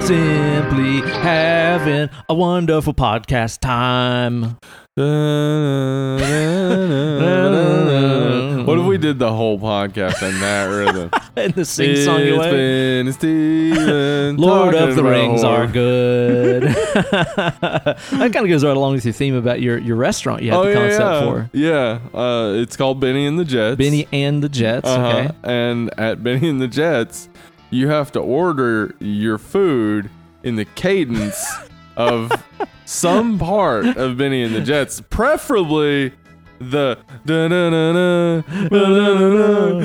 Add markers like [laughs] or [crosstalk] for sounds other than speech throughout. simply having a wonderful podcast time. [laughs] what if we did the whole podcast in that rhythm? And the [laughs] sing song you It's way. been Steven Lord talking of the about Rings are [laughs] horror. good. [laughs] that kind of goes right along with your theme about your, your restaurant you had Oh the yeah, concept yeah. for. yeah. Uh, it's called Benny and the Jets. Benny and the Jets. Uh-huh. Okay. And at Benny and the Jets, you have to order your food in the [laughs] cadence of some part of Benny and the Jets, preferably the da-da-da-da, da-da-da-da,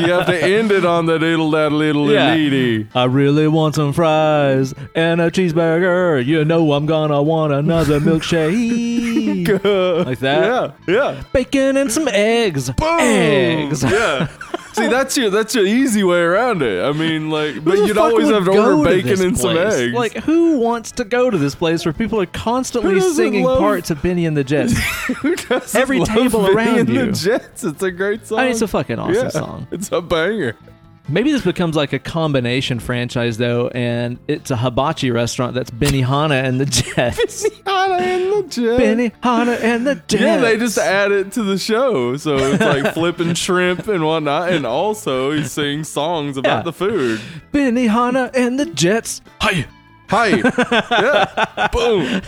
you have to end it on the diddle daddle diddle Yeah. [laughs] dee I really want some fries and a cheeseburger. You know I'm gonna want [laughs] another milkshake. like Like that? Yeah, yeah. Bacon and some eggs. Boom! Eggs. Yeah. See, that's your that's your easy way around it. I mean, like, but Who the you'd fuck always would have to go order this bacon and some place? eggs. Like, who wants to go to this place where people are Who constantly doesn't singing love- parts of Benny and the Jets? Who doesn't Every love table Benny around and The you. Jets. It's a great song. I mean, it's a fucking awesome Yeah, song. It's a banger. Maybe this becomes like a combination franchise though, and it's a hibachi restaurant that's Benihana and the [laughs] Jets. Hannah and the Jets. Benihana and the Jets. Yeah, they just add it to the show, so [laughs] it's like flipping shrimp and whatnot, and also he sings songs about Yeah. the [laughs] food. Benihana and the Jets. Hi. Hi, yeah, boom.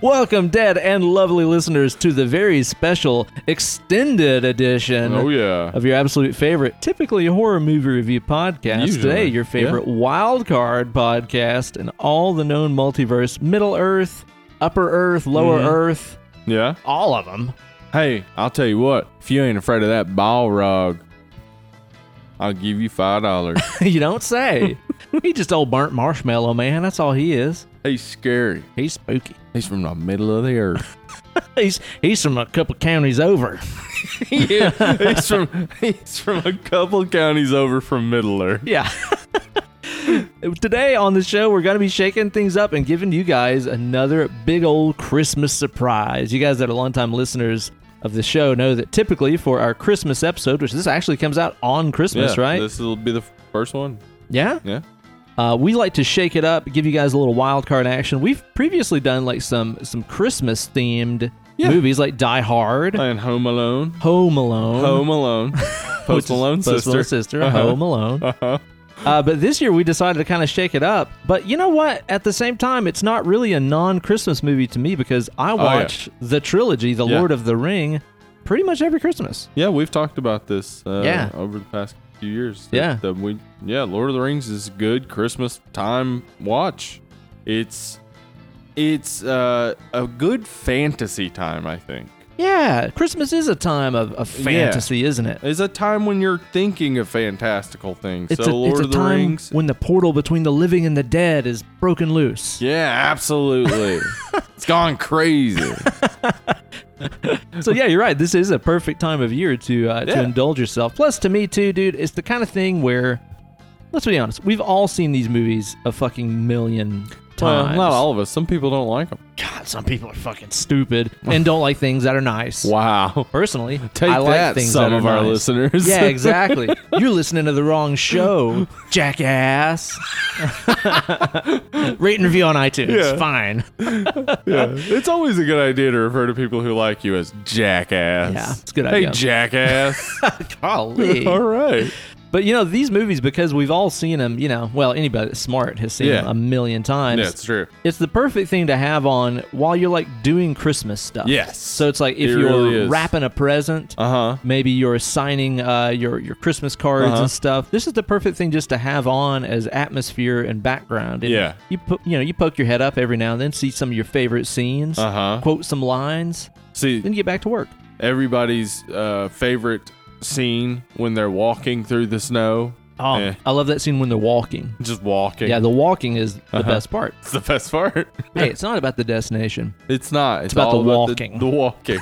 [laughs] Welcome, dead and lovely listeners, to the very special extended edition Oh yeah, of your absolute favorite, typically a horror movie review podcast. Usually, Today, your favorite wild card podcast in all the known multiverse, Middle Earth, Upper Earth, Lower Mhm. Earth, yeah. Mm-hmm. all of them. Hey, I'll tell you what. If you ain't afraid of that Balrog, I'll give you [laughs] five dollars. [laughs] you don't [laughs] say. he just old burnt marshmallow man. That's all he is. He's scary. He's spooky. He's from the middle of the earth. He's he's from a couple counties over. yeah, he's from he's from a couple counties over from Middle Earth. Yeah. [laughs] Today on the show, we're going to be shaking things up and giving you guys another big old Christmas surprise. You guys that are longtime listeners of the show know that typically for our Christmas episode, which this actually comes out on Christmas, right? This will be the first one. yeah. Yeah. Uh, we like to shake it up, give you guys a little wild card action. We've previously done like some some Christmas themed Yeah. movies, like Die Hard, And Home Alone. Home Alone, Home [laughs] Alone. which Post is Malone Post sister. Uh-huh. Malone sister, Home Alone. Uh, but this year we decided to kind of shake it up. But you know what? At the same time, it's not really a non-Christmas movie to me because I Oh, yeah. watch the trilogy, The Yeah. Lord of the Ring, pretty much every Christmas. Yeah, we've talked about this uh, Yeah. over the past few years. Yeah. That we, yeah, Lord of the Rings is a good Christmas time watch. It's it's uh, a good fantasy time, I think. Yeah, Christmas is a time of, of fantasy, isn't it? It's a time when you're thinking of fantastical things. It's so a, Lord it's a of the time Rings. when the portal between the living and the dead is broken loose. Yeah, absolutely. [laughs] it's gone crazy. So yeah, you're right. This is a perfect time of year to uh, Yeah. to indulge yourself. Plus, to me too, dude, it's the kind of thing where, let's be honest, we've all seen these movies a fucking million Well, times. not all of us. Some people don't like them. God, some people are fucking stupid and don't like things that are nice. Wow. Personally, Take I like that, things some that are of our nice. listeners. Yeah, exactly. You're listening to the wrong [laughs] show, jackass. [laughs] Rate and review on iTunes. Yeah. Fine. [laughs] [laughs] Yeah. It's always a good idea to refer to people who like you as jackass. Yeah, it's a good Hey, idea. jackass. [laughs] Golly. [laughs] All right. But you know these movies because we've all seen them. You know, well anybody that's smart has seen Yeah. them a million times. Yeah, it's true. It's the perfect thing to have on while you're like doing Christmas stuff. Yes. So it's like if It you're really is. wrapping a present, Uh huh. maybe you're signing uh, your your Christmas cards Uh-huh. and stuff. This is the perfect thing just to have on as atmosphere and background. And Yeah. You po- you know you poke your head up every now and then, see some of your favorite scenes, Uh huh. quote some lines, See, then you get back to work. everybody's uh, favorite scene when they're walking through the snow, Oh, Yeah. I love that scene when they're walking. just walking. [laughs] Yeah, the walking is the Uh-huh. best part. That's the best part. Hey, it's not about the destination. It's not. It's, about all the about walking. The, walking.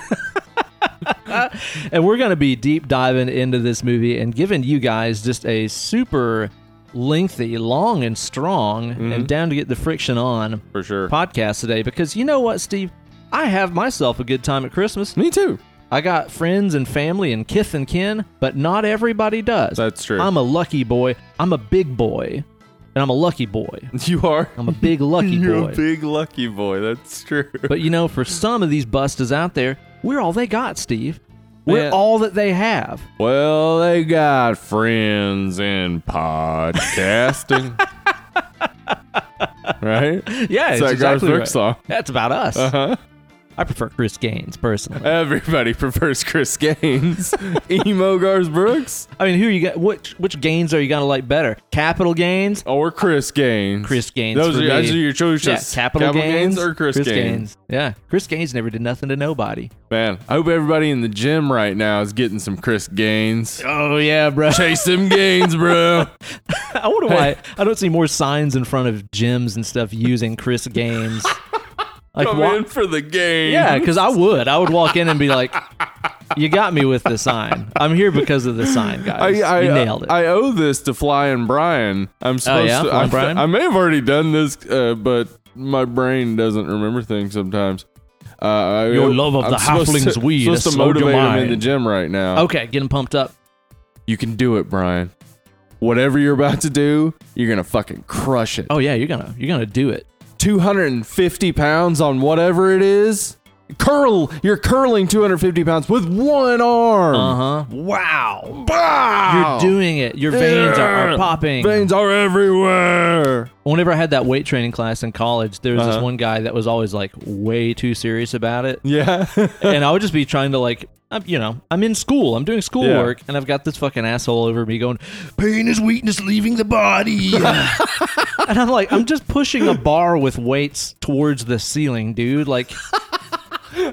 [laughs] And we're going to be deep diving into this movie and giving you guys just a super lengthy, long and strong, Mm-hmm. and down to get the friction on For sure. podcast today because you know what, Steve? I have myself a good time at Christmas. Me too. I got friends and family and kith and kin, but not everybody does. That's true. I'm a lucky boy. I'm a big boy. and I'm a lucky boy. [laughs] You are. I'm a [laughs] big lucky You're boy. a big lucky boy. That's true. But you know, for some of these busters out there, we're all they got, Steve. We're Yeah. all that they have. Well, they got friends in [laughs] podcasting. right? Yeah, It's that Garth Brooks song. That's about us. Uh-huh. I prefer Chris Gaines personally. Everybody [laughs] prefers [laughs] Chris Gaines. Emo Garth Brooks I mean, who you got? Which which gains are you gonna like better? Capital gains, or Chris Gaines? Chris Gaines. Those for are, those me. are your choices. yeah, capital, gains, or Chris, Gaines? Yeah, Chris Gaines never did nothing to nobody. Man, I hope everybody in the gym right now is getting some [laughs] Chris Gaines. Oh yeah, bro. Chase them gains, bro. I wonder [laughs] why I don't see more signs in front of gyms and stuff using Chris [laughs] Gaines. Like Come why- in for the game. Yeah, because I would. I would walk in and be like, "You got me with the sign. I'm here because of the sign, guys. [laughs] I, I, you nailed it." Oh, I owe this to Flying Brian. I'm supposed yeah? to. Flying I, Brian? I may have already done this, uh, but my brain doesn't remember things sometimes. Uh, I Your owe- love of I'm the supposed halfling's to, weed Supposed has to slowed your motivate him in mind. the gym right now. okay, getting pumped up. You can do it, Brian. Whatever you're about to do, you're gonna fucking crush it. Oh yeah, you're gonna you're gonna do it. 250 pounds on whatever it is. Curl. You're curling 250 pounds with one arm. Uh huh. Wow. Wow. You're doing it. Your veins are, are popping. Veins are everywhere. Whenever I had that weight training class in college, there was this Uh-huh. one guy that was always like way too serious about it. [laughs] Yeah. and I would just be trying to like, I'm, you know, I'm in school, I'm doing schoolwork, and I've got this fucking asshole over me going, pain is weakness leaving the [laughs] body. and I'm like, I'm just pushing a bar with weights towards the ceiling, dude. Like,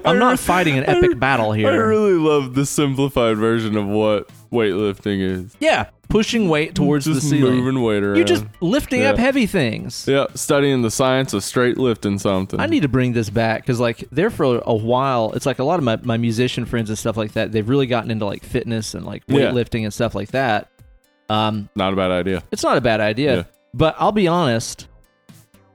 I'm not fighting an epic battle I here. really love the simplified version of what weightlifting is. yeah, pushing weight towards the Just ceiling. moving weight around. You're just lifting up Yeah. heavy things. yeah, studying the science of straight lifting something. I need to bring this back because, like, there for a while, it's like a lot of my, my musician friends and stuff like that, they've really gotten into like fitness and like Yeah. weightlifting and stuff like that. Um, Not a bad idea. it's not a bad idea, Yeah. but I'll be honest,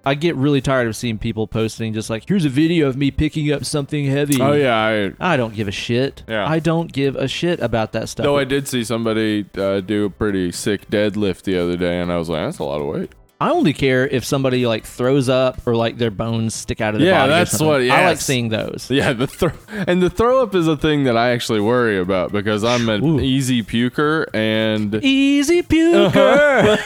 I get really tired of seeing people posting just like, here's a video of me picking up something heavy. Oh yeah, I I don't give a shit. Yeah. I don't give a shit about that stuff. though I did see somebody uh, do a pretty sick deadlift the other day, and I was like, that's a lot of weight. [laughs] I only care if somebody like throws up or like their bones stick out of their Yeah, body. or that's something. what- I like yes. seeing those. Yeah, the throw and the throw up is a thing that I actually worry about because I'm an Ooh. easy puker and Easy puker.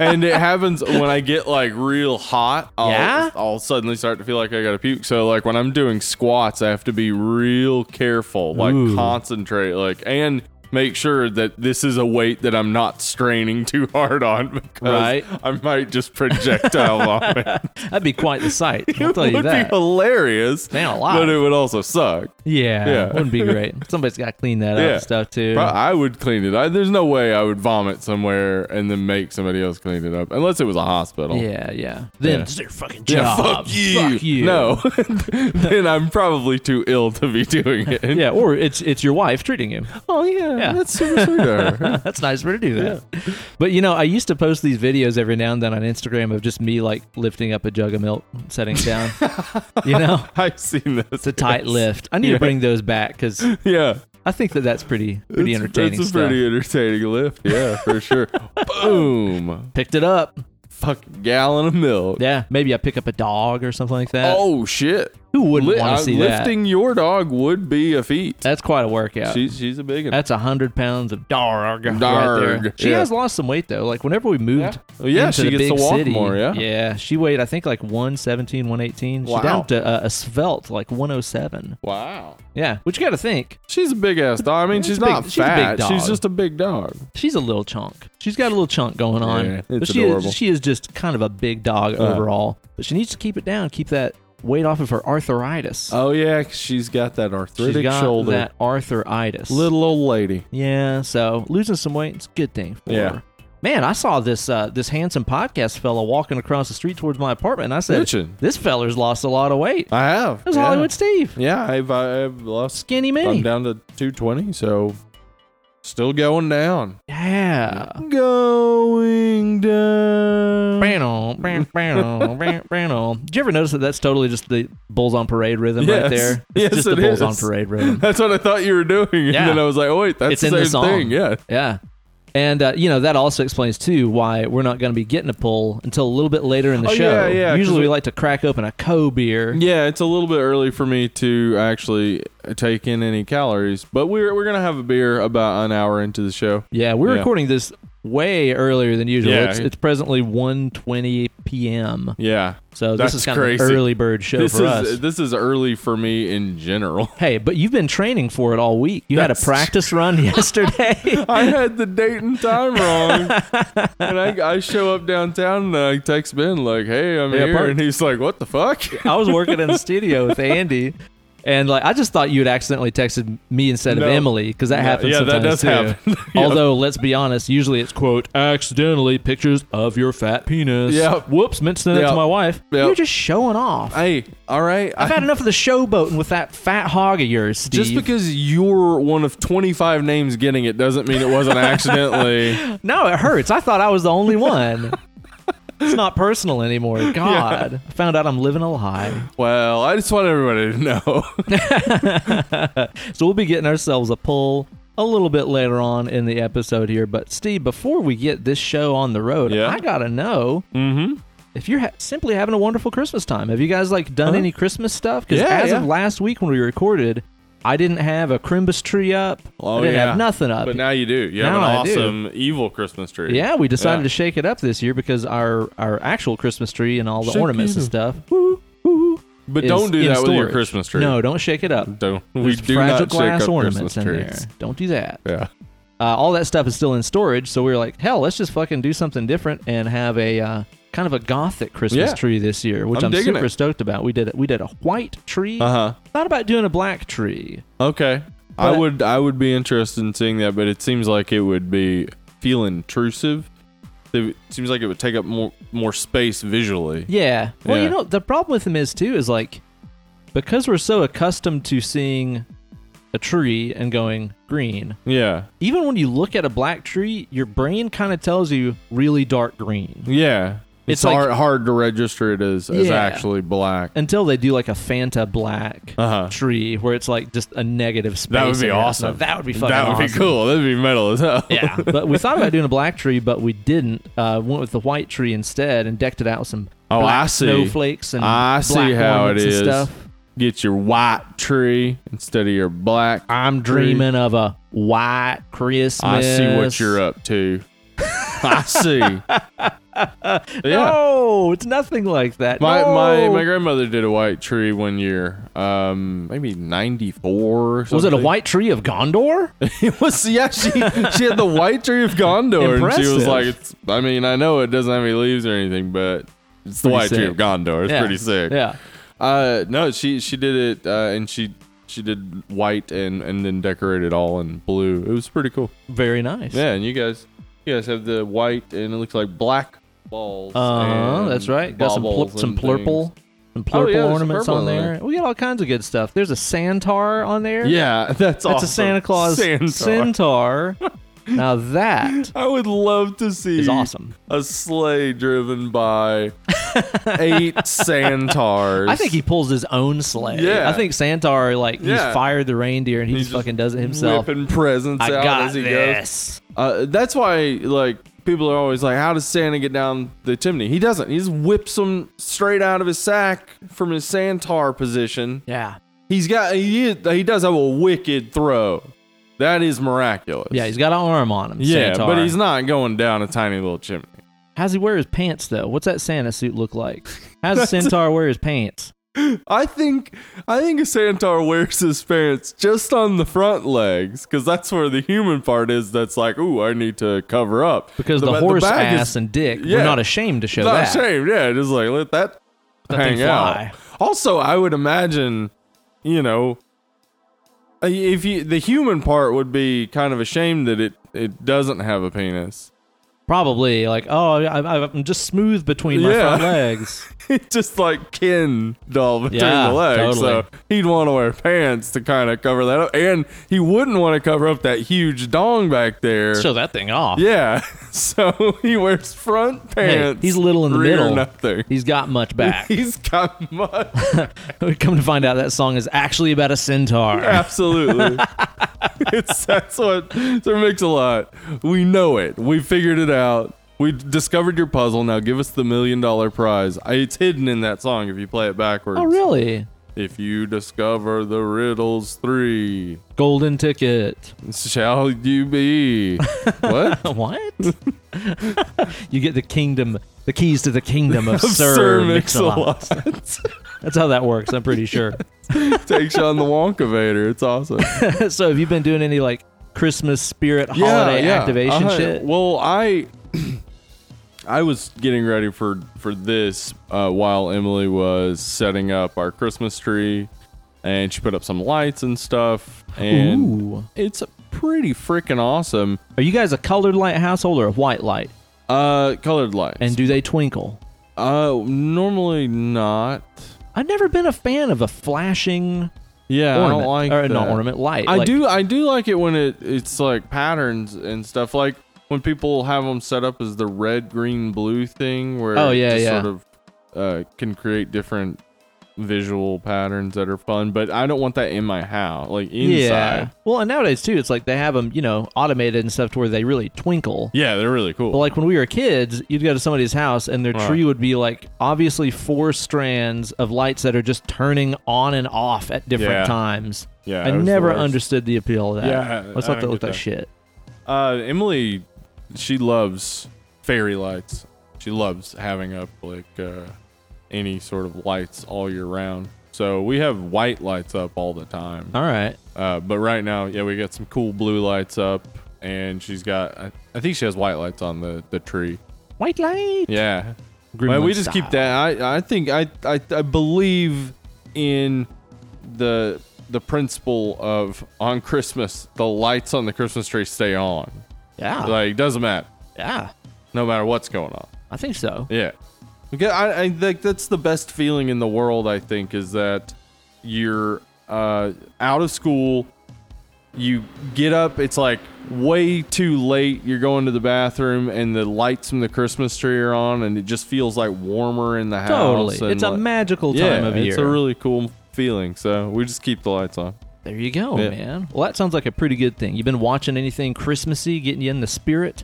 and it happens when I get like real hot. I'll, Yeah? I'll suddenly start to feel like I gotta puke. So like when I'm doing squats, I have to be real careful, like Ooh. concentrate, like and make sure that this is a weight that I'm not straining too hard on because Right. I might [laughs] just projectile vomit. That'd be quite the [laughs] sight. I'll it tell Uh-huh. would you that. be hilarious, Man but alive. it would also suck. yeah, Yeah. wouldn't be [laughs] great. Somebody's got to clean that up Yeah. and stuff too. Pro- I would clean it. I, there's no way I would vomit somewhere and then make somebody else clean it up, unless it was a hospital. yeah, yeah. Then Yeah. it's their fucking Yeah, job. fuck you. No, [laughs] then I'm probably too ill to be doing it. Yeah, or it's it's your wife treating you. Oh yeah, Yeah. that's super sweet of her. That's nice of her to do that. But you know, I used to post these videos every now and then on Instagram of just me like lifting up a jug of milk, and setting it [laughs] down. you know, [laughs] I've seen this. it's a tight lift. I need to Yeah. bring those back because [laughs] Yeah, I think that that's pretty pretty It's- entertaining It's a stuff. pretty entertaining lift. Yeah, for sure. [laughs] Boom. Picked it up. Fuck gallon of milk. Yeah, maybe I pick up a dog or something like that. Oh shit! Who wouldn't Li- want uh, to see that? lifting your dog would be a feat. That's quite a workout. She's she's a big one. That's a hundred pounds of darg. right Darg, there. She yeah. has lost some weight though. Like whenever we moved, Oh, yeah, into the she gets big to walk city, more, yeah. yeah. She weighed I think like 117, 118. She Wow. down to uh, a svelte like one oh seven. Wow. Yeah, which you got to think She's a big ass dog. I mean, She's she's a big- not she's a big fat. She's, dog. just a big dog. she's a little chunk. She's got a little chunk going on. Yeah, it's but she adorable. Uh-huh. Is, she is just kind of a big dog overall. But she needs to keep it down. Keep that weight off of her arthritis. Oh yeah, she's got that She's arthritic got shoulder. that arthritis. Little old lady. Yeah, so losing some weight is a good thing for Yeah. her. Man, I saw this uh, this handsome podcast fella walking across the street towards my apartment, and I said, Bitchin'. "This feller's lost a lot of weight." It I have. was yeah. Hollywood Steve, Yeah, I've I've lost. skinny mini. I'm down to 220, so still going down. Yeah. Going down. Bam, bam, bam, bam, bam. Did you ever notice that that's totally just the Bulls on Parade rhythm right Yes. there? It's Yes, just the it Bulls is. on Parade rhythm. [laughs] That's what I thought you were doing, and Yeah. then I was like, oh wait, that's It's in the the same song. thing. Yeah. Yeah. And uh, you know that also explains too why we're not going to be getting a pull until a little bit later in the Oh, show. yeah, yeah, 'cause Usually we we- like to crack open a co beer. Yeah, it's a little bit early for me to actually take in any calories, but we're we're gonna have a beer about an hour into the show. Yeah, we're Yeah. recording this way earlier than usual. Yeah. It's, it's presently 1.20 p.m. Yeah, So That's this is kind of an crazy. early bird show this for is us. this is early for me in general. Hey, but you've been training for it all week. You had a That's practice [laughs] run yesterday. I had the date and time wrong, and I, I show up downtown and I text Ben like, "Hey, I'm Yeah, here," part- and he's like, "What the fuck?" [laughs] I was working in the studio with Andy, and like I just thought you had accidentally texted me instead No. of Emily because that No, happens. yeah, that sometimes does too. happen. [laughs] Yeah. Although let's be honest, usually it's quote accidentally pictures of your fat penis. Yep. Whoops, meant to send that to Yep. my wife. Yep. You're just showing off. Hey, all right, I've I- had enough of the showboating with that fat hog of yours, Steve. just because you're one of 25 names getting it doesn't mean it wasn't accidentally. [laughs] No, it hurts. I thought I was the only one. it's not personal anymore. God. I found out I'm living a lie. Well, I just want everybody to know. So we'll be getting ourselves a pull a little bit later on in the episode here. But Steve, before we get this show on the road, Yeah. I gotta know mm-hmm. if you're ha- simply having a wonderful Christmas time. Have you guys like done Uh-huh. any Christmas stuff? Because Yeah, as yeah. of last week when we recorded, I didn't have a Crimbus tree up. Oh, I didn't yeah. have nothing up. But now you do. You Now I have do. an awesome evil Christmas tree. yeah, we decided Yeah. to shake it up this year because our our actual Christmas tree and all the Shake ornaments it and up. stuff. But is don't do in that with your storage. Christmas tree. No, don't shake it up. Don't. we There's do fragile not glass shake up ornaments Christmas in there. trees. Don't do that. Yeah. Uh, all that stuff is still in storage, so we were like, hell, let's just fucking do something different and have a uh, kind of a gothic Christmas Yeah. tree this year, which I'm I'm, digging super it. stoked about. We did it. We did a white tree. Uh Thought about doing a black tree. huh. Okay. I But- would. I would be interested in seeing that, but it seems like it would be feel intrusive. It seems like it would take up more more space visually. Yeah. Well, you Yeah. know, the problem with them is too is like because we're so accustomed to seeing a tree and going green. Yeah. Even when you look at a black tree, your brain kind of tells you really dark green. Yeah. It's It's, like- hard, hard to register it as, as Yeah. actually black. until they do like a Fanta black Uh-huh. tree where it's like just a negative space. That would be in it. Now, awesome. That would be fucking That would be awesome. cool. That'd be metal [laughs] as hell. [laughs] Yeah, but we thought about doing a black tree, but we didn't. Uh, went with the white tree instead and decked it out with some Oh, black I see. snowflakes and I see black how it ornaments and is. Stuff. Get your white tree instead of your black. I'm tree. dreaming of a white Christmas. I see what you're up to. [laughs] I see. yeah. [laughs] No, it's nothing like that. My, No. my my grandmother did a white tree one year, um, maybe ninety four. was it a white tree of Gondor? [laughs] it was yeah. She she had the white tree of Gondor, and she Impressive. was like, it's, "I mean, I know it doesn't have any leaves or anything, but it's the Pretty white tree sick. of Gondor. It's Yeah. pretty sick." yeah, Uh, no, she she did it, uh, and she she did white and and then decorated all in blue. It was pretty cool. very nice. Yeah, and you guys, you guys have the white, and it looks like black balls. Uh, and that's right. Got some plur- baubles some and purple, things. Oh, some purple yeah, there's some ornaments purple on on there. We got all kinds of good stuff. There's a Santar on there. Yeah, that's that's awesome. a Santa Claus Santa. centaur. [laughs] now that I would love to see is awesome. a sleigh driven by [laughs] eight Santars. I think he pulls his own sleigh. Yeah. I think Santar like Yeah. he's fired the reindeer and he He's just just fucking does it himself. whipping presents I out got as he goes. this. Uh, that's why, like, people are always like, "How does Santa get down the chimney?" He doesn't. He just whips them straight out of his sack from his Santar position. Yeah, He's got. He is, he does have a wicked throw. That is miraculous. yeah. He's got an arm on him. yeah, Santar. but he's not going down a tiny little chimney. How's he wear his pants though? What's that Santa suit look like? How's [laughs] does That's- Centaur wear his pants? I think I think a Santar wears his pants just on the front legs because that's where the human part is. That's like, ooh, I need to cover up Because the, ba- horse bag ass is and dick, we're yeah. not ashamed to show not that. ashamed. Yeah, just like let that Let that thing hang fly. out. Also, I would imagine, you know, uh, if you the human part would be kind of ashamed that it it doesn't have a penis, Probably like, oh, I, I'm just smooth between my Yeah. front [laughs] legs. just like kin doll between Yeah, the legs. totally. So he'd want to wear pants to kind of cover that up, and he wouldn't want to cover up that huge dong back there. Show that thing off. yeah, [laughs] so he wears front Hey, pants. he's little in the rear middle. Nothing. He's got much back. [laughs] [laughs] He's got much. we come to find out that song is actually about a centaur. Absolutely. [laughs] it's that's what so it makes a lot. We know it. We figured it out. We discovered your puzzle. Now give us the million dollar prize. I- It's hidden in that song if you play it backwards. Oh, really? If you discover the riddles three, Golden ticket. [laughs] shall you be? what? [laughs] What? you get the kingdom, the keys to the kingdom [laughs] of Sir, Mix-a-Lot. That's how that works. I'm pretty [laughs] sure. [laughs] Takes you on the Wonkavator. It's awesome. so, have you been doing any like Christmas spirit holiday activation Uh-huh. shit? Well, I [clears throat] I was getting ready for for this uh, while Emily was setting up our Christmas tree, and she put up some lights and stuff, and Ooh. it's pretty freaking awesome. Are you guys a colored light household or a white light? Uh, colored lights. And do they twinkle? uh, normally not. I've never been a fan of a flashing Yeah, ornament I don't like or not that. ornament light. I like- do I do like it when it it's like patterns and stuff like when people have them set up as the red green blue thing where Oh, it yeah, just yeah. sort of uh, can create different visual patterns that are fun but I don't want that in my house like inside Yeah. Well, and nowadays too, it's like they have them, you know, automated and stuff to where they really twinkle. Yeah, they're really cool But like when we were kids, you'd go to somebody's house and their Right. tree would be like obviously four strands of lights that are just turning on and off at different Yeah. times. yeah I it was the never worst. understood the appeal of that. Yeah, I I thought that don't looked get like that. shit. uh, Emily she loves fairy lights she loves having up like uh, any sort of lights all year round so we have white lights up all the time All right. Uh, but right now, yeah, we got some cool blue lights up, and she's got. I, I think she has white lights on the the tree. White light. Yeah, Gremlin Well, we just keep style. that. I I think I, I I believe in the the principle of on Christmas the lights on the Christmas tree stay on. Yeah. Like doesn't matter, yeah. no matter what's going on. I think so. Yeah. Okay, I, I think that's the best feeling in the world, I think, is that you're uh, out of school, you get up, it's like way too late, you're going to the bathroom, and the lights from the Christmas tree are on, and it just feels like warmer in the house. Totally. and It's a like- magical time yeah, of year. It's a really cool feeling, so we just keep the lights on. There you go, Yeah. man. Well, that sounds like a pretty good thing. You've been watching anything Christmassy, getting you in the spirit?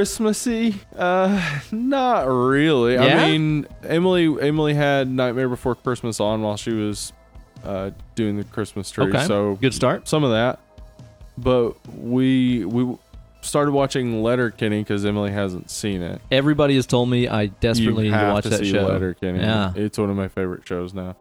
Christmassy? Uh, not really. Yeah? I mean, Emily Emily had Nightmare Before Christmas on while she was uh, doing the Christmas tree. Okay. So Good start. some of that, but we we started watching Letterkenny because Emily hasn't seen it. Everybody has told me I desperately you need to have watch to that see show. Letterkenny. Yeah. It's one of my favorite shows now.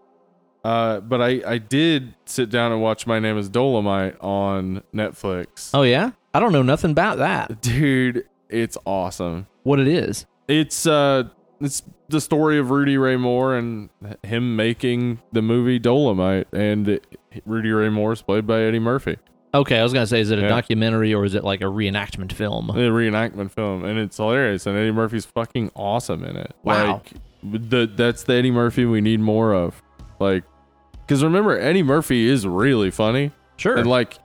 Uh, but I I did sit down and watch My Name Is Dolomite on Netflix. Oh yeah, I don't know nothing about that. Dude, it's awesome. What it is? it's uh it's the story of Rudy Ray Moore and him making the movie Dolomite and it- Rudy Ray Moore is played by Eddie Murphy. Okay, I was gonna say, is it a Yeah. documentary or is it like a reenactment film? A reenactment film and it's hilarious and Eddie Murphy's fucking awesome in it. Wow. Like the that's the Eddie Murphy we need more of. Like cuz remember Eddie Murphy is really funny. Sure. And like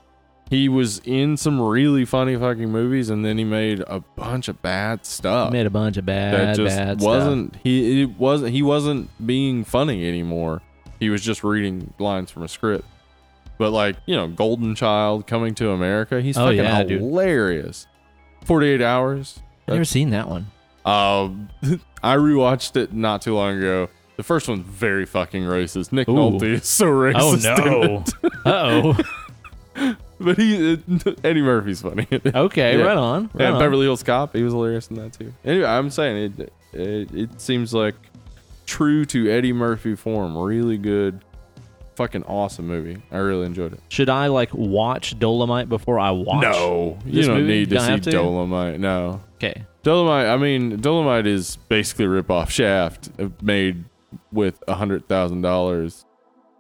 he was in some really funny fucking movies and then he made a bunch of bad stuff. Made a bunch of bad, that just bad stuff. wasn't he it wasn't he wasn't being funny anymore he was just reading lines from a script but like you know golden child coming to america he's Oh, fucking yeah, dude. hilarious 48 hours I've never seen that one. um [laughs] i rewatched it not too long ago the first one's very fucking racist nick Ooh. Oh, nolte is so racist in it. [laughs] [laughs] uh oh. but he [laughs] eddie murphy's funny in it. Okay, Yeah. right on. Right Yeah, on. Beverly Hills Cop. He was hilarious in that too. Anyway, I'm saying it, it. It seems like true to Eddie Murphy form. Really good, fucking awesome movie. I really enjoyed it. Should I like watch Dolomite before I watch? you this don't movie? need to Don't see have to? Dolomite. No, Okay. Dolomite. I mean, Dolomite is basically a rip-off Shaft uh, made with a hundred thousand dollars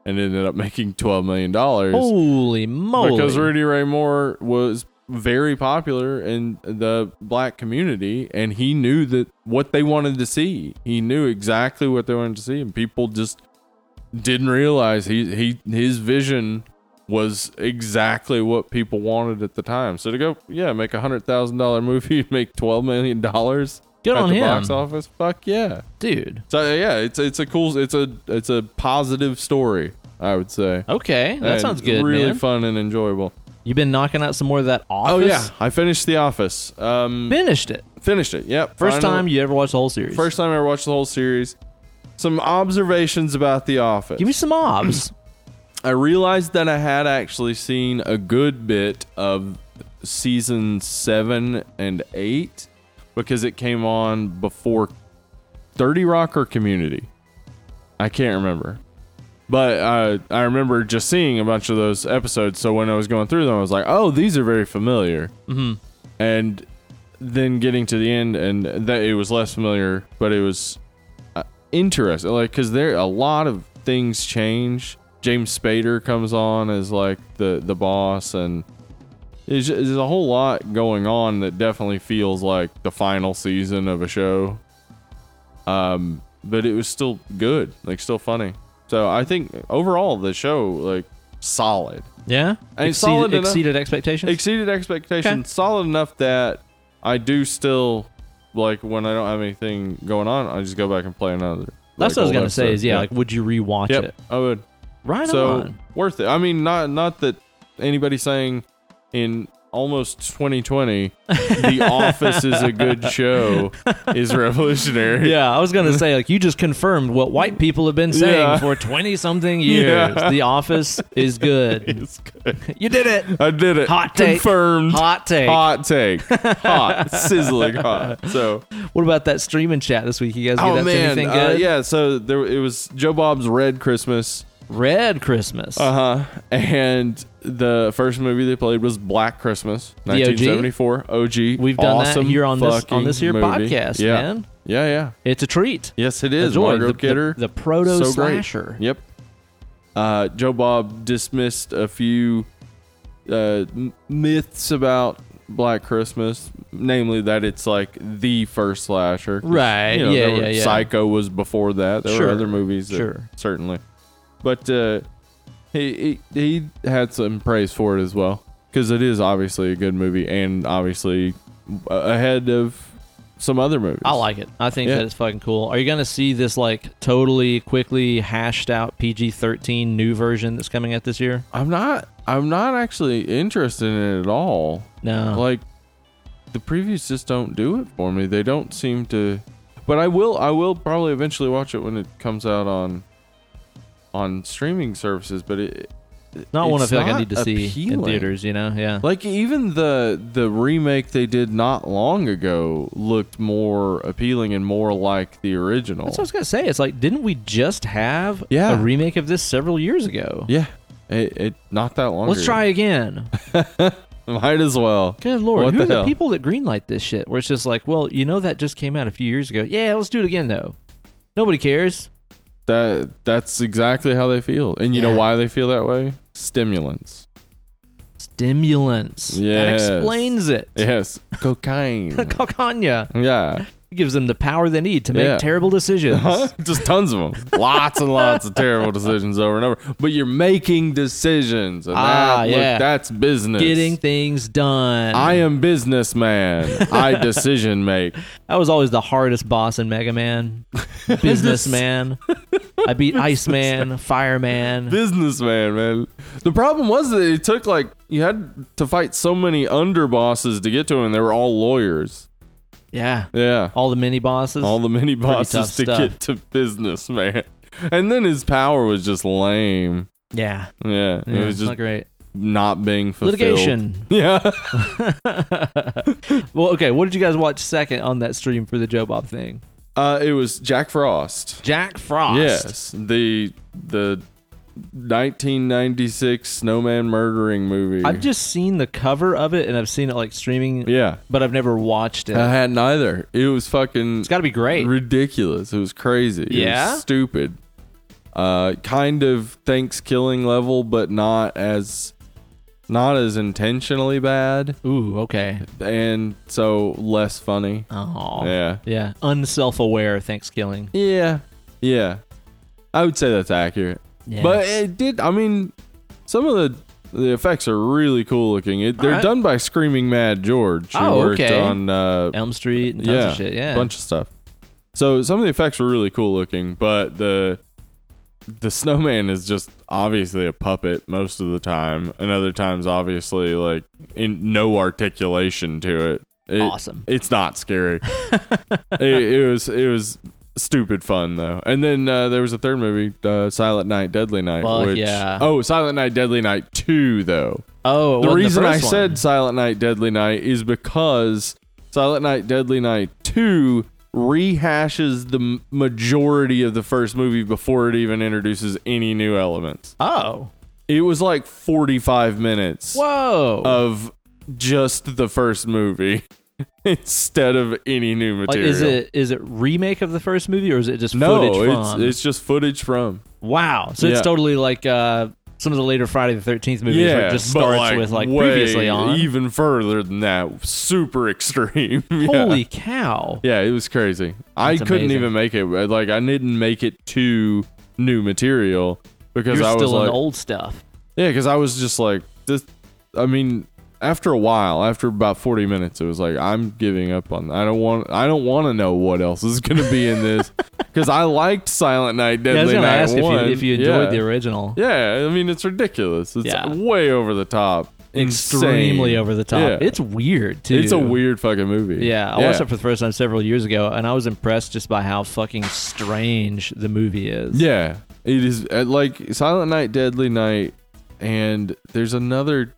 and ended up making twelve million dollars Holy moly! because Rudy Ray Moore was very popular in the black community and he knew that what they wanted to see. He knew exactly what they wanted to see and people just didn't realize he he his vision was exactly what people wanted at the time. So to go, yeah, make a hundred thousand dollar movie, make twelve million dollars Good at on the him. box office. Fuck yeah! dude. So uh, yeah, it's it's a cool, it's a it's a positive story. I would say Okay, that And sounds good, Really man. fun and enjoyable. You've been knocking out some more of that office. Oh yeah, I finished The Office. Um, finished it. finished it. Yep. First Final- time you ever watched the whole series. First time I ever watched the whole series. Some observations about The Office. give me some [clears throat] obs. I realized that I had actually seen a good bit of season seven and eight because it came on before 30 Rock or Community. I can't remember. But uh, I remember just seeing a bunch of those episodes. So when I was going through them, I was like, oh, these are very familiar. Mm-hmm. And then getting to the end, and that it was less familiar, but it was uh, interesting. Like, because there a lot of things change. James Spader comes on as like the the boss, and there's, ju- there's a whole lot going on that definitely feels like the final season of a show. Um, but it was still good, like still funny. So I think overall the show like solid, yeah, And it's solid enough. exceeded expectations. exceeded expectations, Okay. solid enough that I do still like when I don't have anything going on, I just go back and play another. That's like, what I was old gonna say. episode. Is yeah, like would you rewatch yep, it? I would. Right so [laughs] on. worth it. I mean, not not that anybody's saying in almost 2020, [laughs] The Office is a good show is revolutionary. Yeah, I was gonna say like you just confirmed what [laughs] white people have been saying Yeah. for twenty something years. [laughs] Yeah. The Office is good. [laughs] it's good. [laughs] you did it. [laughs] I did it. Hot take. Confirmed. Hot take. Hot [laughs] take. Hot. Sizzling hot. So. What about that streaming chat this week? You guys get up to anything uh, good? yeah. So there, it was Joe Bob's Red Christmas. Red Christmas. Uh huh. And the first movie they played was Black Christmas, OG? 1974. OG. We've done awesome that here on this on fucking this here movie. podcast, yeah. man. Yeah, yeah. It's a treat. Yes, it is. Enjoy Margot the, Kidder. the, the proto so great. slasher. Yep. Uh, Joe Bob dismissed a few uh, m- myths about Black Christmas, namely that it's like the first slasher. 'Cause, Right, You know, yeah, there were- yeah, yeah. Psycho was before that. There Sure, were other movies. that- sure. Certainly. But uh, he, he he had some praise for it as well because it is obviously a good movie and obviously a- ahead of some other movies. I like it. I think Yeah. that it's fucking cool. Are you gonna see this like totally quickly hashed out PG thirteen new version that's coming out this year? I'm not. I'm not actually interested in it at all. No. Like the previews just don't do it for me. They don't seem to. But I will. I will probably eventually watch it when it comes out on on streaming services. But it not one I it's feel like I not need to see in appealing. theaters. You know? Yeah. like even the the remake they did not long ago looked more appealing and more like the original. That's what I was gonna say. It's like, didn't we just have Yeah. a remake of this several years ago? yeah. It, it not that long. Let's ago. try again. [laughs] Might as well. Good lord, What who the are the hell? people that greenlight this shit? Where it's just like, well, you know that just came out a few years ago. Yeah, let's do it again though. Nobody cares. That that's exactly how they feel, and you know Yeah. why they feel that way? Stimulants. Stimulants. That Yes. explains it. [laughs] Yes, [laughs] cocaine. Calcanya yeah, gives them the power they need to make Yeah. Uh-huh. terrible decisions. [laughs] just tons of them. Lots and lots of terrible decisions over and over. But you're making decisions, and Ah, that, yeah. look, that's business. Getting things done. [laughs] I am businessman. I decision make. that was always the hardest boss in Mega [laughs] Man. Businessman. I beat Iceman, Fireman. businessman, man. The problem was that it took like you had to fight so many underbosses to get to him. And they were all lawyers. Yeah. Yeah. All the mini bosses. all the mini tough bosses to stuff. get to business, man. And then his power was just lame. yeah. Yeah, yeah it was just not great. not being fulfilled. Litigation. [laughs] Yeah. Well, okay. What did you guys watch second on that stream for the Joe Bob thing? Uh, it was Jack Frost. Jack Frost. Yes, the the 1996 snowman murdering movie. I've just seen the cover of it and I've seen it like streaming, yeah, Uh-huh. but I've never watched it. I hadn't either. It was fucking it's got to be great. ridiculous. It was crazy. It was Yeah? stupid. Uh, kind of Thanksgiving level, but not as not as intentionally bad Ooh, okay. and so less funny. Oh. Yeah. Yeah. Unself-aware Thanksgiving. Yeah. Yeah. I would say that's accurate. Yeah. But it did I mean some of the the effects are really cool looking. It, they're Alright. done by Screaming Mad George who Oh, worked okay. on uh, Elm Street and tons of shit. Yeah. a bunch of stuff. So some of the effects were really cool looking, but the the snowman is just obviously a puppet most of the time, and other times obviously like in no articulation to it. It- Awesome. It's not [laughs] scary. it, it was it was stupid fun though. And then uh, there was a third movie, uh, Silent Night, Deadly Night. Fuck which, yeah. Oh, Silent Night, Deadly Night two though oh, it the wasn't reason I first one. said Silent Night, Deadly Night is because Silent Night, Deadly Night 2 rehashes the m- majority of the first movie before it even introduces any new elements. Oh. It was like 45 minutes Whoa. of just the first movie [laughs] instead of any new like, material. is it is it remake of the first movie or is it just no, footage it's from? it's just footage from. wow. So Yeah. it's totally like uh, some of the later Friday the Thirteenth movies where it just but, starts with like way previously on. Even further than [laughs] that, super extreme. Yeah. Holy cow! Yeah, it was crazy. I That's couldn't amazing. even make it. Like I didn't make it to new material because You're I was still in like, the old stuff. yeah, because I was just like, this. I mean, after a while, after about forty minutes, it was like I'm giving up on. I don't want. I don't want to know what else is gonna be [laughs] in this because I liked Silent Night, Yeah, I was Deadly gonna Night ask if you, One. if you enjoyed yeah. the original. Yeah, I mean it's ridiculous. It's Yeah. way over the top. Extremely Insane. over the top. Yeah. It's weird too. It's a weird fucking movie. Yeah, I watched it for the first time several years ago, and I was impressed just by how fucking strange the movie is. Yeah, it is uh, like Silent Night, Deadly Night, and there's another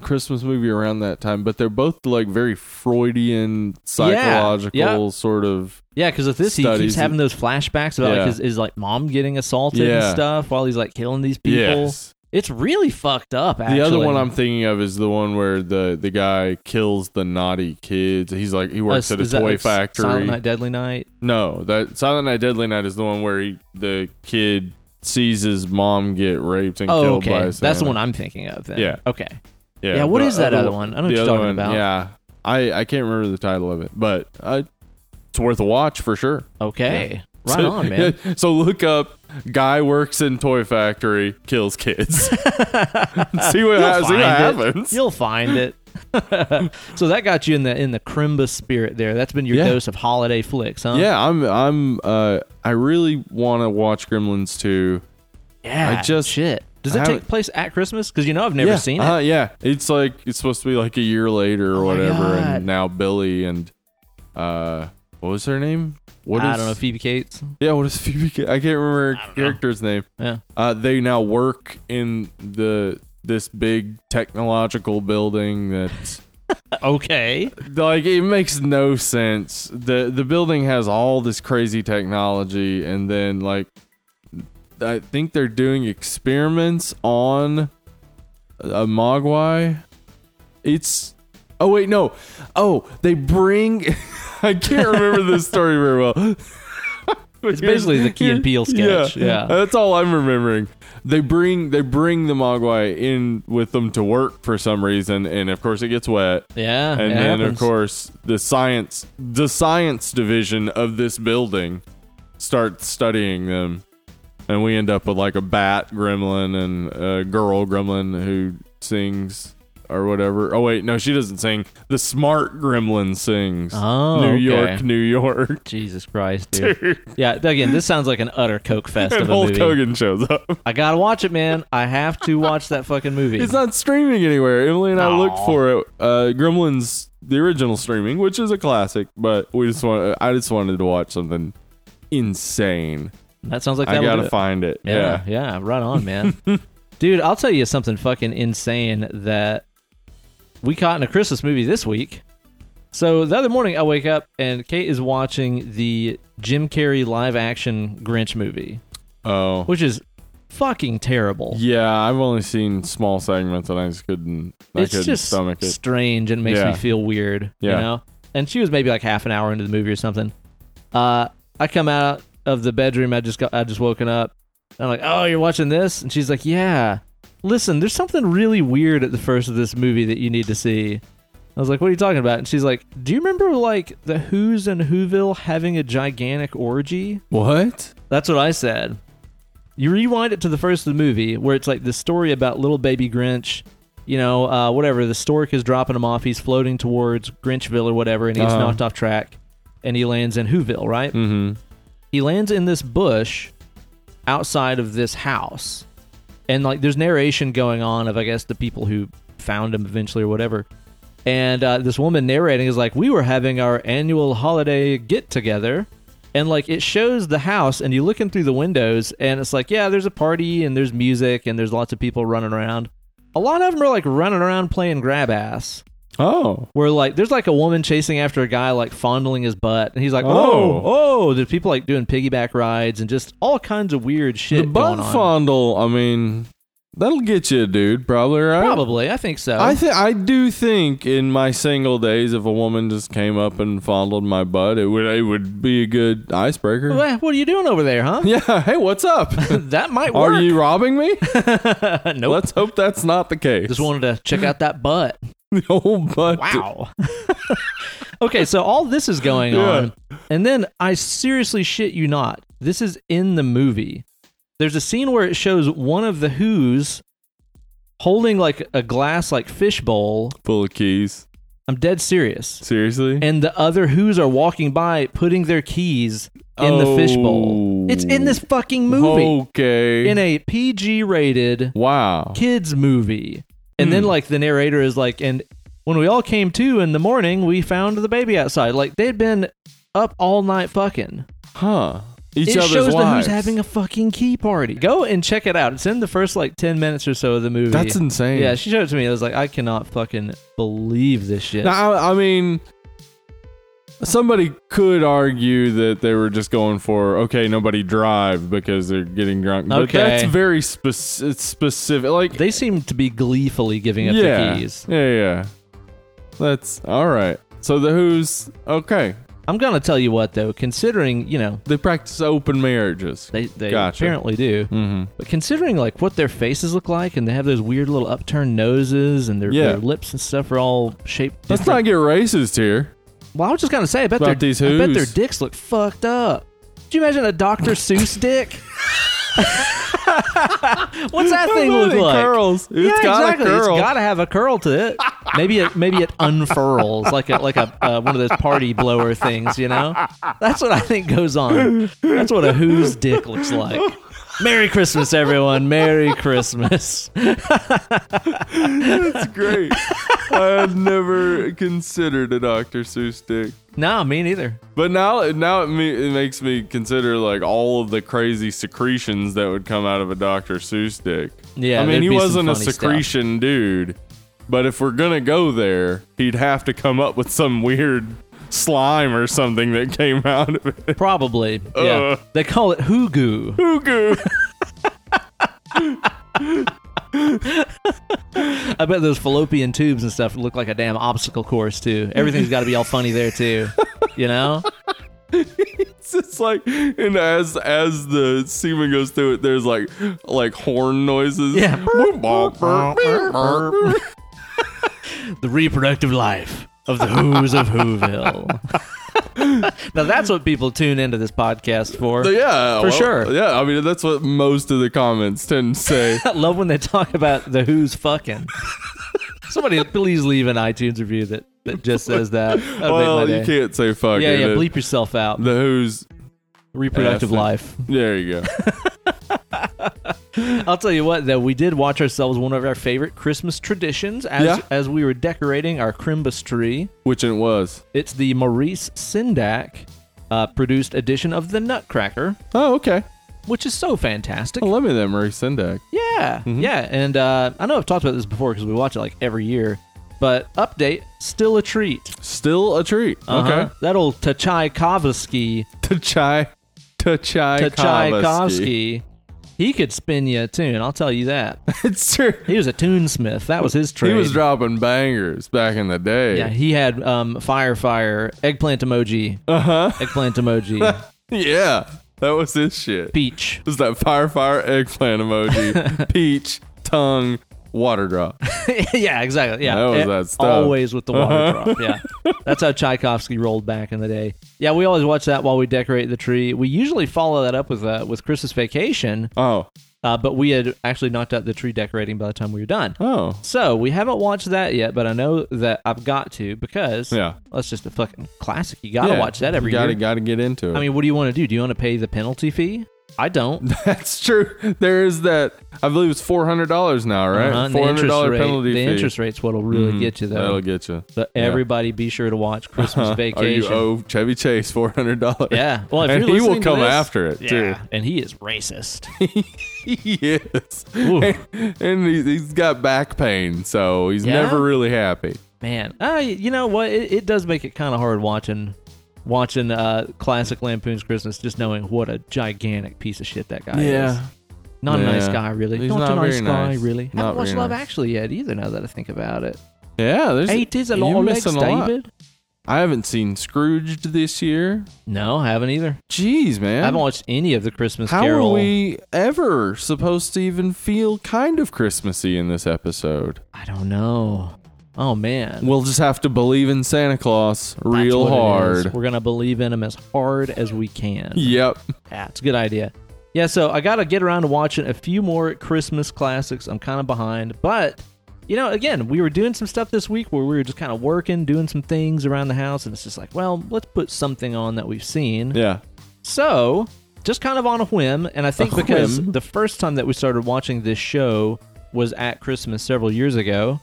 Christmas movie around that time, but they're both like very Freudian, psychological yeah. sort of. Yeah, because with this, he keeps Studies. having those flashbacks about Yeah. like his, his like mom getting assaulted Yeah. and stuff while he's like killing these people. Yes. It's really fucked up. Actually, The other one I'm thinking of is the one where the the guy kills the naughty kids. He's like he works Uh, at a is that, toy like, factory. Silent Night, Deadly Night. No, that Silent Night, Deadly Night is the one where he, the kid sees his mom get raped and Oh, killed by. okay, a that's the Santa. one I'm thinking of. Then. Yeah. Okay. Yeah, what the is that other one? I don't know the what you're other talking about. Yeah, I I can't remember the title of it, but uh, it's worth a watch for sure. Okay. Right So- [laughs] on, man. so look up guy works in toy factory kills kids. [laughs] see what, see what You'll find it. happens. You'll find it. [laughs] so that got you in the in the Crimba spirit there. That's been your Yeah. dose of holiday flicks, huh? yeah, I'm I'm uh I really want to watch Gremlins 2. Yeah. I just- shit. Does I it take haven't- place at Christmas? Because you know I've never yeah, seen it. Oh uh, yeah, it's like it's supposed to be like a year later or my whatever God. and now Billy and uh what was her name? What I is- don't know. Phoebe Cates. Yeah, what is Phoebe? Ca- I can't remember her character's name. Yeah. Uh, they now work in the this big technological building that Okay. like it makes no sense. the The building has all this crazy technology, and then like I think they're doing experiments on a mogwai. It's oh wait no oh they bring [laughs] I can't remember this story very well. [laughs] It's basically the Key and Peele sketch. Yeah. that's all I'm remembering. They bring they bring the Mogwai in with them to work for some reason, and of course it gets wet. Yeah. And it then of happens. course the science the science division of this building starts studying them, and we end up with like a bat gremlin and a girl gremlin who sings. Or whatever. Oh wait, no, she doesn't sing. The smart gremlin sings. Oh, New York, okay. New York. Jesus Christ, dude. Yeah, again, this sounds like an utter coke [laughs] fest of a Hulk movie. Hogan shows up. I gotta watch it, man. I have to watch that fucking movie. It's not streaming anywhere. Emily and I looked Aw. for it. Uh, Gremlins, the original streaming, which is a classic, but we just want. I just wanted to watch something insane. that sounds like I that. gotta find it. yeah, Yeah. yeah, right on, man. [laughs] dude, I'll tell you something fucking insane that we caught in a Christmas movie this week. So the other morning, I wake up and Kate is watching the Jim Carrey live action Grinch movie, Oh. which is fucking terrible. yeah, I've only seen small segments, and I just couldn't. I it's couldn't just stomach it. strange and makes Yeah. me feel weird. Yeah. You know? And she was maybe like half an hour into the movie or something. Uh, I come out of the bedroom. I just got. I just woken up. And I'm like, oh, you're watching this? And she's like, yeah. listen, there's something really weird at the first of this movie that you need to see. I was like, what are you talking about? And she's like, do you remember like the Who's and Whoville having a gigantic orgy? What? That's what I said. You rewind it to the first of the movie where it's like the story about little baby Grinch, you know, uh, whatever. The stork is dropping him off. He's floating towards Grinchville or whatever, and he gets Uh-huh. knocked off track, and he lands in Whoville, right? Mm-hmm. he lands in this bush outside of this house and like there's narration going on of i guess the people who found him eventually or whatever and uh, this woman narrating is like we were having our annual holiday get together and like it shows the house and you look in through the windows and it's like yeah there's a party and there's music and there's lots of people running around a lot of them are like running around playing grab ass Oh. where like there's like a woman chasing after a guy like fondling his butt and he's like oh Oh. oh, there's people like doing piggyback rides and just all kinds of weird shit The butt going on. fondle, I mean, that'll get you a dude, probably, right? probably i think so I think I do think in my single days, if a woman just came up and fondled my butt, it would it would be a good icebreaker. Wha- eh, what are you doing over there huh [laughs] [laughs] Yeah. Hey, what's up? that might work Are you robbing me? [laughs] nope Let's hope that's not the case. just wanted to check out that butt [laughs] the old butt. wow [laughs] okay so all this is going Yeah. on and then i seriously shit you not this is in the movie there's a scene where it shows one of the who's holding like a glass like fishbowl Full of keys. I'm dead serious. Seriously? And the other who's are walking by putting their keys in the fishbowl. Oh. It's in this fucking movie. Okay. In a PG rated wow. kids movie. And Hmm. then like the narrator is like, and when we all came to in the morning, we found the baby outside. Like they'd been up all night fucking. Huh. Each it other's shows the who's wives. having a fucking key party. Go and check it out. It's in the first like ten minutes or so of the movie. That's insane. yeah, she showed it to me. I was like, I cannot fucking believe this shit. Now, I, I mean, somebody could argue that they were just going for okay, nobody drive because they're getting drunk. But Okay. that's very speci- it's specific. Like, They seem to be gleefully giving up yeah, the keys. yeah, yeah. That's all right. So the Who's okay. I'm gonna tell you what though, considering you know They practice open marriages. they they Gotcha. apparently do, Mm-hmm. but considering like what their faces look like and they have those weird little upturned noses and their, Yeah. their lips and stuff are all shaped. Let's different. not get racist here. well, I was just gonna say, I bet about their these I bet who's. their dicks look fucked up. Could you imagine a Dr. Seuss dick? [laughs] What's that thing Oh, look it like? curls. It's yeah, got exactly. a curl. It's got to have a curl to it. Maybe it maybe it unfurls like a like a uh, one of those party blower things. You know, that's what I think goes on. That's what a who's dick looks like. Merry Christmas, everyone. Merry Christmas. [laughs] That's great. I've never considered a Dr. Seuss dick. no, me neither. But now, now it, me, it makes me consider like all of the crazy secretions that would come out of a Dr. Seuss dick. Yeah, I mean there'd he be some wasn't a funny stuff. secretion dude, but if we're gonna go there, he'd have to come up with some weird slime or something that came out of it. [laughs] Probably. Yeah. Uh. They call it hoogoo. Goo goo. I bet those fallopian tubes and stuff look like a damn obstacle course too. Everything's got to be all funny there too. You know? [laughs] it's just like, and as as the semen goes through it, there's like like horn noises. Yeah. [laughs] Boop, boop, boop, boop, boop. [laughs] the reproductive life of the Who's of Whoville. [laughs] now that's what people tune into this podcast for. So, yeah, For sure. Yeah, I mean that's what most of the comments tend to [laughs] say. I love when they talk about the Who's fucking. Somebody please leave an iTunes review that, that just says that. That would make my well, day. you can't say fuck. yeah, yeah, it. bleep yourself out. The Who's. reproductive F it. life. [laughs] There you go. I'll tell you what, though, we did watch ourselves one of our favorite Christmas traditions as, Yeah. as we were decorating our Crimbus tree. Which it was. It's the Maurice Sindak uh, produced edition of The Nutcracker, Oh, okay. which is so fantastic. I love me that Marie Sendak. Yeah, Mm-hmm. yeah, and uh, I know I've talked about this before because we watch it like every year. But update, still a treat. Still a treat. Uh-huh. Okay. that old Tchaikovsky, Tachai. Tachai. Tachai Tchaikovsky, he could spin you a tune. I'll tell you that. [laughs] It's true. He was a tunesmith. That was his trade. He was dropping bangers back in the day. yeah, he had um, fire, fire, eggplant emoji, Uh huh. eggplant [laughs] emoji, Yeah. That was his shit. peach. [laughs] It was that fire, fire, eggplant emoji. Peach. tongue water drop. yeah, exactly. Yeah, That was Eh, that stuff. Uh-huh. Always with the water drop. [laughs] Yeah, that's how Tchaikovsky rolled back in the day. Yeah, we always watch that while we decorate the tree. We usually follow that up with uh, with Christmas Vacation, Oh, uh, but we had actually knocked out the tree decorating by the time we were done. oh, So we haven't watched that yet, but I know that I've got to because yeah. that's just a fucking classic. You gotta Yeah, watch that every you gotta, year. Gotta get into it. I mean, what do you want to do? Do you want to pay the penalty fee? I don't. that's true. There is that. I believe it's four hundred dollars now, [laughs] right? Uh-huh, and the Four hundred interest dollar rate- penalty The fee. Mm-hmm. interest rate's what'll really get you That'll though. get you. So yeah. everybody, be sure to watch [laughs] Christmas Or you Vacation. owe Chevy Chase four hundred dollars. Yeah. Well, if and you're he will listening to come this- after it too. Yeah. And he is racist. [laughs] [laughs] yes. Ooh. And, and he's, he's got back pain, so he's Yeah? never really happy. Man, uh, you know what? It, it does make it kind of hard watching watching uh, classic Lampoon's Christmas, just knowing what a gigantic piece of shit that guy is. Not a nice Yeah. guy, really. He's not, a not nice very guy, nice. really. Not Haven't watched very Love nice. Actually yet either. Now that I think about it, Yeah, there's eight is a you're lot of legs, missing a lot. David. I haven't seen Scrooged this year. No, I haven't either. Jeez, man. I haven't watched any of the Christmas How Carol. are we ever supposed to even feel kind of Christmassy in this episode? I don't know. Oh man, We'll just have to believe in Santa Claus That's real what it is. hard. We're gonna believe in him as hard as we can. Yep. Yeah, it's a good idea. Yeah, so I gotta get around to watching a few more Christmas classics. I'm kind of behind, but you know, again, we were doing some stuff this week where we were just kind of working, doing some things around the house, and it's just like, well, let's put something on that we've seen. Yeah. So, just kind of on a whim, and I think A because whim? the first time that we started watching this show was at Christmas several years ago,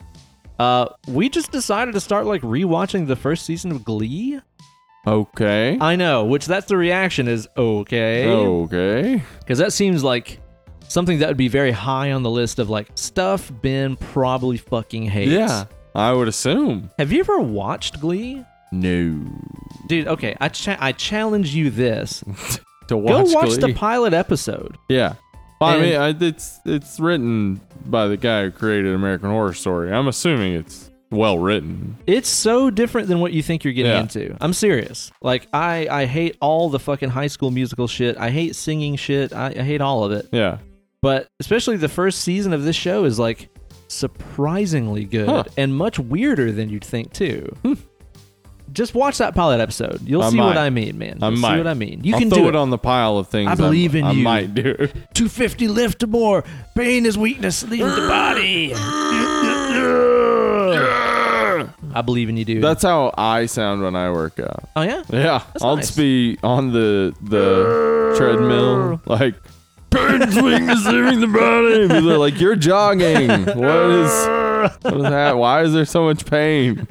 uh, we just decided to start like rewatching the first season of Glee. Okay. I know, which that's the reaction is okay. Okay. Because that seems like something that would be very high on the list of like stuff Ben probably fucking hates. Yeah. I would assume. Have you ever watched Glee? No. Dude, okay, I, cha- I challenge you this. To watch Go watch the Glee. pilot episode. Yeah. Well, I And- mean, I, it's it's written by the guy who created American Horror Story. I'm assuming it's well written. It's so different than what you think you're getting Yeah. into. I'm serious. Like, I, I hate all the fucking high school musical shit. I hate singing shit. I, I hate all of it. Yeah. But especially the first season of this show is like surprisingly good Huh. Hmm. and much weirder than you'd think too. Just watch that pilot episode. You'll I see what might. I mean, man. I You'll might. see what I mean. You I'll can throw do it, on the pile of things. I believe in I you. might do. [laughs] it. 250 lift or more. Pain is weakness. Leave the body. I believe in you, dude. That's how I sound when I work out. oh yeah. Yeah, I'll nice. just be on the the treadmill, like pain swing is leaving the body. People are like, "You're jogging. What is what is that? Why is there so much pain?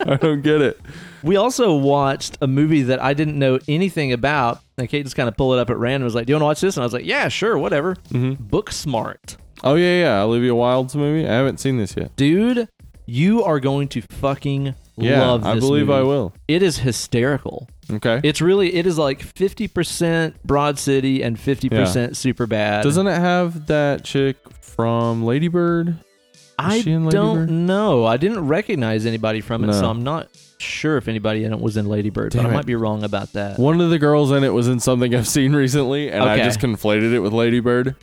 I don't get it." We also watched a movie that I didn't know anything about. And Kate just kind of pulled it up at random. Was like, "Do you want to watch this?" And I was like, "Yeah, sure, whatever." Mm-hmm. Book smart. Oh yeah, yeah, Olivia Wilde's movie. I haven't seen this yet. dude, you are going to fucking Yeah, love this. I believe movie. I will. It is hysterical. Okay. It's really it is like fifty percent Broad City and fifty percent Super Bad. Doesn't it have that chick from Ladybird? I she in Lady don't Bird? know. I didn't recognize anybody from it, No. so I'm not sure if anybody in it was in Lady Bird, but Damn I it. might be wrong about that. One of the girls in it was in something I've seen recently, and Okay. I just conflated it with Ladybird.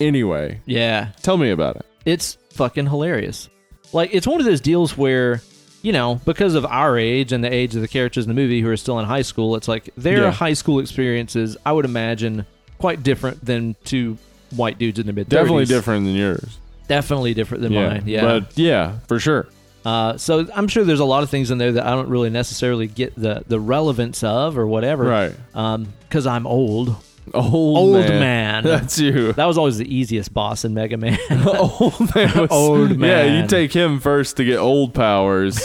Anyway, Yeah, tell me about it. it's fucking hilarious. Like it's one of those deals where, you know, because of our age and the age of the characters in the movie who are still in high school, it's like their Yeah. high school experiences, I would imagine, quite different than two white dudes in the mid. Definitely different than yours. Definitely different than mine. Yeah. But yeah, for sure. uh, so I'm sure there's a lot of things in there that I don't really necessarily get the the relevance of or whatever. Right. Because I'm old. Old, Old man. [laughs] [laughs] That's you. That was always the easiest boss in Mega [laughs] Man. old man. was- Old Yeah, man. you take him first to get [laughs] old powers.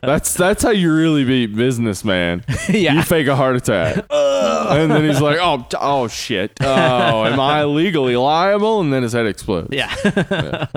that's that's how you really [laughs] beat businessman. yeah. You fake a [laughs] heart attack. and then he's like, oh, t- oh shit. Oh, am [laughs] I legally liable? And then his head explodes. Yeah. [laughs]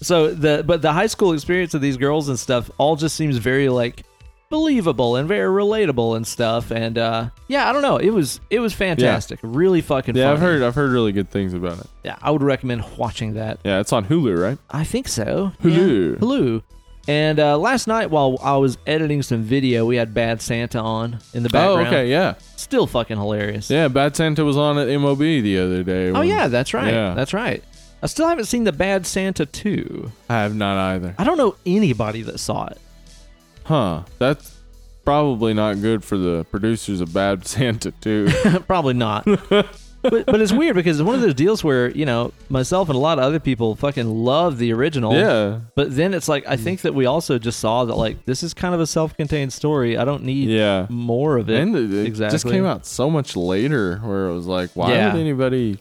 so the but the high school experience of these girls and stuff all just seems very like believable and very relatable and stuff and uh yeah, I don't know. It was it was fantastic. Really fucking Yeah, I've funny. heard I've heard really good things about it. Yeah, I would recommend watching that. Yeah, it's on Hulu, right? I think so. Hulu. Yeah, Hulu. And uh, last night while I was editing some video, we had Bad Santa on in the Oh, background. okay, yeah. Still fucking hilarious. Yeah, Bad Santa was on at MOB the other day. Oh when- yeah, that's right. Yeah. That's right. I still haven't seen The Bad Santa 2. I have not either. I don't know anybody that saw it. [laughs] Huh. That's probably not good for the producers of Bad [laughs] Santa [laughs] too. Probably [laughs] not. but, but it's weird because it's one of those deals where, you know, myself and a lot of other people fucking love the original. yeah. But then it's like, I think that we also just saw that, like, this is kind of a self contained story. I don't need Yeah. more of it. And it, it just exactly. came out so much later where it was like, why Yeah. would anybody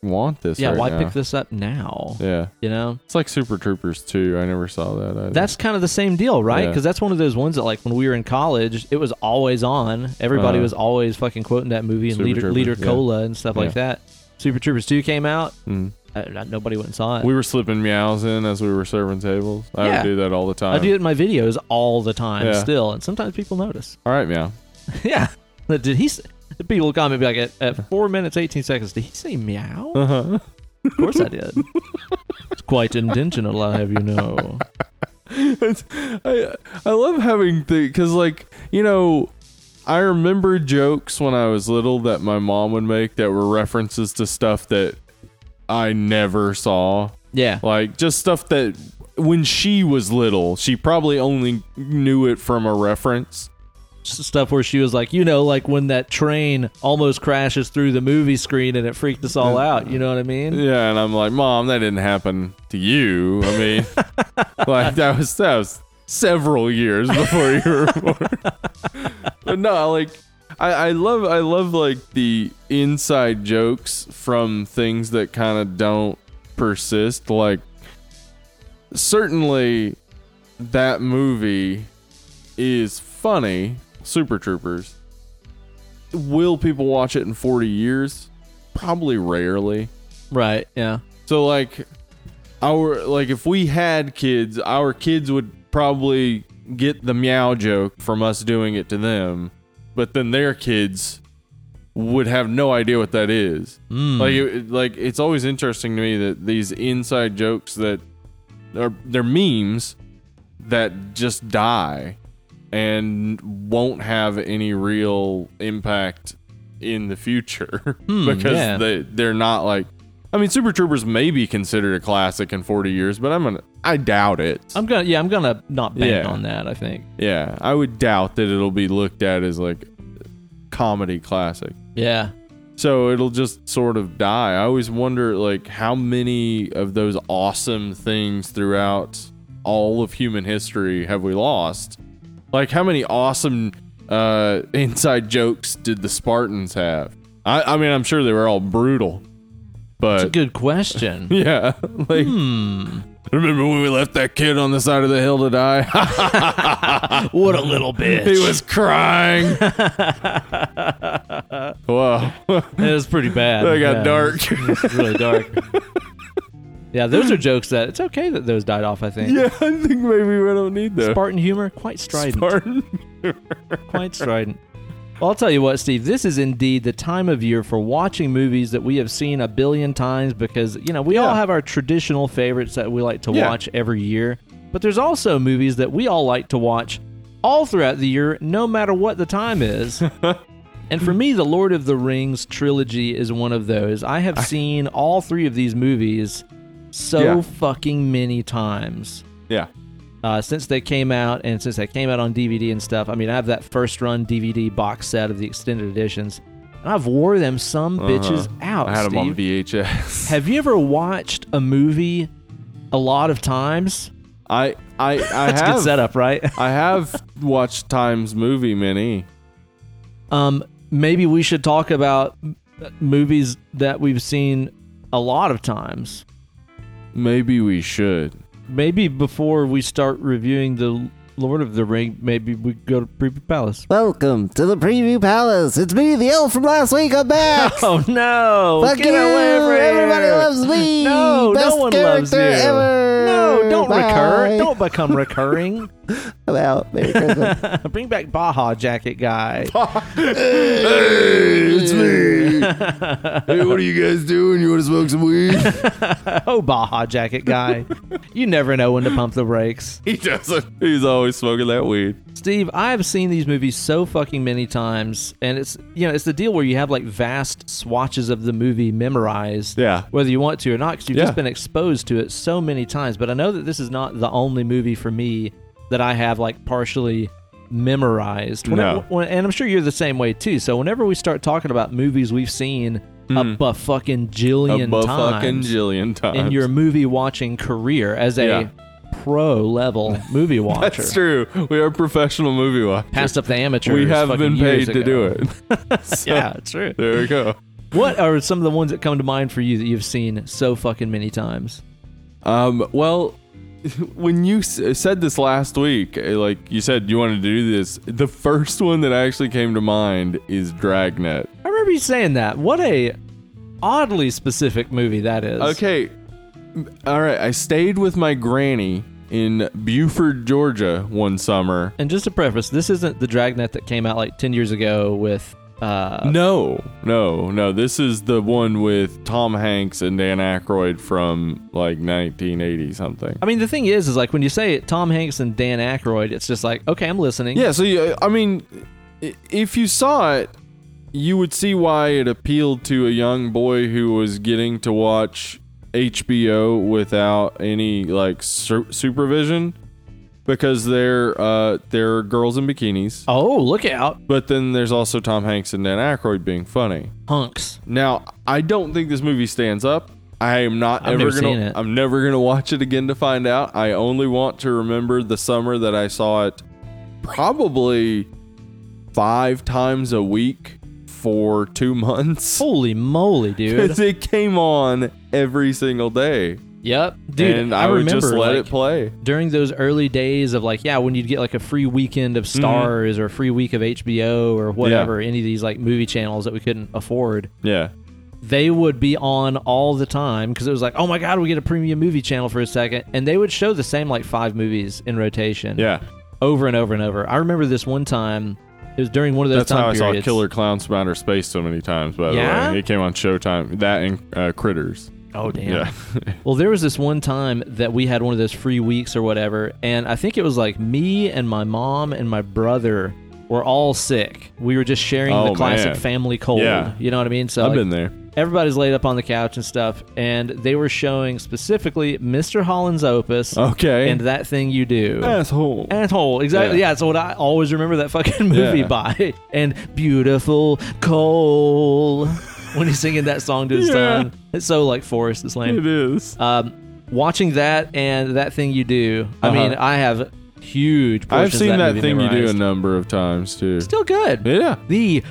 want this? yeah, right why now? pick this up now? Yeah. You know? It's like Super Troopers too. I never saw that. Either. That's kind of the same deal, right? Yeah. Because that's one of those ones that, like, when we were in college, it was always on. Everybody Uh-huh. was always fucking quoting that movie and Super Leader, Troopers, Leader yeah. Cola and stuff like Yeah. that. Super Troopers 2 came out. Mm. I, I- nobody went and saw it. We were slipping meows in as we were serving tables. I Yeah. would do that all the time. I do it in my videos all the time Yeah. still, and sometimes people notice. [laughs] All right, meow. yeah. But Did he? s- the People comment be like at, at four minutes eighteen seconds. Did he say meow? [laughs] Uh-huh. Of course I [laughs] did. it's quite intentional, I have you know. It's- I I love having the because like you know I remember jokes when I was little that my mom would make that were references to stuff that I never saw, Yeah, like just stuff that when she was little she probably only knew it from a reference. S- stuff where she was like, you know, like when that train almost crashes through the movie screen and it freaked us all out. You know what I mean? Yeah, and I'm like, mom, that didn't happen to you. I mean, like that was that was several years before you were born. but no, like I, I love I love like the inside jokes from things that kind of don't persist. Like certainly that movie is funny. Super Troopers. Will people watch it in 40 years? Probably rarely. Right. Yeah. So like our like if we had kids, our kids would probably get the meow joke from us doing it to them, but then their kids would have no idea what that is. Mm. Like it, like it's always interesting to me that these inside jokes that are they're memes that just die and won't have any real impact in the future [laughs] because yeah. they they're not like I mean Super Troopers may be considered a classic in 40 years but I'm gonna I doubt it. I'm gonna. Yeah, I'm gonna not bank Yeah. on that. I think. yeah, I would doubt that it'll be looked at as like comedy classic. Yeah. So it'll just sort of die. I always wonder like how many of those awesome things throughout all of human history have we lost? Like how many awesome uh inside jokes did the Spartans have? I, I mean I'm sure they were all brutal. It's a But good question. [laughs] yeah, like hmm. remember when we left that kid on the side of the hill to die? [laughs] What a [laughs] little bitch. he [laughs] was crying. wow. [laughs] It was pretty bad. that got Yeah. [laughs] dark. [laughs] It's really dark. yeah, those are jokes that it's okay that those died off. I think. Yeah, I think maybe we don't need that. Spartan humor, quite strident. Spartan. [laughs] Quite strident. Well, I'll tell you what, Steve. This is indeed the time of year for watching movies that we have seen a billion times because you know we all Yeah. have our traditional favorites that we like to Yeah. watch every year. But there's also movies that we all like to watch all throughout the year, no matter what the time [laughs] is. And for me, the Lord of the Rings trilogy is one of those. I have seen all three of these movies so Yeah. fucking many times Yeah. uh, since they came out and since they came out on DVD and stuff. I mean, I have that first run DVD box set of the extended editions, and I've wore them some bitches out. Uh-huh. I had them on Oh, Steve. VHS. have you ever watched a movie a lot of times? [laughs] I [laughs] I I That's a good have setup, right? I have watched Times movie mini. [laughs] Um, maybe we should talk about m- movies that we've seen a lot of times. Maybe we should. Maybe before we start reviewing the Lord of the Ring, maybe we go to Preview Palace. Welcome to the Preview Palace. It's me, the elf from last week. I'm [laughs] back. [laughs] Oh no! Fuck Get you. away from here. Everybody loves me. [laughs] No, no Best one character loves you. ever. No, [laughs] don't Bye. recur. Don't become recurring. I'm out. Merry [laughs] Christmas. Bring back Baja Jacket Guy. [laughs] Hey, it's me. [laughs] hey, what are you guys doing? You want to smoke some weed? Oh, Baja Jacket Guy. you never know when to pump the brakes. [laughs] he doesn't. He's always smoking that weed. Steve, I've seen these movies so fucking many times, and it's you know it's the deal where you have like vast swatches of the movie memorized, Yeah. whether you want to or not, because you've Yeah. just been exposed to it so many times. But I know that this is not the only movie for me that I have like partially memorized. When- No. when- and I'm sure you're the same way too. So whenever we start talking about movies we've seen up a fucking jillion Hmm. Mm. A fucking times, jillion times. in your movie watching career as a Yeah. pro level [laughs] movie watcher. That's true. We are professional movie watchers. Passed up the amateur. we have been paid to do it. [laughs] [laughs] So, Yeah, it's true. There we go. What are some of the ones that come to mind for you that you've seen so fucking many times? Um, well, [laughs] when you s- said this last week, eh, like you said, you wanted to do this. The first one that actually came to mind is Dragnet. I remember you saying that. What a oddly specific movie that is. Okay. All right. I stayed with my granny in Buford, Georgia one summer. And just to preface, this isn't the Dragnet that came out like ten years ago with. Uh, No, no, no. This is the one with Tom Hanks and Dan Aykroyd from like 1980 something. I mean, the thing is, is like when you say it, Tom Hanks and Dan Aykroyd, it's just like, okay, I'm listening. Yeah, so you, I mean, i- if you saw it, you would see why it appealed to a young boy who was getting to watch HBO without any like su- supervision because they're uh, they're girls in bikinis. Oh, look out, But then there's also Tom Hanks and Dan Aykroyd being funny. hunks! Now, I don't think this movie stands up. I am not I've ever never seen gonna. it. I'm never gonna watch it again to find out. I only want to remember the summer that I saw it, probably five times a week for two months. [laughs] Holy moly, dude! 'Cause it came on every single day, Yep, dude. and I, I, would remember just let like, it play. during those early days of like, yeah, when you'd get like a free weekend of Mhm. stars or a free week of HBO or whatever, any of these like movie channels that we couldn't afford, Yeah, they would be on all the time because it was like, oh my god, we get a premium movie channel for a second, and they would show the same like five movies in rotation, yeah. over and over and over. I remember this one time. It was during one of those That's time how I saw periods. Killer Clowns from Outer Space so many times. By Yeah? the way, it came on Showtime. That and uh, Critters. Oh damn! Yeah, [laughs] Well, there was this one time that we had one of those free weeks or whatever, and I think it was like me and my mom and my brother were all sick. We were just sharing Oh, the classic man. family cold. Yeah. You know what I mean? So I've like, been there. everybody's laid up on the couch and stuff, and they were showing specifically Mr. Holland's Opus Okay, and that thing you do. [laughs] asshole. Asshole, exactly. Yeah. Yeah. that's what I always remember that fucking [laughs] movie Yeah. by. And beautiful coal when he's singing that song to his Yeah. son. It's so like Forrest is lame It is. um, watching that and that thing you do. I Uh-huh. mean, I have huge. I've Portions seen of that, that, movie thing you do a memorized. number of times too. still good. yeah. The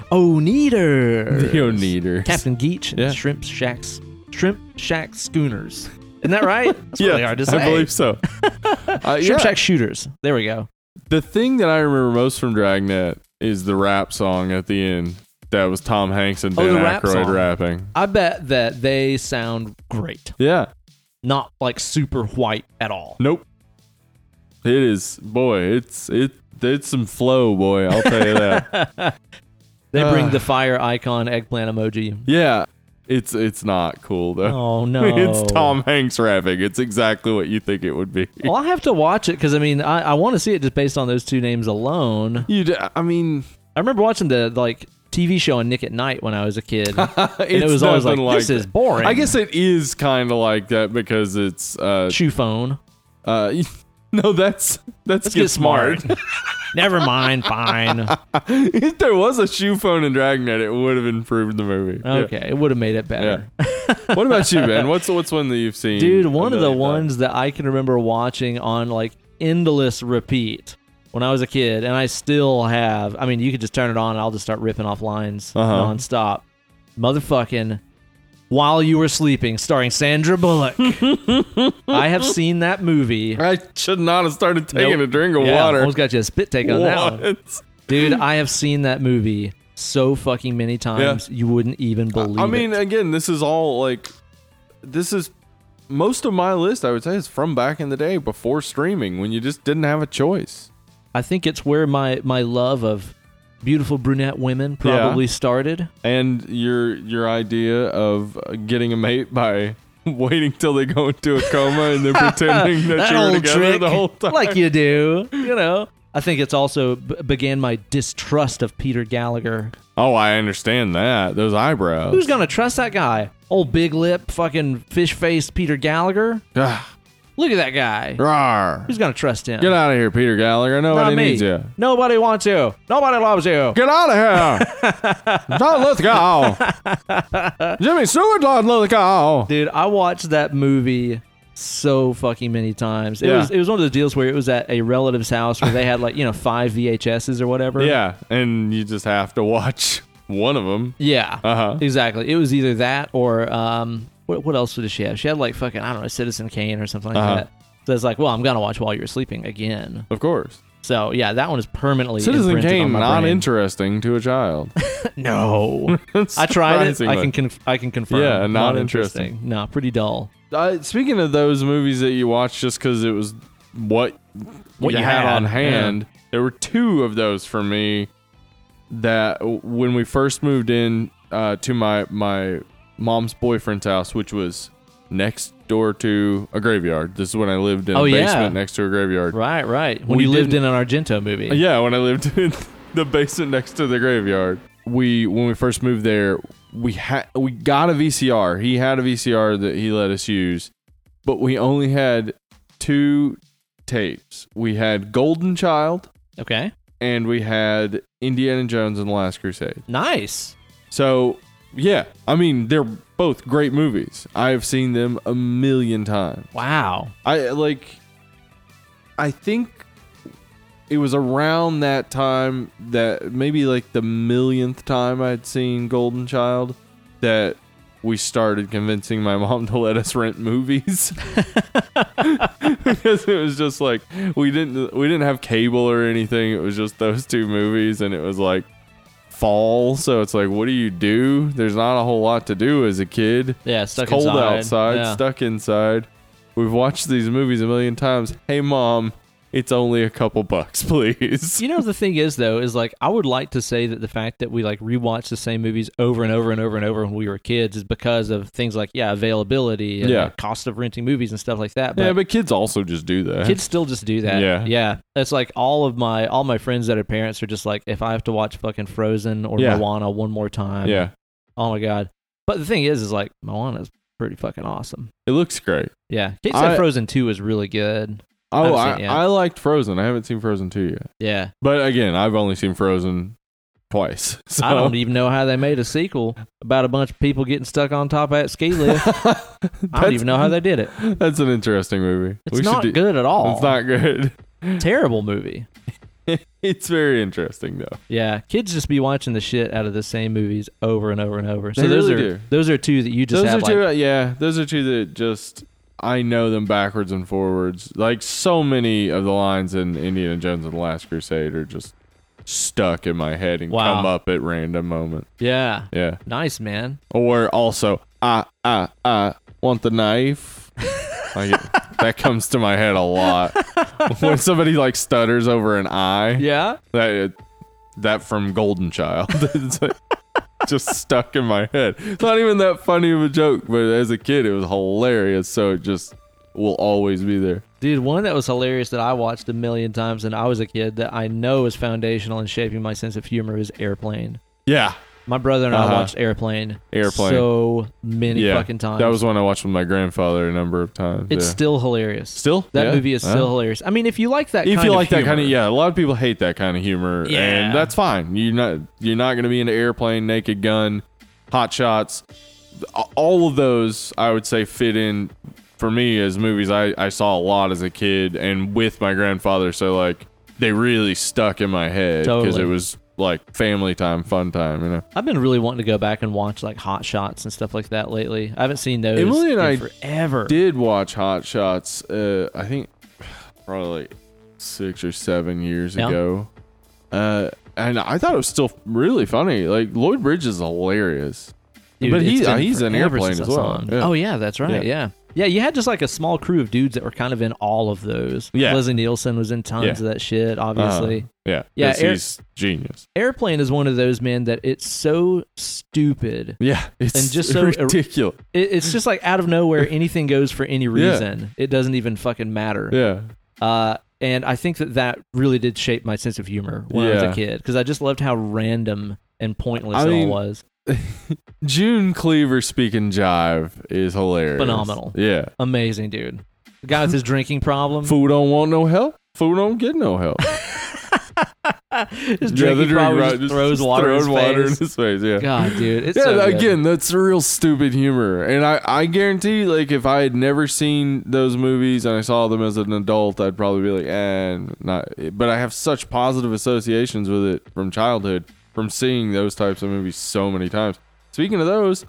Oneater. The Oneaters. Captain Geach and Yeah. Shrimp Shacks. Shrimp Shack Schooners. Isn't that [laughs] right? That's really hard to say. I [laughs] believe so. Uh, Shrimp yeah. Shack Shooters. There we go. The thing that I remember most from Dragnet is the rap song at the end that was Tom Hanks and Oh, Dan the rap Aykroyd song. rapping. I bet that they sound great. Yeah. Not like super white at all. Nope. It is boy. It's it. It's some flow, boy. I'll tell [laughs] you that. They bring Ugh. the fire icon eggplant emoji. yeah. It's it's not cool though. Oh no. [laughs] It's Tom Hanks rapping. It's exactly what you think it would be. [laughs] Well, I have to watch it because I mean, I, I want to see it just based on those two names alone. You. d- I mean, I remember watching the like TV show on Nick at Night when I was a kid, [laughs] [laughs] and it It's was always like, nothing like "This is that." boring." I guess it is kind of like that because it's uh shoe phone. uh [laughs] no that's that's Let's get, get, smart. [laughs] smart. [laughs] Never mind. Fine. if there was a shoe phone in Dragnet, it would have improved the movie. Yeah. Okay, it would have made it Yeah. better. [laughs] what about you, Ben? What's what's one that you've seen? Dude, a one of the million times? ones that I can remember watching on like endless repeat when I was a kid, and I still have. I mean, you could just turn it on, and I'll just start ripping off lines Uh-huh. nonstop. Motherfucking While You Were Sleeping, starring Sandra [laughs] Bullock. I have seen that movie. I should not have started taking Nope. a drink of Yeah, water. Almost got you a spit take on that one. What? [laughs] Dude, I have seen that movie so fucking many times, you wouldn't even believe I mean, it. again, this is all like this is most of my list, I would say, is from back in the day before streaming when you just didn't have a choice. I think it's where my my love of beautiful brunette women probably started. And your your idea of uh, getting a mate by [laughs] waiting till they go into a coma [laughs] and they're pretending that, that you were old together trick, the whole time. like you do, you know. I think it's also b- began my distrust of Peter Gallagher. oh, I understand that. Those eyebrows. Who's gonna trust that guy? Old big lip, fucking fish faced Peter Gallagher. Ah, Look at that guy. rawr. Who's gonna trust him? Get out of here, Peter Gallagher. Not Nobody me. needs you. Nobody wants you. Nobody loves you. Get out of [laughs] here. John Lithgow. Jimmy Stewart, John Lithgow. Dude, I watched that movie so fucking many times. It Yeah. was it was one of those deals where it was at a relative's house where they had like, you know, five VHSs or whatever. Yeah, and you just have to watch one of them. Yeah. Uh-huh. Exactly. It was either that or um what, what else did she have? She had like fucking I don't know, Citizen Kane or something like Uh-huh. that. So it's like, well, I'm gonna watch while you're sleeping again. Of course. So yeah, that one is permanently Citizen imprinted on Kane, my not brain. interesting to a child. [laughs] [laughs] No, I tried it. I Surprisingly. can conf- I can confirm. Yeah, not No, pretty dull. Uh, speaking of those movies that you watched just because it was what, What you you had, had, on hand, there were two of those for me that w- when we first moved in uh, to my, my mom's boyfriend's house, which was next door to a graveyard. This is when I lived in Oh, a yeah. basement next to a graveyard. Right, right. When We you lived in didn't- Uh, an Argento movie. Yeah, when I lived [laughs] in the basement next to the graveyard, we when we first moved there, we had we got a VCR. He had a VCR that he let us use, but we only had two tapes. We had Golden Child Okay. and we had Indiana Jones and the Last Crusade. Nice. So, yeah, I mean, they're both great movies. I've seen them a million times. Wow. I like I think it was around that time that maybe like the millionth time I'd seen Golden Child that we started convincing my mom to let us rent movies [laughs] because it was just like we didn't we didn't have cable or anything it was just those two movies and it was like fall so it's like what do you do there's not a whole lot to do as a kid Yeah, stuck it's cold inside. outside, Yeah. stuck inside. We've watched these movies a million times. Hey, mom, it's only a couple bucks, [laughs] please. You know the thing is though is like I would like to say that the fact that we like rewatch the same movies over and over and over and over when we were kids is because of things like yeah availability and Yeah. like, cost of renting movies and stuff like that. But yeah, but kids also just do that. kids still just do that Yeah. yeah that's like all of my all my friends that are parents are just like if i have to watch fucking frozen or Yeah. moana one more time yeah, oh my god but the thing is is like moana's pretty fucking awesome it looks great. yeah kate said I- frozen 2 is really good Oh, I've I, seen- yeah. I liked Frozen. I haven't seen Frozen 2 yet. yeah But again, I've only seen Frozen twice. [laughs] So. i don't even know how they made a sequel about a bunch of people getting stuck on top of that ski lift i don't [laughs] That's- even know how they did it That's an interesting movie. it's We should not do- good at all It's not good. [laughs] terrible movie It's very interesting though. yeah kids just be watching the shit out of the same movies over and over and over so They those really are do. those are two that you just those have are like two, uh, yeah. Those are two that just I know them backwards and forwards. Like so many of the lines in Indiana Jones and the Last Crusade are just stuck in my head and Wow. come up at random moment. yeah Yeah. Nice, man. Or also, I I I want the knife. like [laughs] that comes to my head a lot [laughs] when somebody like stutters over an I. Yeah. That uh, that from Golden Child. [laughs] It's like, just stuck in my head. It's not even that funny of a joke, but as a kid, it was hilarious. So it just will always be there. Dude, one that was hilarious that I watched a million times when I was a kid that I know is foundational in shaping my sense of humor is Airplane. Yeah, My brother and I Uh-huh. watched Airplane. Airplane. So many yeah. fucking times. That was one I watched with my grandfather a number of times. it's yeah. still hilarious. Still? That Yeah. movie is still Uh-huh. hilarious. I mean, if you like that if kind you of like that kind of humor- yeah, a lot of people hate that kind of humor, Yeah. and that's fine. You're not you're not going to be into airplane, naked gun, hot shots. All of those, I would say, fit in for me as movies I, I saw a lot as a kid and with my grandfather. So like they really stuck in my head because Totally. it was like family time, fun time. You know, I've been really wanting to go back and watch like Hot Shots and stuff like that lately. I haven't seen those Emily in and I forever. did watch Hot Shots. Uh, I think probably like six or seven years Yeah. ago, uh, and I thought it was still really funny. Like Lloyd Bridges is hilarious. Dude, but it's he- uh, been he's an forever airplane since as I saw well. him. Yeah. Oh yeah, that's right. Yeah. Yeah. Yeah, you had just like a small crew of dudes that were kind of in all of those. Yeah. Leslie Nielsen was in tons Yeah. Uh-huh. of that shit, obviously. Yeah. Yeah, 'cause Eric- he's genius. Airplane is one of those men that it's so stupid. Yeah. It's And [laughs] just so- er- ridiculous. It, it's just like out of nowhere, anything goes for any reason. It doesn't even fucking matter. yeah. Uh, and I think that that really did shape my sense of humor when I was Yeah. a kid because I just loved how random and pointless I it mean, all was. June Cleaver speaking jive is hilarious. Phenomenal. Yeah. Amazing, dude. The guy with [laughs] his drinking problem. Food don't want no help. Food don't get [laughs] no help. his Yeah, the drinking drink problem right- just throws water, in his throwing water face. in his [laughs] face. Yeah. God, dude. It's yeah. so good. again, that's real stupid humor, and I, I guarantee, like, if I had never seen those movies and I saw them as an adult, I'd probably be like, and eh, not. But I have such positive associations with it from childhood, from seeing those types of movies so many times. Speaking of those,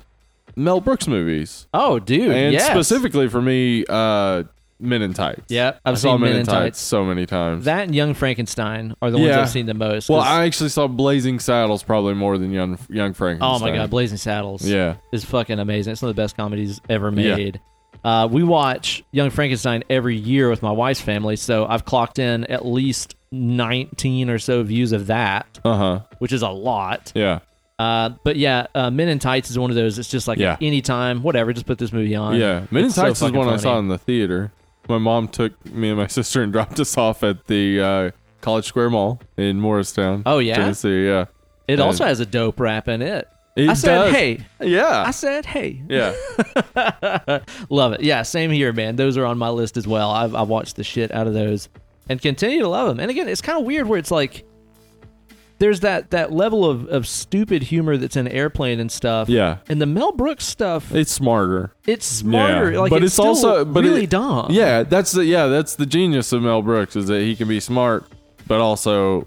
Mel Brooks movies, Oh, dude. and yes. specifically for me, uh, Men in Tights. Yep, I've I saw seen Men, in Tights, Tights. so many times. That and Young Frankenstein are the ones Yeah. I've seen the most. well, 'cause- I actually saw Blazing Saddles probably more than Young Young Frankenstein. oh my god, Blazing Saddles Yeah. is fucking amazing. It's one of the best comedies ever Yeah. made. Uh, we watch Young Frankenstein every year with my wife's family, so I've clocked in at least 19 or so views of that, Uh huh. which is a lot. Yeah. Uh, but yeah, uh, Men in Tights is one of those. It's just like Yeah. at any time, whatever, just put this movie on. Yeah, Men in It's so Tights is fucking one I funny. saw in the theater. My mom took me and my [laughs] sister and dropped us off at the uh, College Square Mall in Morristown. Oh, yeah? Tennessee. Yeah, It Yeah. also has a dope rap in it. It I said, does. hey. yeah, I said, hey. [laughs] yeah. Love it. Yeah, same here, man. Those are on my list as well. I've, I've watched the shit out of those and continue to love them. And again, it's kind of weird where it's like there's that that level of, of stupid humor that's in airplane and stuff. Yeah. And the Mel Brooks stuff, It's smarter. it's smarter. Yeah. Like, but it's, it's, also still but really it- dumb. Yeah, that's the yeah that's the genius of Mel Brooks is that he can be smart, but also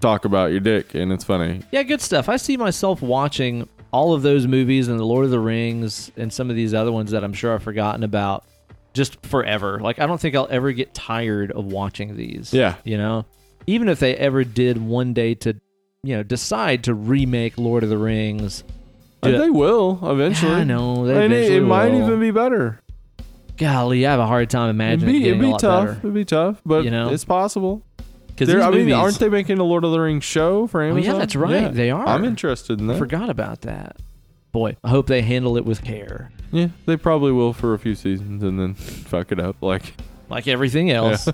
talk about your dick and it's funny. Yeah, good stuff. I see myself watching all of those movies and The Lord of the Rings and some of these other ones that I'm sure I've forgotten about just forever. Like, I don't think I'll ever get tired of watching these. Yeah. You know? Even if they ever did one day to, you know, decide to remake Lord of the Rings. And Yeah. they will eventually. Yeah, I know. They and it, eventually it might will. even be better. Golly, I have a hard time It'd imagining it be, getting it'd a be lot tough. better. It'd be tough, but You know? it's possible. Because They're- these I movies, Oh, mean, aren't they making a Lord of the Rings show for yeah, Amazon? that's right. They are. I'm interested in I that. forgot about that. Boy, I hope they handle it with care. yeah, they probably will for a few seasons and then fuck it up. Like, like everything else.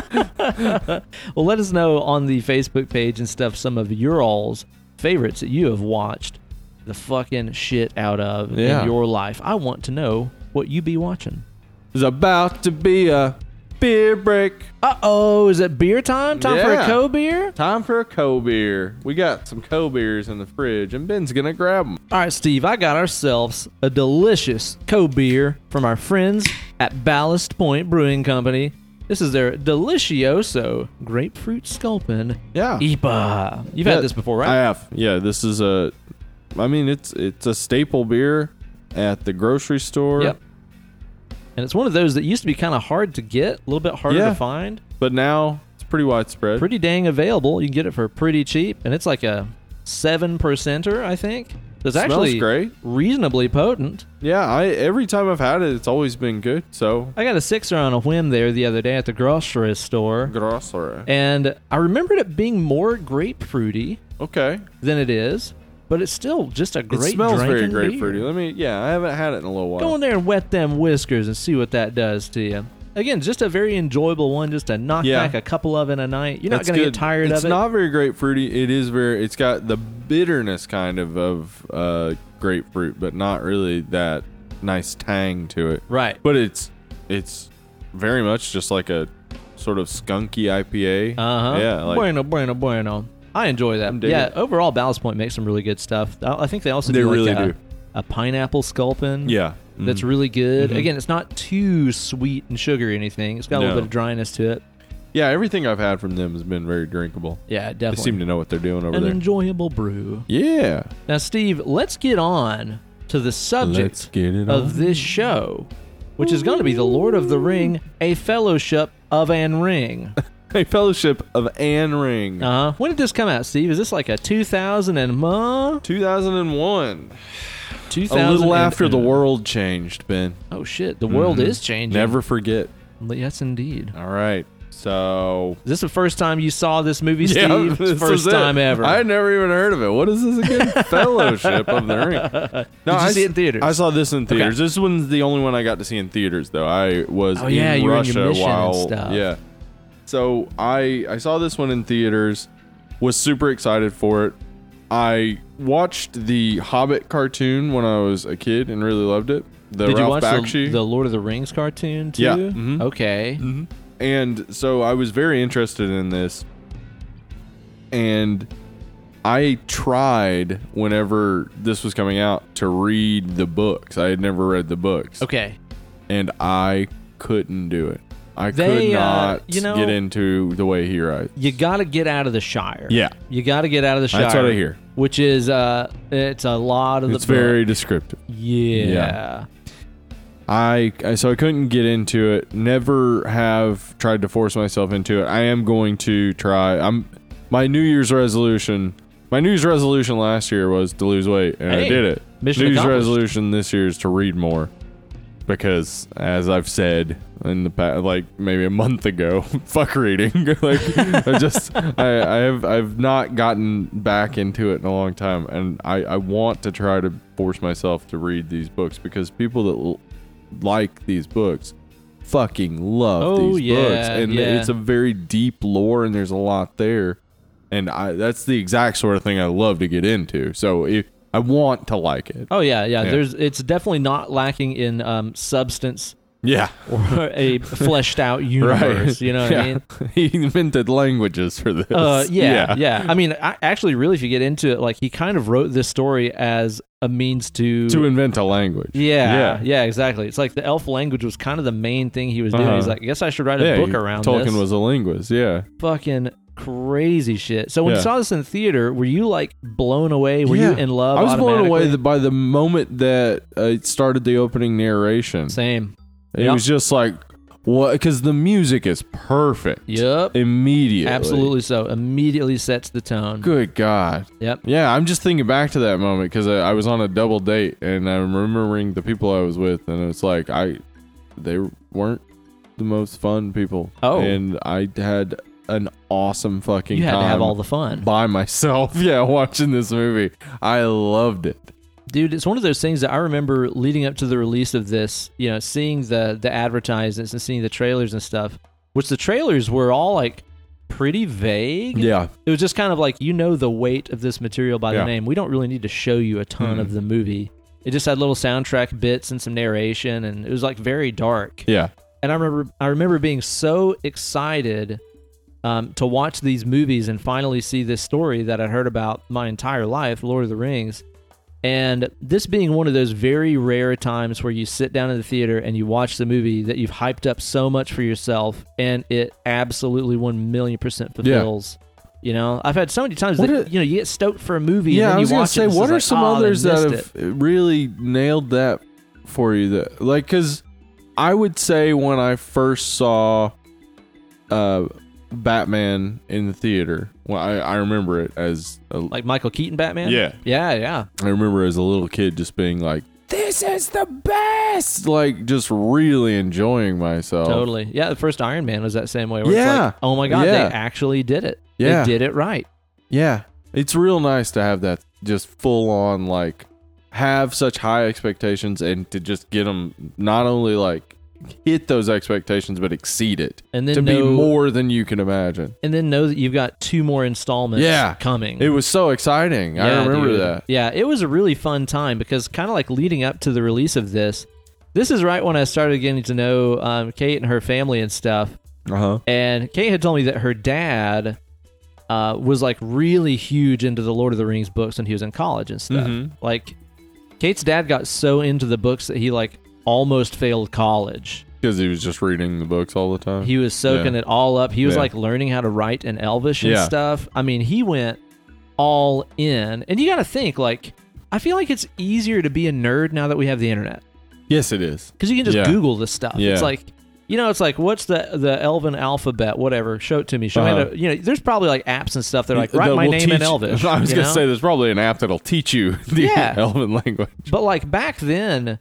[laughs] well, let us know on the Facebook page and stuff some of your all's favorites that you have watched the fucking shit out of Yeah. in your life. I want to know what you be watching. there's about to be a beer break. Uh oh, is it beer time? Time for a Yeah. cold beer? Time for a cold beer. We got some cold beers in the fridge, and Ben's gonna grab them. All right, Steve, I got ourselves a delicious cold beer from our friends at Ballast Point Brewing Company. This is their Delicioso Grapefruit Sculpin Yeah, IPA. You've Yeah, had this before, right? I have. Yeah, this is a. I mean, it's it's a staple beer at the grocery store. Yep. And it's one of those that used to be kind of hard to get, a little bit harder Yeah. to find. But now it's pretty widespread. Pretty dang available. You can get it for pretty cheap, and it's like a seven percenter, I think. So it's Smells actually great. reasonably potent. Yeah, I every time I've had it, it's always been good. So I got a sixer on a whim there the other day at the grocery store, grocery. and I remembered it being more grapefruity Okay, than it is, but it's still just a it great. smells very drinking grapefruity. beer. Let me. Yeah, I haven't had it in a little while. Go in there and wet them whiskers and see what that does to you. Again, just a very enjoyable one, just to knock Yeah. back a couple of in a night. You're not That's going to get good. tired it's of it. not very grapefruity. It is very. It's got the bitterness kind of of uh, grapefruit, but not really that nice tang to it. Right. But it's it's very much just like a sort of skunky IPA. Uh huh. Yeah. Like, bueno, bueno, bueno. I enjoy that. I'm digging Yeah. it. Overall, Ballast Point makes some really good stuff. I I think they also They do like, really a, do. a pineapple sculpin. yeah. Mm. Mm-hmm. That's really good. Again, it's not too sweet and sugary or anything. It's got a little No. bit of dryness to it. yeah. Everything I've had from them has been very drinkable. Yeah, They definitely. seem to know what they're doing over An there. enjoyable brew. Yeah. Now, Steve, let's get on to the subject Let's get it of on. [laughs] this [laughs] show, which is going to be The Lord of the Ring, a fellowship of an ring. a Fellowship of Anne Ring. Uh-huh. When did this come out, Steve? Is this like a 2000 and ma? 2001. 2000 A little after and- the world changed, Ben. Oh shit, the world Mhm. is changing. Never forget. Yes, indeed. All right. So. Is this the first time you saw this movie, Steve? It's [laughs] this first is it. time ever. I had never even heard of it. What is this [laughs] again? Fellowship of the Ring. Did you No, I see s- it in theaters? I saw this in theaters. This one's the only one I got to see in theaters, though. I was Oh, yeah, in you were in your Russia mission and while stuff. yeah. So I I saw this one in theaters. Was super excited for it. I watched the Hobbit cartoon when I was a kid and really loved it. The Did you watch Ralph the, Bakshi. the Lord of the Rings cartoon too? Yeah. Mhm. Okay. and so I was very interested in this. And I tried whenever this was coming out to read the books. I had never read the books. Okay. And I couldn't do it. I They, could uh, not you know- get into the way he writes. You got to get out of the Shire. Yeah. You got to get out of the Shire. That's what I hear. Which is uh it's a lot of the It's very descriptive. yeah. Yeah. I I- so I couldn't get into it. Never have tried to force myself into it. I am going to try. I'm my New Year's resolution. My New Year's resolution last year was to lose weight, and Hey, I did it. mission New Year's accomplished. resolution this year is to read more, because as I've said in the past, like maybe a month ago, [laughs] fuck reading. like I just [laughs] I, I have I've not gotten back into it in a long time, and I I want to try to force myself to read these books because people that l- like these books fucking love Oh, these yeah, books and yeah. it's a very deep lore and there's a lot there and I that's the exact sort of thing I love to get into so if, I want to like it Oh yeah, yeah, Yeah. There's it's definitely not lacking in um substance [laughs] yeah or a fleshed out universe, you [laughs] know what I mean? he invented languages for this Uh, yeah, yeah, I mean, I, actually, really, if you get into it, like he kind of wrote this story as a means to, to invent a language yeah, yeah, exactly. It's like the elf language was kind of the main thing he was doing. Uh-huh. He's like, I guess I should write a Yeah, book he- around Tolkien this. was a linguist yeah fucking crazy shit. So when you Yeah. saw this in the theater, were you like blown away? Were you Yeah. in love? I was blown away automatically? that by the moment that uh, it started the opening narration Same. It Yep. was just like what because the music is perfect. Yep. Immediately. Absolutely so. Immediately sets the tone. Good God. Yep. Yeah, I'm just thinking back to that moment because I, I was on a double date and I'm remembering the people I was with, and it's like I, they weren't the most fun people. Oh. and I had an awesome fucking. You had to have time all the fun. by [laughs] myself. Yeah, watching this movie, I loved it. dude it's one of those things that i remember leading up to the release of this you know seeing the the advertisements and seeing the trailers and stuff which the trailers were all like pretty vague Yeah, it was just kind of like you know the weight of this material by the Yeah. Mm-hmm. name we don't really need to show you a ton of the movie it just had little soundtrack bits and some narration and it was like very dark yeah, and I remember I remember being so excited um, to watch these movies and finally see this story that I heard about my entire life, Lord of the Rings. And this being one of those very rare times where you sit down in the theater and you watch the movie that you've hyped up so much for yourself, and it absolutely one million percent fulfills. You know, I've had so many times What that a- you know you get stoked for a movie. yeah. and then I was you gonna watch say, it and it's what just are like, some "Oh, they others missed that it." have really nailed that for you? That like, because I would say when I first saw uh, Batman in the theater, well, I, I remember it as a, like Michael Keaton Batman? Yeah. yeah, yeah. I remember as a little kid just being like, "This is the best!" Like, just really enjoying myself. Totally. Yeah, the first Iron Man was that same way. Where Oh. Yeah. It's like, oh my God, Yeah. they actually did it. Yeah. They did it right. Yeah. It's real nice to have that just full on like have such high expectations and to just get them not only like hit those expectations but exceed it And then to be know- more than you can imagine. And then know that you've got two more installments Yeah. coming. It was so exciting. I Mm-hmm. Yeah, remember dude. that. Yeah, it was a really fun time because kind of like leading up to the release of this, this is right when I started getting to know um, Kate and her family and stuff. Uh-huh. And Kate had told me that her dad uh, was like really huge into the Lord of the Rings books when he was in college and stuff. Mhm. Like, Kate's dad got so into the books that he like almost failed college. Cuz he was just reading the books all the time. He was soaking Yeah. it all up. He was Yeah. like learning how to write in Elvish and Yeah. stuff. I mean, he went all in. And you got to think like I feel like it's easier to be a nerd now that we have the internet yes, it is. because you can just Yeah. Google this stuff. Yeah. It's like you know, it's like what's the the Elven alphabet, whatever. Show it to me. Show me. Uh-huh. how to- you know, there's probably like apps and stuff. They're like write That my will name in [laughs] teach- Elvish. I was you gonna know? say there's probably an app that'll teach you [laughs] the Yeah. Elven language. but like back then,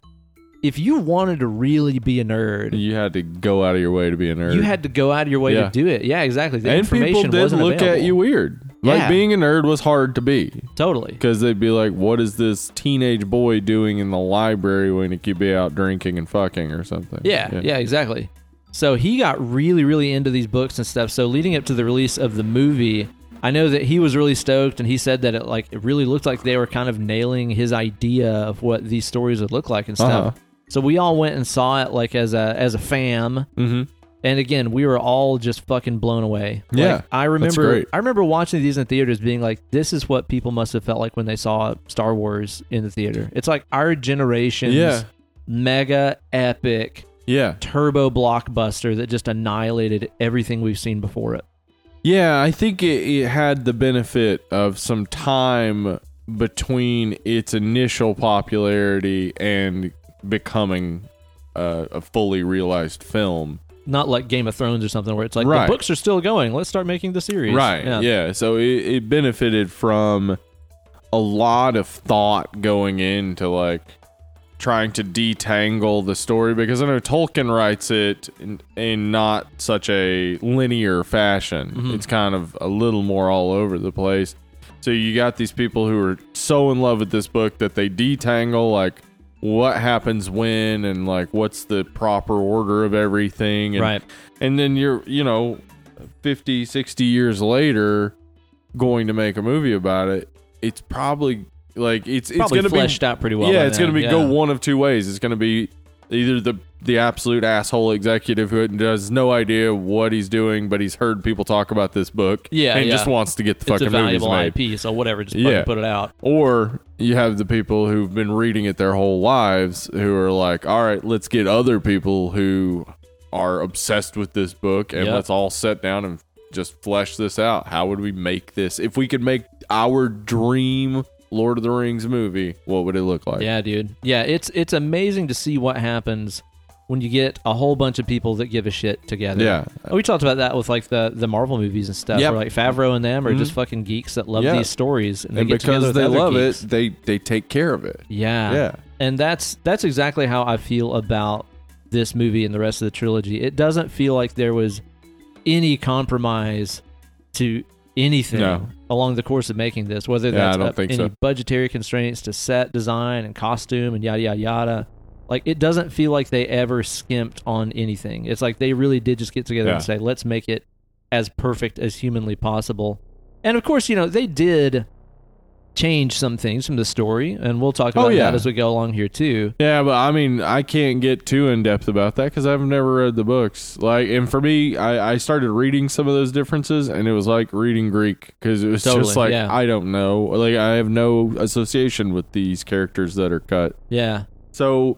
if you wanted to really be a nerd, You had to go out of your way to be a nerd. you had to go out of your way Yeah. to do it. Yeah, exactly. The and information people did wasn't look at available. you weird. Like Yeah. being a nerd was hard to be totally. because they'd be like, "What is this teenage boy doing in the library when he could be out drinking and fucking or something?" Yeah, yeah, exactly. So he got really, really into these books and stuff. So leading up to the release of the movie, I know that he was really stoked, and he said that it like it really looked like they were kind of nailing his idea of what these stories would look like and stuff. Uh-huh. So we all went and saw it like as a as a fam, Mhm. and again we were all just fucking blown away. Like, Yeah, I remember great. I remember watching these in theaters, being like, "This is what people must have felt like when they saw Star Wars in the theater." It's like our generation's Yeah. mega epic Yeah. turbo blockbuster that just annihilated everything we've seen before it. Yeah, I think it, it had the benefit of some time between its initial popularity and becoming uh, a fully realized film. Not like Game of Thrones or something where it's like Right. the books are still going. Let's start making the series. Right. Yeah. So it, it benefited from a lot of thought going into like trying to detangle the story because I know Tolkien writes it in, in not such a linear fashion. It's kind of a little more all over the place. So you got these people who are so in love with this book that they detangle like what happens when and like what's the proper order of everything and Right. and then you're you know 50 60 years later going to make a movie about it it's probably like it's Probably it's gonna be fleshed out pretty well. yeah by it's then. gonna be yeah. go one of two ways it's gonna be either the the absolute asshole executive who has no idea what he's doing but he's heard people talk about this book Yeah, and yeah. just wants to get the It's fucking a valuable movies made IP, so whatever, just fucking Yeah. put it out. or you have the people who've been reading it their whole lives who are like, all right, let's get other people who are obsessed with this book and Yep. let's all sit down and just flesh this out. How would we make this? If we could make our dream Lord of the Rings movie, what would it look like? Yeah, dude. Yeah, it's it's amazing to see what happens when you get a whole bunch of people that give a shit together. Yeah. We talked about that with like the, the Marvel movies and stuff. Yep. Mm-hmm. Where like Favreau and them are just fucking geeks that love Yeah. these stories and, And they get together because with they other love geeks. it, they they take care of it. Yeah. Yeah. And that's that's exactly how I feel about this movie and the rest of the trilogy. It doesn't feel like there was any compromise to anything No. along the course of making this, whether Yeah, that's I don't up- think any so. budgetary constraints to set design and costume and yada yada yada. Like it doesn't feel like they ever skimped on anything. It's like they really did just get together Yeah. and say, let's make it as perfect as humanly possible. And of course, you know, they did change some things from the story, and we'll talk Oh, about yeah. that as we go along here too. Yeah, but I mean, I can't get too in depth about that because I've never read the books. Like, and for me, I, I started reading some of those differences, and it was like reading Greek because it was Totally, just like yeah. I don't know, like I have no association with these characters that are cut. Yeah. So,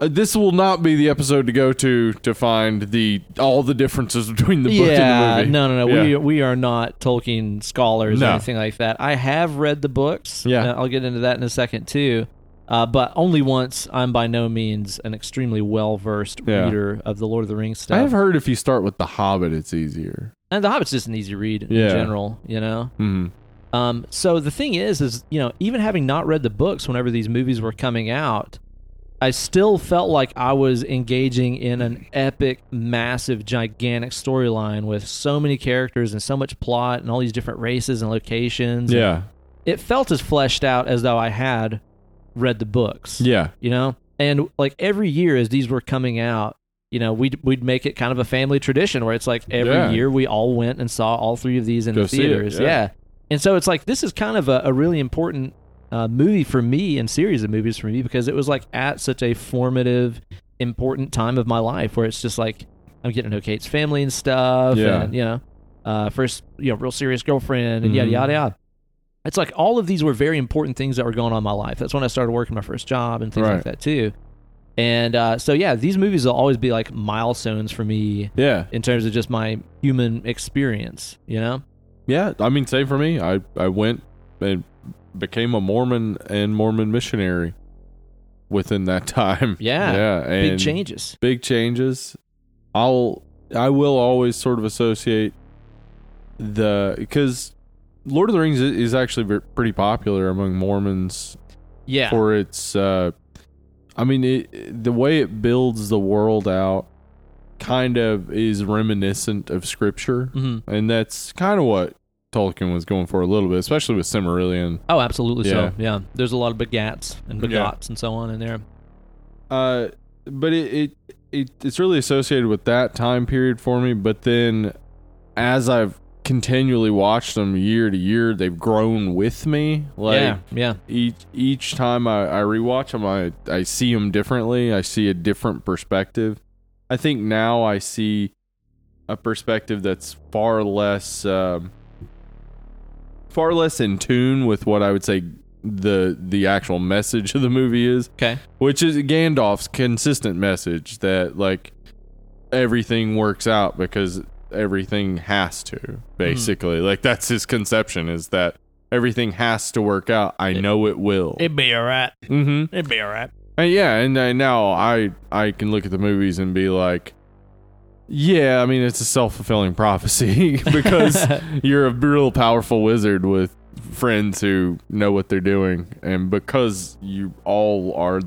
uh, this will not be the episode to go to to find the all the differences [laughs] between the book yeah. and the movie. No, no, no. We Yeah. we are not Tolkien scholars or No. anything like that. I have read the books. Yeah. Uh, I'll get into that in a second too. Uh, but only once. I'm by no means an extremely well versed Yeah. reader of the Lord of the Rings I have stuff. heard if you start with The Hobbit, it's easier. And The Hobbit's just an easy read in Yeah. general, you know. hmm Um, so the thing is, is you know, even having not read the books, whenever these movies were coming out, I still felt like I was engaging in an epic, massive, gigantic storyline with so many characters and so much plot and all these different races and locations. Yeah, it felt as fleshed out as though I had read the books yeah, you know and like every year as these were coming out you know we'd, we'd make it kind of a family tradition where it's like every Yeah. year we all went and saw all three of these in Go the see it, theaters yeah. and so it's like this is kind of a, a really important uh, movie for me and series of movies for me because it was like at such a formative important time of my life where it's just like i'm getting to know kate's family and stuff Yeah. and you know uh, first you know real serious girlfriend and yada Mhm. yada yada it's like all of these were very important things that were going on in my life. That's when I started working my first job and things Right. like that too. And uh, so yeah, these movies will always be like milestones for me yeah, in terms of just my human experience. You know? yeah. I mean, same for me. I I went and became a Mormon and Mormon missionary within that [laughs] time. Yeah. yeah. And Big changes. Big changes. I'll I will always sort of associate the because Lord of the Rings i- is actually ver- pretty popular among Mormons Yeah. for its. Uh, I mean, it, the way it builds the world out kind of is reminiscent of Scripture, hmm and that's kind of what Tolkien was going for a little bit, especially with Cimmerillion. Oh, absolutely Yeah. so. Yeah. There's a lot of begats and begots Yeah. and so on in there. Uh, but it, it it it's really associated with that time period for me. But then, as I've continually watched them year to year, they've grown with me. Like yeah. Yeah. each each time I, I rewatch them, I I see them differently. I see a different perspective. I think now I see a perspective that's far less um, far less in tune with what I would say the the actual message of the movie is Okay. which is Gandalf's consistent message that like everything works out because everything has to basically like that's his conception is that everything has to work out i know it will It'd be all right. mm-hmm. It'd be all right. and yeah and uh, now i i can look at the movies and be like yeah i mean it's a self-fulfilling prophecy [laughs] because you're a real powerful wizard with friends who know what they're doing and because you all are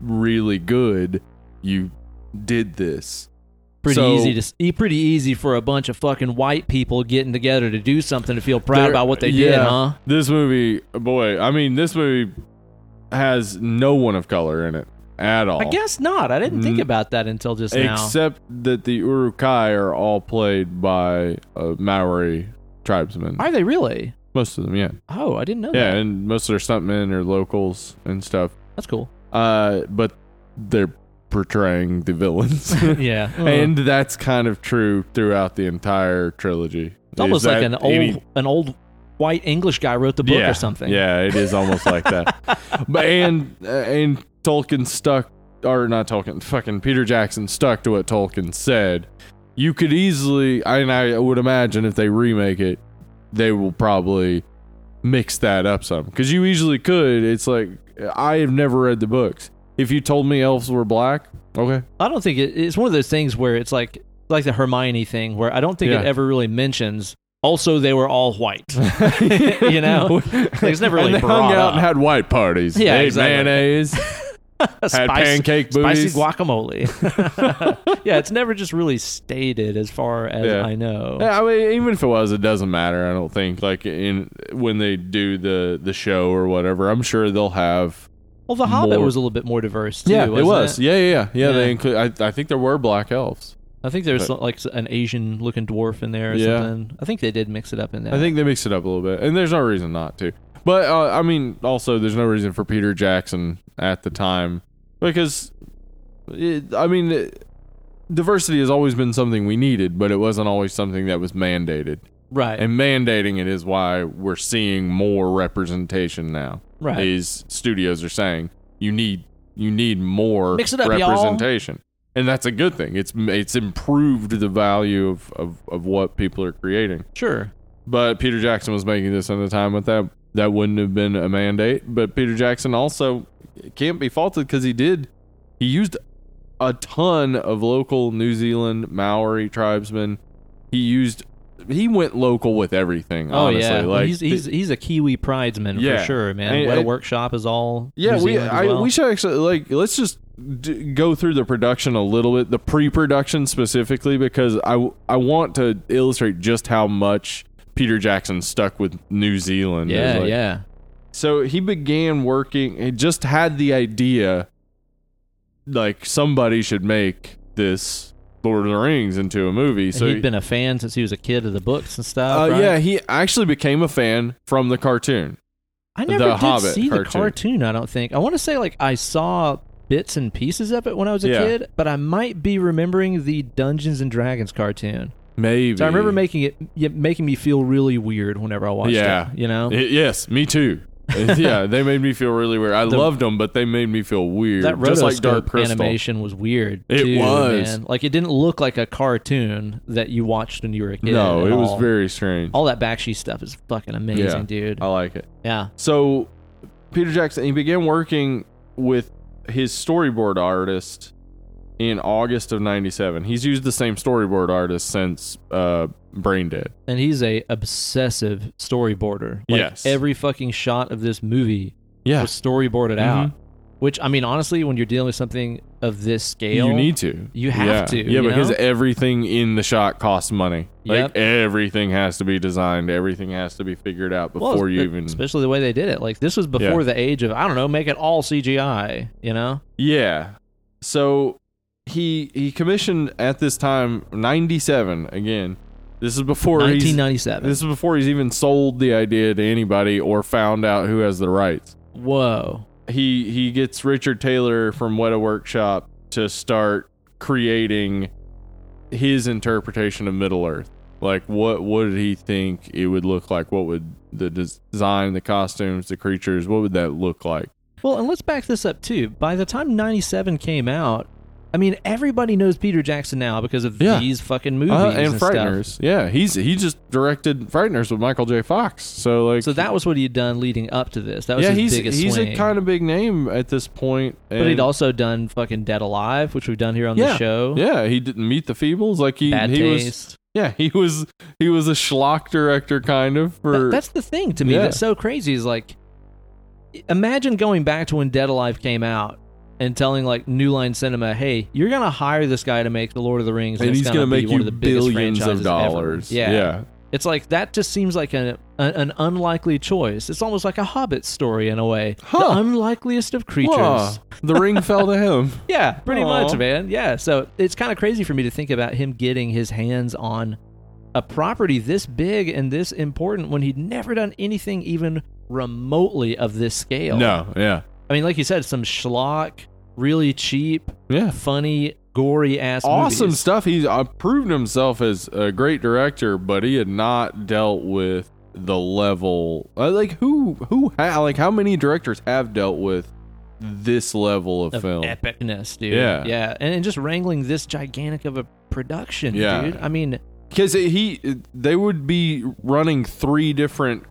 really good you did this [laughs] Pretty So- easy to s- e- pretty easy for a bunch of fucking white people getting together to do something to feel proud They're- about what they did, yeah. huh? this movie boy i mean this movie has no one of color in it at all I guess not. I didn't think Mm. about that until just now. except that the urukai are all played by uh, maori tribesmen Are they really? most of them yeah Oh, I didn't know yeah that. and most of their stuntmen are locals and stuff That's [laughs] cool. uh, but they're portraying the villains, [laughs] Yeah. Uh, and that's kind of true throughout the entire trilogy. it's almost like an old old an old white English guy wrote the book or something. Yeah, it is almost [laughs] like that. But and uh, and Tolkien stuck, or not Tolkien, fucking Peter Jackson stuck to what Tolkien said. You could easily, and I would imagine if they remake it, they will probably mix that up some because you easily could. It's like I have never read the books. If you told me elves were black, okay, I don't think it, it's one of those things where it's like like the Hermione thing, where I don't think Yeah. it ever really mentions. Also, they were all [laughs] white. [laughs] you know, like it's never really and they hung brought out up. and had white parties. Yeah, they ate exactly. [laughs] mayonnaise, had Spicy- pancake spicy booties. [laughs] guacamole. [laughs] yeah, it's never just really stated as far as Yeah. I know. Yeah, I mean, even if it was, it doesn't matter. I don't think like in when they do the the show or whatever. I'm sure they'll have. Well, The Hobbit More- was a little bit more diverse too. it wasn't was. Yeah, yeah, yeah, yeah. They Yeah. include. I, I think there were black elves. I think there's But- like an Asian looking dwarf in there or Yeah. something. I think they did mix it up in there. I think they mixed it up a little bit, and there's no reason not to. But uh, I mean, also there's no reason for Peter Jackson at the time because, it, I mean, it- diversity has always been something we needed, but it wasn't always something that was mandated. right, And mandating it is why we're seeing more representation now. right. these studios are saying you need you need more Mix it up, y'all. representation and that's a good thing it's it's improved the value of, of of what people are creating Sure. but peter jackson was making this at a time with that that wouldn't have been a mandate but peter jackson also can't be faulted because he did he used a ton of local new zealand maori tribesmen he used he went local with everything Oh honestly yeah, like he's he's he's a Kiwi pridesman Yeah. for sure, man. And- what a and- workshop is all. Yeah, New we Zealand as I, well. we should actually like let's just d- go through the production a little bit, the pre-production specifically, because I w- I want to illustrate just how much Peter Jackson stuck with New Zealand. It was yeah, like- yeah. So he began working. He just had the idea, like somebody should make this Lord of the Rings into a movie. And so he'd been a fan since he was a kid of the books and uh, stuff. right? yeah, he actually became a fan from the cartoon. I never the did Hobbit see the cartoon. cartoon. I don't think. I want to say like I saw bits and pieces of it when I was a Yeah. kid, but I might be remembering the Dungeons and Dragons cartoon. Maybe. So I remember making it yeah, making me feel really weird whenever I watched Yeah. it. You know. Y- yes, me too. [laughs] yeah, they made me feel really weird. I The- loved them, but they made me feel weird. that just like Dark rotoscope Crystal. animation was weird. It too, was. man. like it didn't look like a cartoon that you watched when you were a kid. no, at it was all. very strange. All that Bakshi stuff is fucking amazing, Yeah. Uh, dude. I like it. Yeah, So, Peter Jackson, he began working with his storyboard artist in August of 97. He's used the same storyboard artist since uh, Brain Dead. and he's a obsessive storyboarder. Like, Yes. every fucking shot of this movie Yeah. was storyboarded out. Mhm. Which I mean, honestly, when you're dealing with something of this scale, You need to. You have Yeah. to, Yeah, you because know? everything in the shot costs money. Yep. Like everything has to be designed, everything has to be figured out Well, before you espe- even. especially the way they did it. Like this was before the age of I don't know, make it all CGI. You know, Yeah. So he he commissioned at this time 97 again. This is before he's 1997. this is before he's even sold the idea to anybody or found out who has the rights. Whoa, he he gets Richard Taylor from Weta Workshop to start creating his interpretation of Middle Earth. Like what what did he think it would look like? What would the des- design, the costumes, the creatures, what would that look like? Well, and let's back this up too. By the time 97 came out, I mean, everybody knows Peter Jackson now because of Yeah. these fucking movies Uh, and, and Frighteners. Yeah, he's he just directed Frighteners with Michael J. Fox. So like stuff. So that was what he had done leading up to this. That was Yeah, his he's biggest he's swing. a kind of big name at this point. but he'd and- also done fucking Dead Alive, which we've done here on yeah, the show. Yeah, he didn't meet the Feebles. Like he Bad he was taste. Yeah, he was he was a schlock director kind of That- for that's the thing to me Yeah. that's so crazy is like, imagine going back to when Dead Alive came out. And telling like New Line Cinema, hey, you're gonna hire this guy to make the Lord of the Rings, and it's he's gonna, gonna be make one you of the biggest billions franchises of ever." dollars. yeah. It's like that just seems like an an, an unlikely choice. It's almost like a Hobbit story in a way. Huh. The unlikeliest of creatures. Wah, the ring fell [laughs] to him. Yeah, pretty Aw. much, man. Yeah. So it's kind of crazy for me to think about him getting his hands on a property this big and this important when he'd never done anything even remotely of this scale. No, yeah, I mean, like you said, some schlock, really cheap, yeah. funny, gory ass Awesome movies. stuff. He's uh, proven himself as a great director, but he had not dealt with the level. uh, Like who? Who? Ha- like how many directors have dealt with this level of, of film? epicness, dude. Yeah. yeah, and, and just wrangling this gigantic of a production, Yeah. dude. I mean, Because he, they would be running three different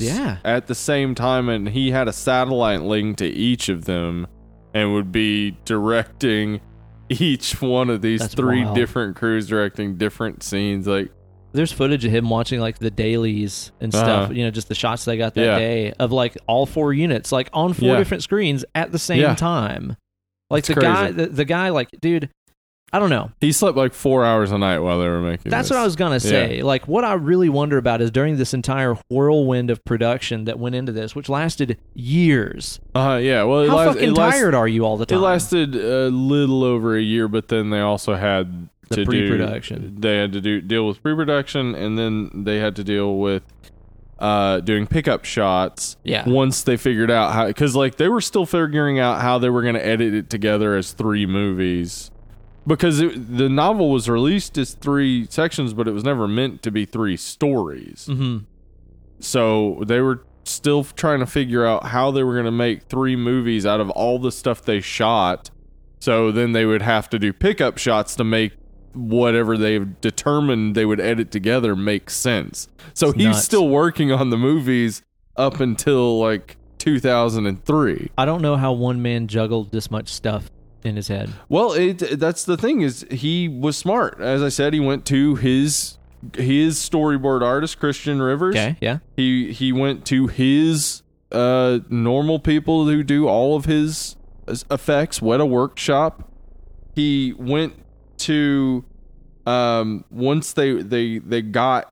Units, yeah. at the same time, and he had a satellite link to each of them, and would be directing each one of these That's three wild. different crews, directing different scenes. Like, there's footage of him watching like the dailies and stuff. Uh-huh. You know, just the shots they got that Yeah. day of like all four units, like on four Yeah. different screens at the same Yeah. time. Like It's the crazy. guy, the, the guy, like dude, I don't know. he slept like four hours a night while they were making. That's this. what I was gonna say. Like what I really wonder about is during this entire whirlwind of production that went into this, which lasted years. Uh, yeah. Well, it, How last, fucking it, last- tired are you all the it time? lasted a little over a year, but then they also had The to do- pre-production. they had to do deal with pre-production, and then they had to deal with uh, doing pickup shots. Yeah. Once they figured out how, because like they were still figuring out how they were going to edit it together as three movies, because it, the novel was released as three sections, but it was never meant to be three stories. Mhm. So they were still trying to figure out how they were going to make three movies out of all the stuff they shot. So then they would have to do pickup shots to make whatever they've determined they would edit together make sense. So It's he's nuts. still working on the movies up until like 2003. I don't know how one man juggled this much stuff in his head. Well, it that's the thing is he was smart. As I said, he went to his his storyboard artist Christian Rivers. Okay, yeah. He he went to his uh normal people who do all of his effects, Weta Workshop. He went to um once they they they got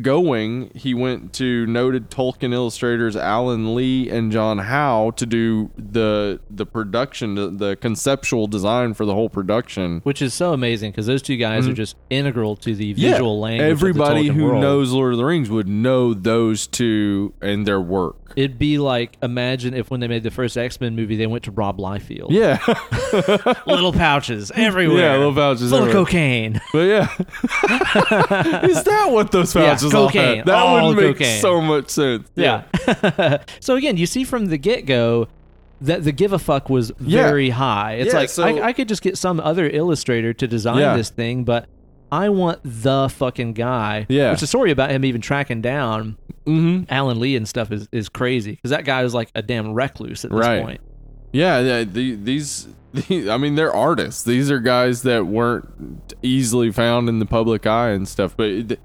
going, he went to noted Tolkien illustrators Alan Lee and John Howe to do the the production, the, the conceptual design for the whole production. which is so amazing because those two guys are just integral to the visual language. of the Mm. Everybody Tolkien who world. knows Lord of the Rings would know those two and their work. It'd be like imagine if when they made the first X Men movie, they went to Rob Liefeld. Yeah. [laughs] little pouches everywhere. yeah, little pouches. full of everywhere. cocaine. But yeah. [laughs] Is that what those Yeah, pouches all cocaine. had? That All would make cocaine. so much sense. Yeah. [laughs] so again, you see from the get go that the give a fuck was Yeah. very high. It's Yeah, like so- I, I could just get some other illustrator to design Yeah. this thing, but. I want the fucking guy. Yeah. Which the story about him even tracking down Mm-hmm. Alan Lee and stuff is, is crazy because that guy was like a damn recluse at this Right. point. Yeah, yeah the, these, the- I mean, they're artists. These are guys that weren't easily found in the public eye and stuff. But the,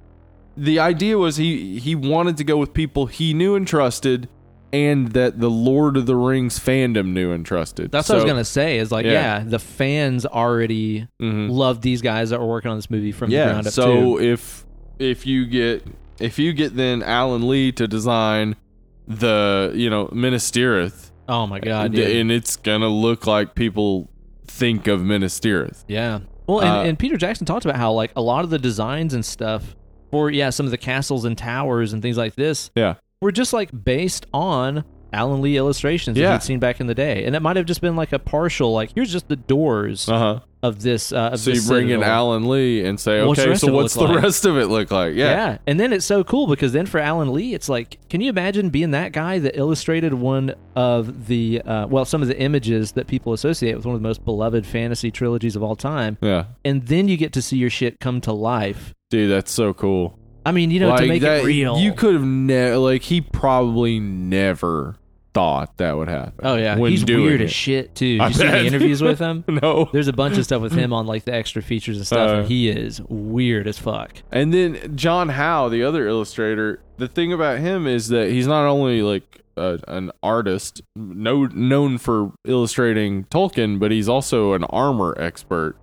the idea was he he wanted to go with people he knew and trusted, and that the Lord of the Rings fandom knew and trusted. That's what I was gonna say. Is like, yeah, Yeah. the fans already Mhm. love these guys that were working on this movie from the Yeah. ground up So too. if if you get if you get then Alan Lee to design the you know Minas Tirith, Oh my god, dude. and it's gonna look like people think of Minas Tirith. yeah. Well, and, Uh, and Peter Jackson talked about how like a lot of the designs and stuff for yeah some of the castles and towers and things like this Yeah. were just like based on Alan Lee illustrations that Yeah. he'd seen back in the day, and it might have just been like a partial like here's just the doors Uh huh. of this. Uh, of So you this bring in citadel. Alan Lee and say, What's the okay, rest so of it what's the look like?" rest of it look like? Yeah. Yeah. And then it's so cool because then for Alan Lee, it's like, can you imagine being that guy that illustrated one of the, uh, well, some of the images that people associate with one of the most beloved fantasy trilogies of all time? Yeah. And then you get to see your shit come to life. Dude, that's so cool. I mean, you know, to make that- it real. You could have never, like, he probably never thought that would happen. oh, yeah. When He's doing weird it. as shit, too. Did I you see bet. the interviews with [laughs] him? No. There's a bunch of stuff with him on like the extra features and stuff, and Uh. he is weird as fuck. And then John Howe, the other illustrator, the thing about him is that he's not only like a, an artist, no, known for illustrating Tolkien, but he's also an armor expert.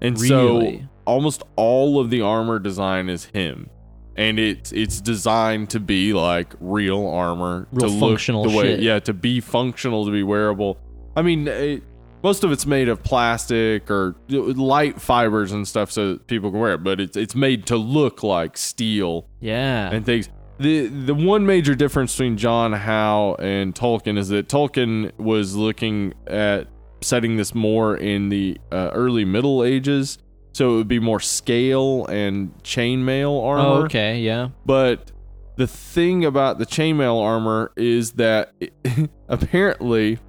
And so Really? almost all of the armor design is him. And it's it's designed to be like real armor, Real to functional look the way, shit. yeah, to be functional, to be wearable. I mean, it, most of it's made of plastic or light fibers and stuff, so that people can wear it. But it's it's made to look like steel Yeah. and things. The the one major difference between John Howe and Tolkien is that Tolkien was looking at setting this more in the uh, early Middle Ages, so it would be more scale and chainmail oh, armor. okay. Yeah. But the thing about the chainmail armor is that [laughs] apparently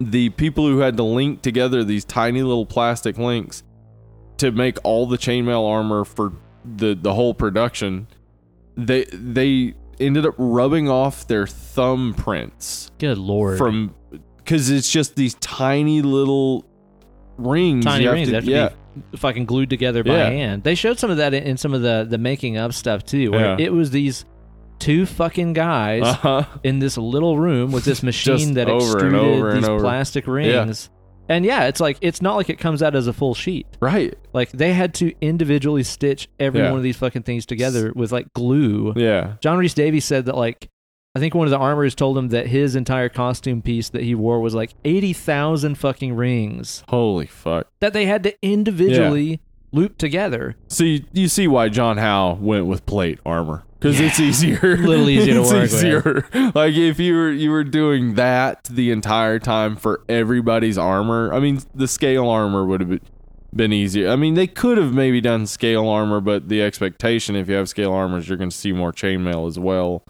the people who had to link together these tiny little plastic links to make all the chainmail armor for the the whole production, they they ended up rubbing off their thumbprints Good lord. from because it's just these tiny little rings. tiny you have rings to- that have to yeah, be fucking glued together by Yeah. hand. They showed some of that in, in some of the the making of stuff too, where Yeah. it was these two fucking guys uh-huh. [laughs] in this little room with this machine that over and extruded over and these over. plastic rings. And yeah, it's like it's not like it comes out as a full sheet. right. Like they had to individually stitch every Yeah. one of these fucking things together with like glue. Yeah, John Reese Davies said that like I think one of the armors told him that his entire costume piece that he wore was like eighty thousand fucking rings holy fuck. that they had to individually loop together. So you, you see why John Howe went with plate armor because it's easier, [laughs] a little easier to it's work with. easier. Like if you were you were doing that the entire time for everybody's armor. I mean, the scale armor would have been, been easier. I mean, they could have maybe done scale armor, but the expectation if you have scale armor is you're going to see more chainmail as well.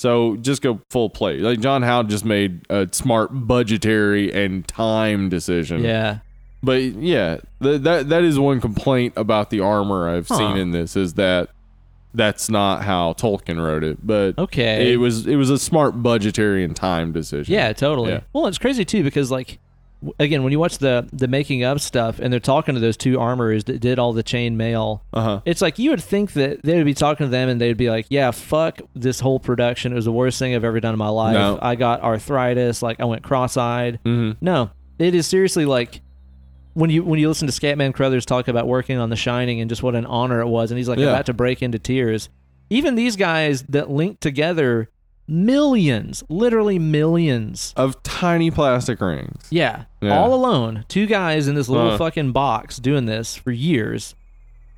So just go full plate. Like John Howe just made a smart budgetary and time decision. Yeah. But yeah, th- that that is one complaint about the armor I've Huh. seen in this is that that's not how Tolkien wrote it, but Okay. it was it was a smart budgetary and time decision. yeah, totally. Yeah. Well, it's crazy too because like w- again, when you watch the the making of stuff and they're talking to those two armorers that did all the chain mail, Uh huh. it's like you would think that they would be talking to them and they'd be like, "Yeah, fuck this whole production. It was the worst thing I've ever done in my life. No. I got arthritis, like I went cross-eyed." hmm No, it is seriously like when you when you listen to Scatman Crothers talk about working on The Shining and just what an honor it was, and he's like Yeah. about to break into tears. Even these guys that linked together millions, literally millions, Of tiny plastic rings. yeah, Yeah. Uh. all alone, two guys in this little Huh. fucking box doing this for years,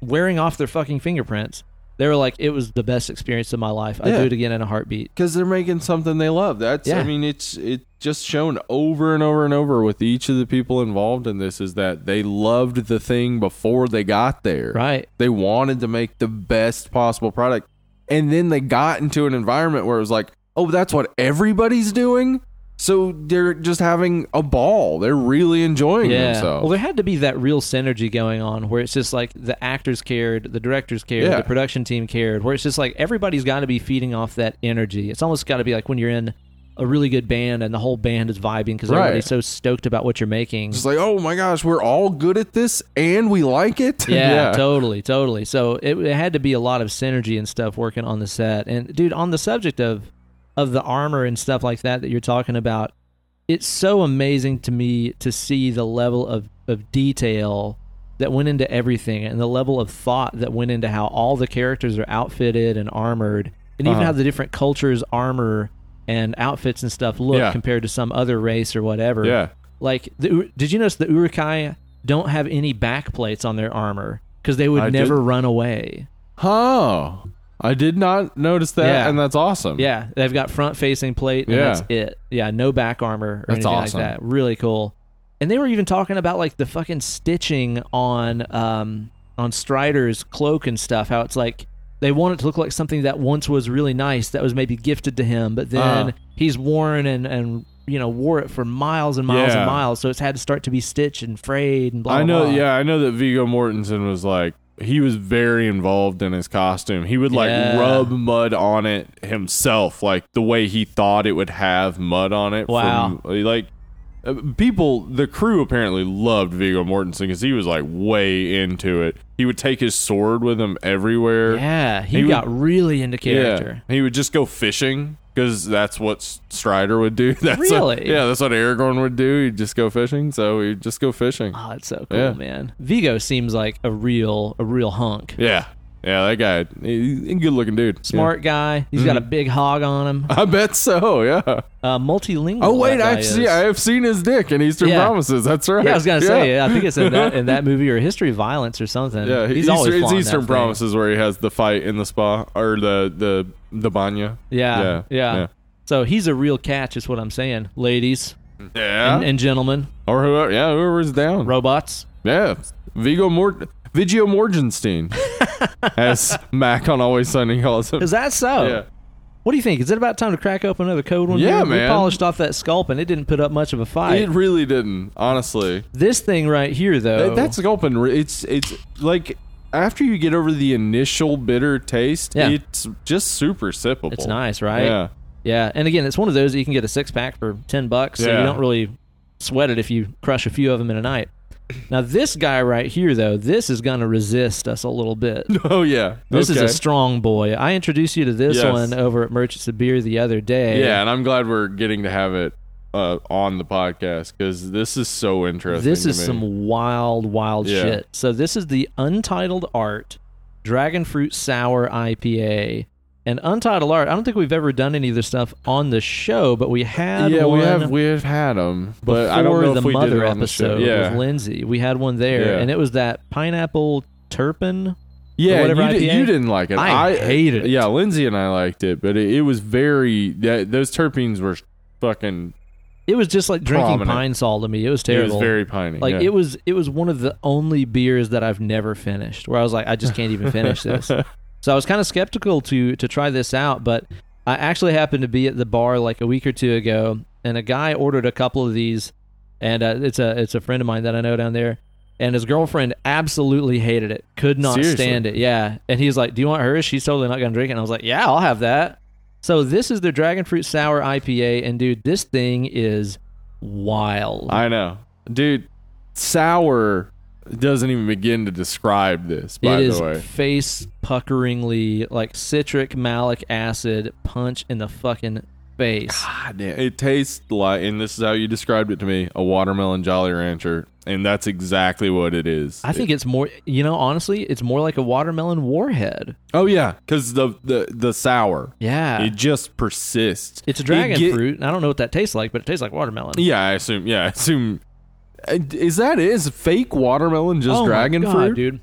wearing off their fucking fingerprints. They were like, it was the best experience of my life. I Yeah. do it again in a heartbeat. Because they're making something they love. That's Yeah. I mean, it's it just shown over and over and over with each of the people involved in this is that they loved the thing before they got there. Right. They wanted to make the best possible product. And then they got into an environment where it was like, oh, that's what everybody's doing. So they're just having a ball. They're really enjoying Well, themselves. there had to be that real synergy going on where it's just like the actors cared, the directors cared, Yeah. the production team cared, where it's just like everybody's got to be feeding off that energy. It's almost got to be like when you're in a really good band and the whole band is vibing because Right. everybody's so stoked about what you're making. Just like, oh my gosh, we're all good at this and we like it. [laughs] [laughs] Yeah, totally, totally. So it, it had to be a lot of synergy and stuff working on the set. And dude, on the subject of of the armor and stuff like that that you're talking about, it's so amazing to me to see the level of of detail that went into everything and the level of thought that went into how all the characters are outfitted and armored and even Uh-huh. how the different cultures armor and outfits and stuff look Yeah. compared to some other race or whatever. Yeah. Like, the, Ur- did you notice the Urukai don't have any back plates on their armor because they would I never did- run away? Oh, I did not notice that, Yeah. and that's awesome. Yeah, they've got front facing plate. And Yeah. that's it. Yeah, no back armor or That's anything awesome. like that. Really cool. And they were even talking about like the fucking stitching on um on Strider's cloak and stuff. How it's like they want it to look like something that once was really nice that was maybe gifted to him, but then Uh. he's worn and and you know wore it for miles and miles Yeah. and miles, so it's had to start to be stitched and frayed and blah. I know. blah, blah. Yeah, I know that Vigo Mortensen was like he was very involved in his costume. He would like Yeah. rub mud on it himself, like the way he thought it would have mud on it. Wow. From, like uh, people, the crew apparently loved Vigo Mortensen because he was like way into it. He would take his sword with him everywhere. Yeah, he, He would- got really into character. Yeah. He would just go fishing because that's what S- Strider would do. [laughs] That's what- Really? yeah, that's what Aragorn would do. He'd just go fishing. So he'd just go fishing. Oh, it's so cool, Yeah. man. Vigo seems like a real a real hunk. Yeah. Yeah, that guy, he- he's a good looking dude. Smart guy. He's Mm-hmm. got a big hog on [laughs] him. Yeah. [laughs] I bet so, yeah. Uh, multilingual. Oh, that wait, guy I've, see, is. I've seen his dick in Eastern Yeah. Promises. That's right. yeah, I was gonna yeah. say. I think it's in that [laughs] in that movie or History of Violence or something. Yeah, he's Easter- always it's flaunting Eastern that thing. Promises where he has the fight in the spa or the the the banya. Yeah, yeah, Yeah, yeah. So he's a real catch, is what I'm saying, ladies Yeah, and, and gentlemen, or whoever. Yeah, whoever's down. robots. Yeah, Vigo Mort, Vigio [laughs] Morgenstein, as Mac on Always Sunny calls him. Is oh, that so? Yeah, What do you think? Is it about time to crack open another code one? Yeah, dude? We man. polished off that sculpt and it didn't put up much of a fight. it really didn't. Honestly, this thing right here, though. That- that's gulping. re- It's it's like after you get over the initial bitter taste, Yeah. it's just super sippable. It's nice, right? Yeah. [laughs] Yeah. And again, it's one of those that you can get a six pack for 10 bucks. So you Yeah. don't really sweat it if you crush a few of them in a night. Now, this guy right here, though, this is going to resist us a little [laughs] bit. Oh yeah. This is Okay. a strong boy. I introduced you to this Yes. one over at Merchants of Beer the other day. yeah, and I'm glad we're getting to have it uh, on the podcast because this is so interesting. This to is me. some wild, wild Yeah. shit. So, this is the Untitled Art Dragon Fruit Sour IPA. And Untitled Art, I don't think we've ever done any of this stuff on the show, but we had Yeah, one we have we have had them, but I don't before know the if we mother did it on the show. episode Yeah, with Lindsay. We had one there, Yeah. and it was that pineapple turpin. yeah. whatever you, di- IPA? you didn't like it. I hated it. Yeah, Lindsay and I liked it, but it, it was very that, those terpenes were fucking. It was just like drinking Prominent. pine salt to me. It was It terrible. was very piney. like yeah. it was it was one of the only beers that I've never finished where I was like I just can't even [laughs] finish this. So I was kind of skeptical to to try this out, but I actually happened to be at the bar like a week or two ago, and a guy ordered a couple of these, and uh, it's a it's a friend of mine that I know down there, and his girlfriend absolutely hated it, could not Seriously? stand it. Yeah, and he's like, "Do you want hers? She's totally not gonna drink it." And I was like, "Yeah, I'll have that." So this is their dragon fruit sour IPA, and dude, this thing is wild. I know, dude. Sour doesn't even begin to describe this. By it is the way, face puckeringly like citric malic acid punch in the fucking face. God damn, it tastes like, and this is how you described it to me: a watermelon Jolly Rancher, and that's exactly what it is. I think it's more, you know, honestly, it's more like a watermelon warhead. oh yeah, because the the the sour, Yeah. it just persists. it's a It dragon get- fruit. and I don't know what that tastes like, but it tastes like watermelon. Yeah, I assume. Yeah, I assume. Uh, Is that it? is fake watermelon just oh my dragon God, fruit? dude.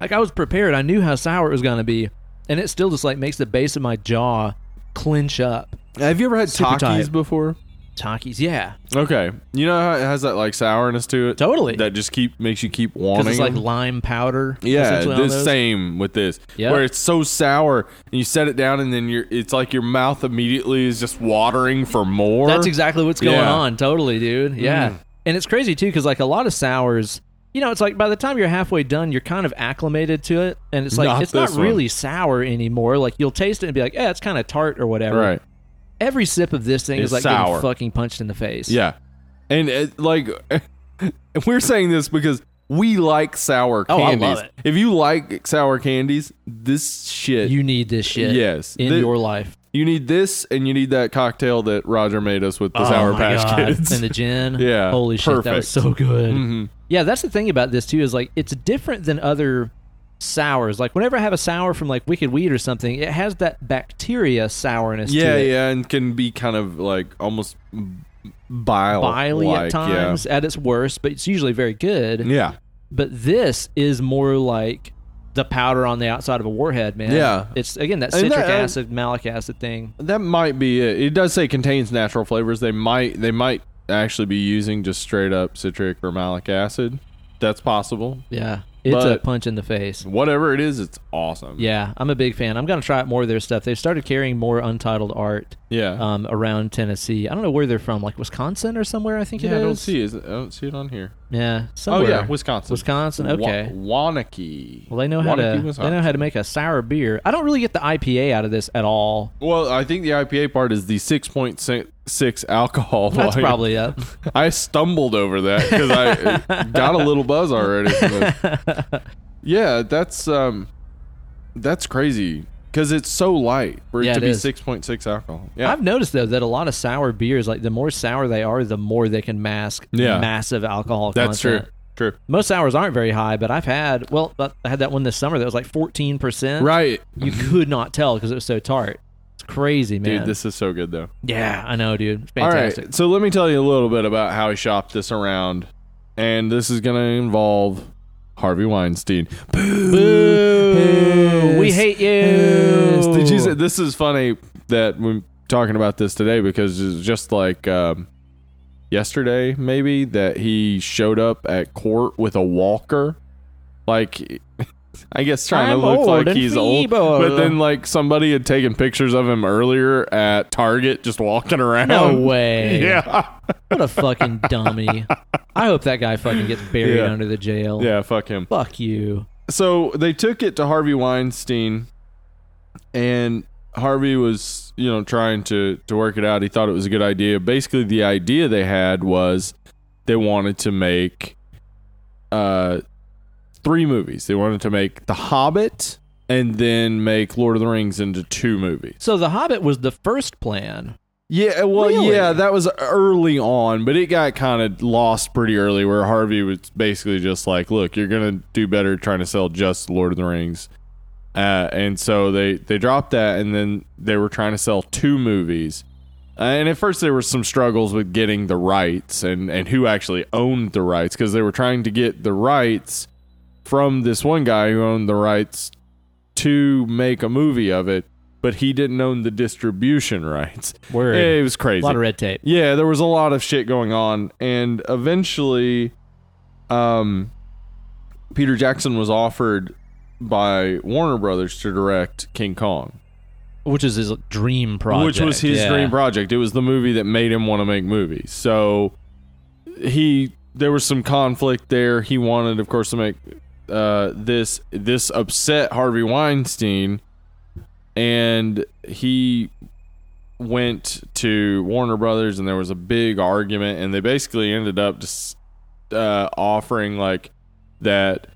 Like I was prepared. I knew how sour it was going to be, and it still just like makes the base of my jaw clench up. Have you ever had Super Takis tight. before? Takis, yeah. Okay, you know how it has that like sourness to it. Totally. That just keep makes you keep wanting. Cuz it's like them? lime powder Yeah, essentially on the those. same with this. Yeah. Where it's so sour and you set it down and then you're it's like your mouth immediately is just watering for more. That's exactly what's going Yeah. on. Totally, dude. Yeah. Mm. And it's crazy too, because like a lot of sours, you know, it's like by the time you're halfway done, you're kind of acclimated to it, and it's like Not it's not this one. really sour anymore. Like you'll taste it and be like, yeah, it's kind of tart or whatever. right. Every sip of this thing It's is like sour. getting fucking punched in the face. Yeah. And it, like, [laughs] we're saying this because we like sour Oh, I love candies. it. If you like sour candies, this shit. You need this shit. Yes. In The- your life. you need this and you need that cocktail that Roger made us with the Sour Oh my Patch God. Kids. And the gin. [laughs] Yeah, Holy shit, that was perfect. Mm-hmm. so good. Yeah, that's the thing about this too, is like it's different than other sours. Like whenever I have a sour from like Wicked Weed or something, it has that bacteria sourness [laughs] yeah, to it. yeah, and can be kind of like almost bile. Biley at like, times at its worst, but it's usually very good. Yeah. yeah. But this is more like the powder on the outside of a warhead, man. Yeah. It's again that And citric that- acid, malic acid thing. That might be it. It does say contains natural flavors. They might they might actually be using just straight up citric or malic acid. That's possible. Yeah. It's a But- punch in the face. Whatever it is, it's awesome. Yeah, I'm a big fan. I'm gonna try out more of their stuff. They've started carrying more untitled art Yeah. um, around Tennessee. I don't know where they're from, like Wisconsin or somewhere. I think yeah, it I is. don't see it. I don't see it on here. Yeah, somewhere. Oh yeah, Wisconsin. Wisconsin. Okay. Wa- Wanakee. well, they know how Wanakee, to. They Wisconsin. know how to make a sour beer. I don't really get the IPA out of this at all. Well, I think the IPA part is the 6.6 alcohol. [laughs] That's volume. probably up. I stumbled over that because I [laughs] got a little buzz already. From this. Yeah, that's um, that's crazy because it's so light for it Yeah, to it be is. six point six alcohol. Yeah, I've noticed though that a lot of sour beers, like the more sour they are, the more they can mask Yeah. massive alcohol that's true. content. True. Most sours aren't very high, but I've had well, but I had that one this summer that was like fourteen percent. Right, You could not tell because it was so tart. It's crazy, man. dude. This is so good though. yeah, I know, dude. It's fantastic. All right, so let me tell you a little bit about how he shopped this around, and this is going to involve Harvey Weinstein. Boo! We hate you. Yes. Did you say this is funny that we're talking about this today because it's just like um, yesterday, maybe that he showed up at court with a walker, like. [laughs] I guess trying I'm to look old like and he's old, feeble. but then like somebody had taken pictures of him earlier at Target, just walking around. [laughs] No way. Yeah, What a [laughs] fucking dummy. I hope that guy fucking gets buried Yeah. under the jail. yeah, fuck him. Fuck you. so they took it to Harvey Weinstein, and Harvey was, you know, trying to to work it out. He thought it was a good idea. Basically, the idea they had was they wanted to make uh three movies. They wanted to make The Hobbit and then make Lord of the Rings into two movies. So The Hobbit was the first plan. Yeah, uh, well, Really? yeah, that was early on, but it got kind of lost pretty early where Harvey was basically just like, look, you're going to do better trying to sell just Lord of the Rings. Uh, and so they, they dropped that, and then they were trying to sell two movies. Uh, and at first, there were some struggles with getting the rights and, and who actually owned the rights because they were trying to get the rights from this one guy who owned the rights to make a movie of it, but he didn't own the distribution [laughs] rights. Word. Yeah, it was A crazy. lot of red tape. yeah, there was a lot of shit going on, and eventually, um, Peter Jackson was offered by Warner Brothers to direct King Kong, Which is his dream project. which was his Yeah. dream project. It was the movie that made him want to make movies. So he there was some conflict there. He wanted, of course, to make uh, this this upset Harvey Weinstein, and he went to Warner Brothers, and there was a big argument, and they basically ended up just uh, offering like that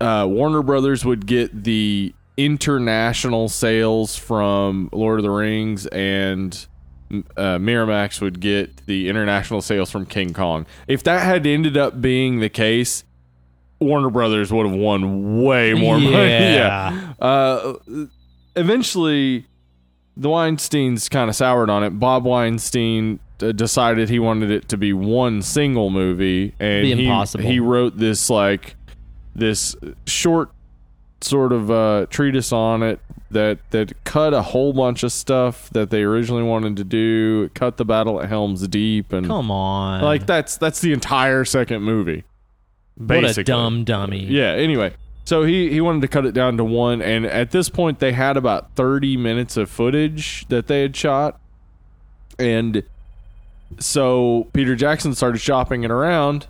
uh, Warner Brothers would get the international sales from Lord of the Rings and uh, Miramax would get the international sales from King Kong. If that had ended up being the case, Warner Brothers would have won way more money. [laughs] Yeah. Uh, eventually, the Weinsteins kind of soured on it. Bob Weinstein uh, decided he wanted it to be one single movie, and Be he- impossible. He, wrote this like this short sort of uh, treatise on it that that cut a whole bunch of stuff that they originally wanted to do. It cut the battle at Helm's Deep, and Come on. like that's that's the entire second movie. what basically. a dumb dummy. Yeah. Anyway, so he he wanted to cut it down to one, and at this point they had about thirty minutes of footage that they had shot, and so Peter Jackson started shopping it around,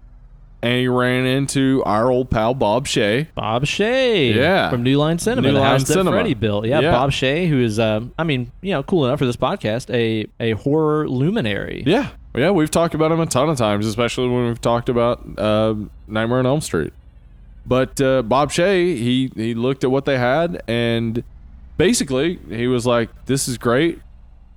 and he ran into our old pal Bob Shea. Bob Shea, Yeah. from New Line Cinema, New the Line house that Cinema. Freddy built. Yeah, Yeah. Bob Shea, who is, um, I mean, you know, cool enough for this podcast, a a horror luminary. Yeah, yeah, we've talked about him a ton of times, especially when we've talked about uh, Nightmare on Elm Street. But uh, Bob Shea, he he looked at what they had, and basically he was like, "This is great.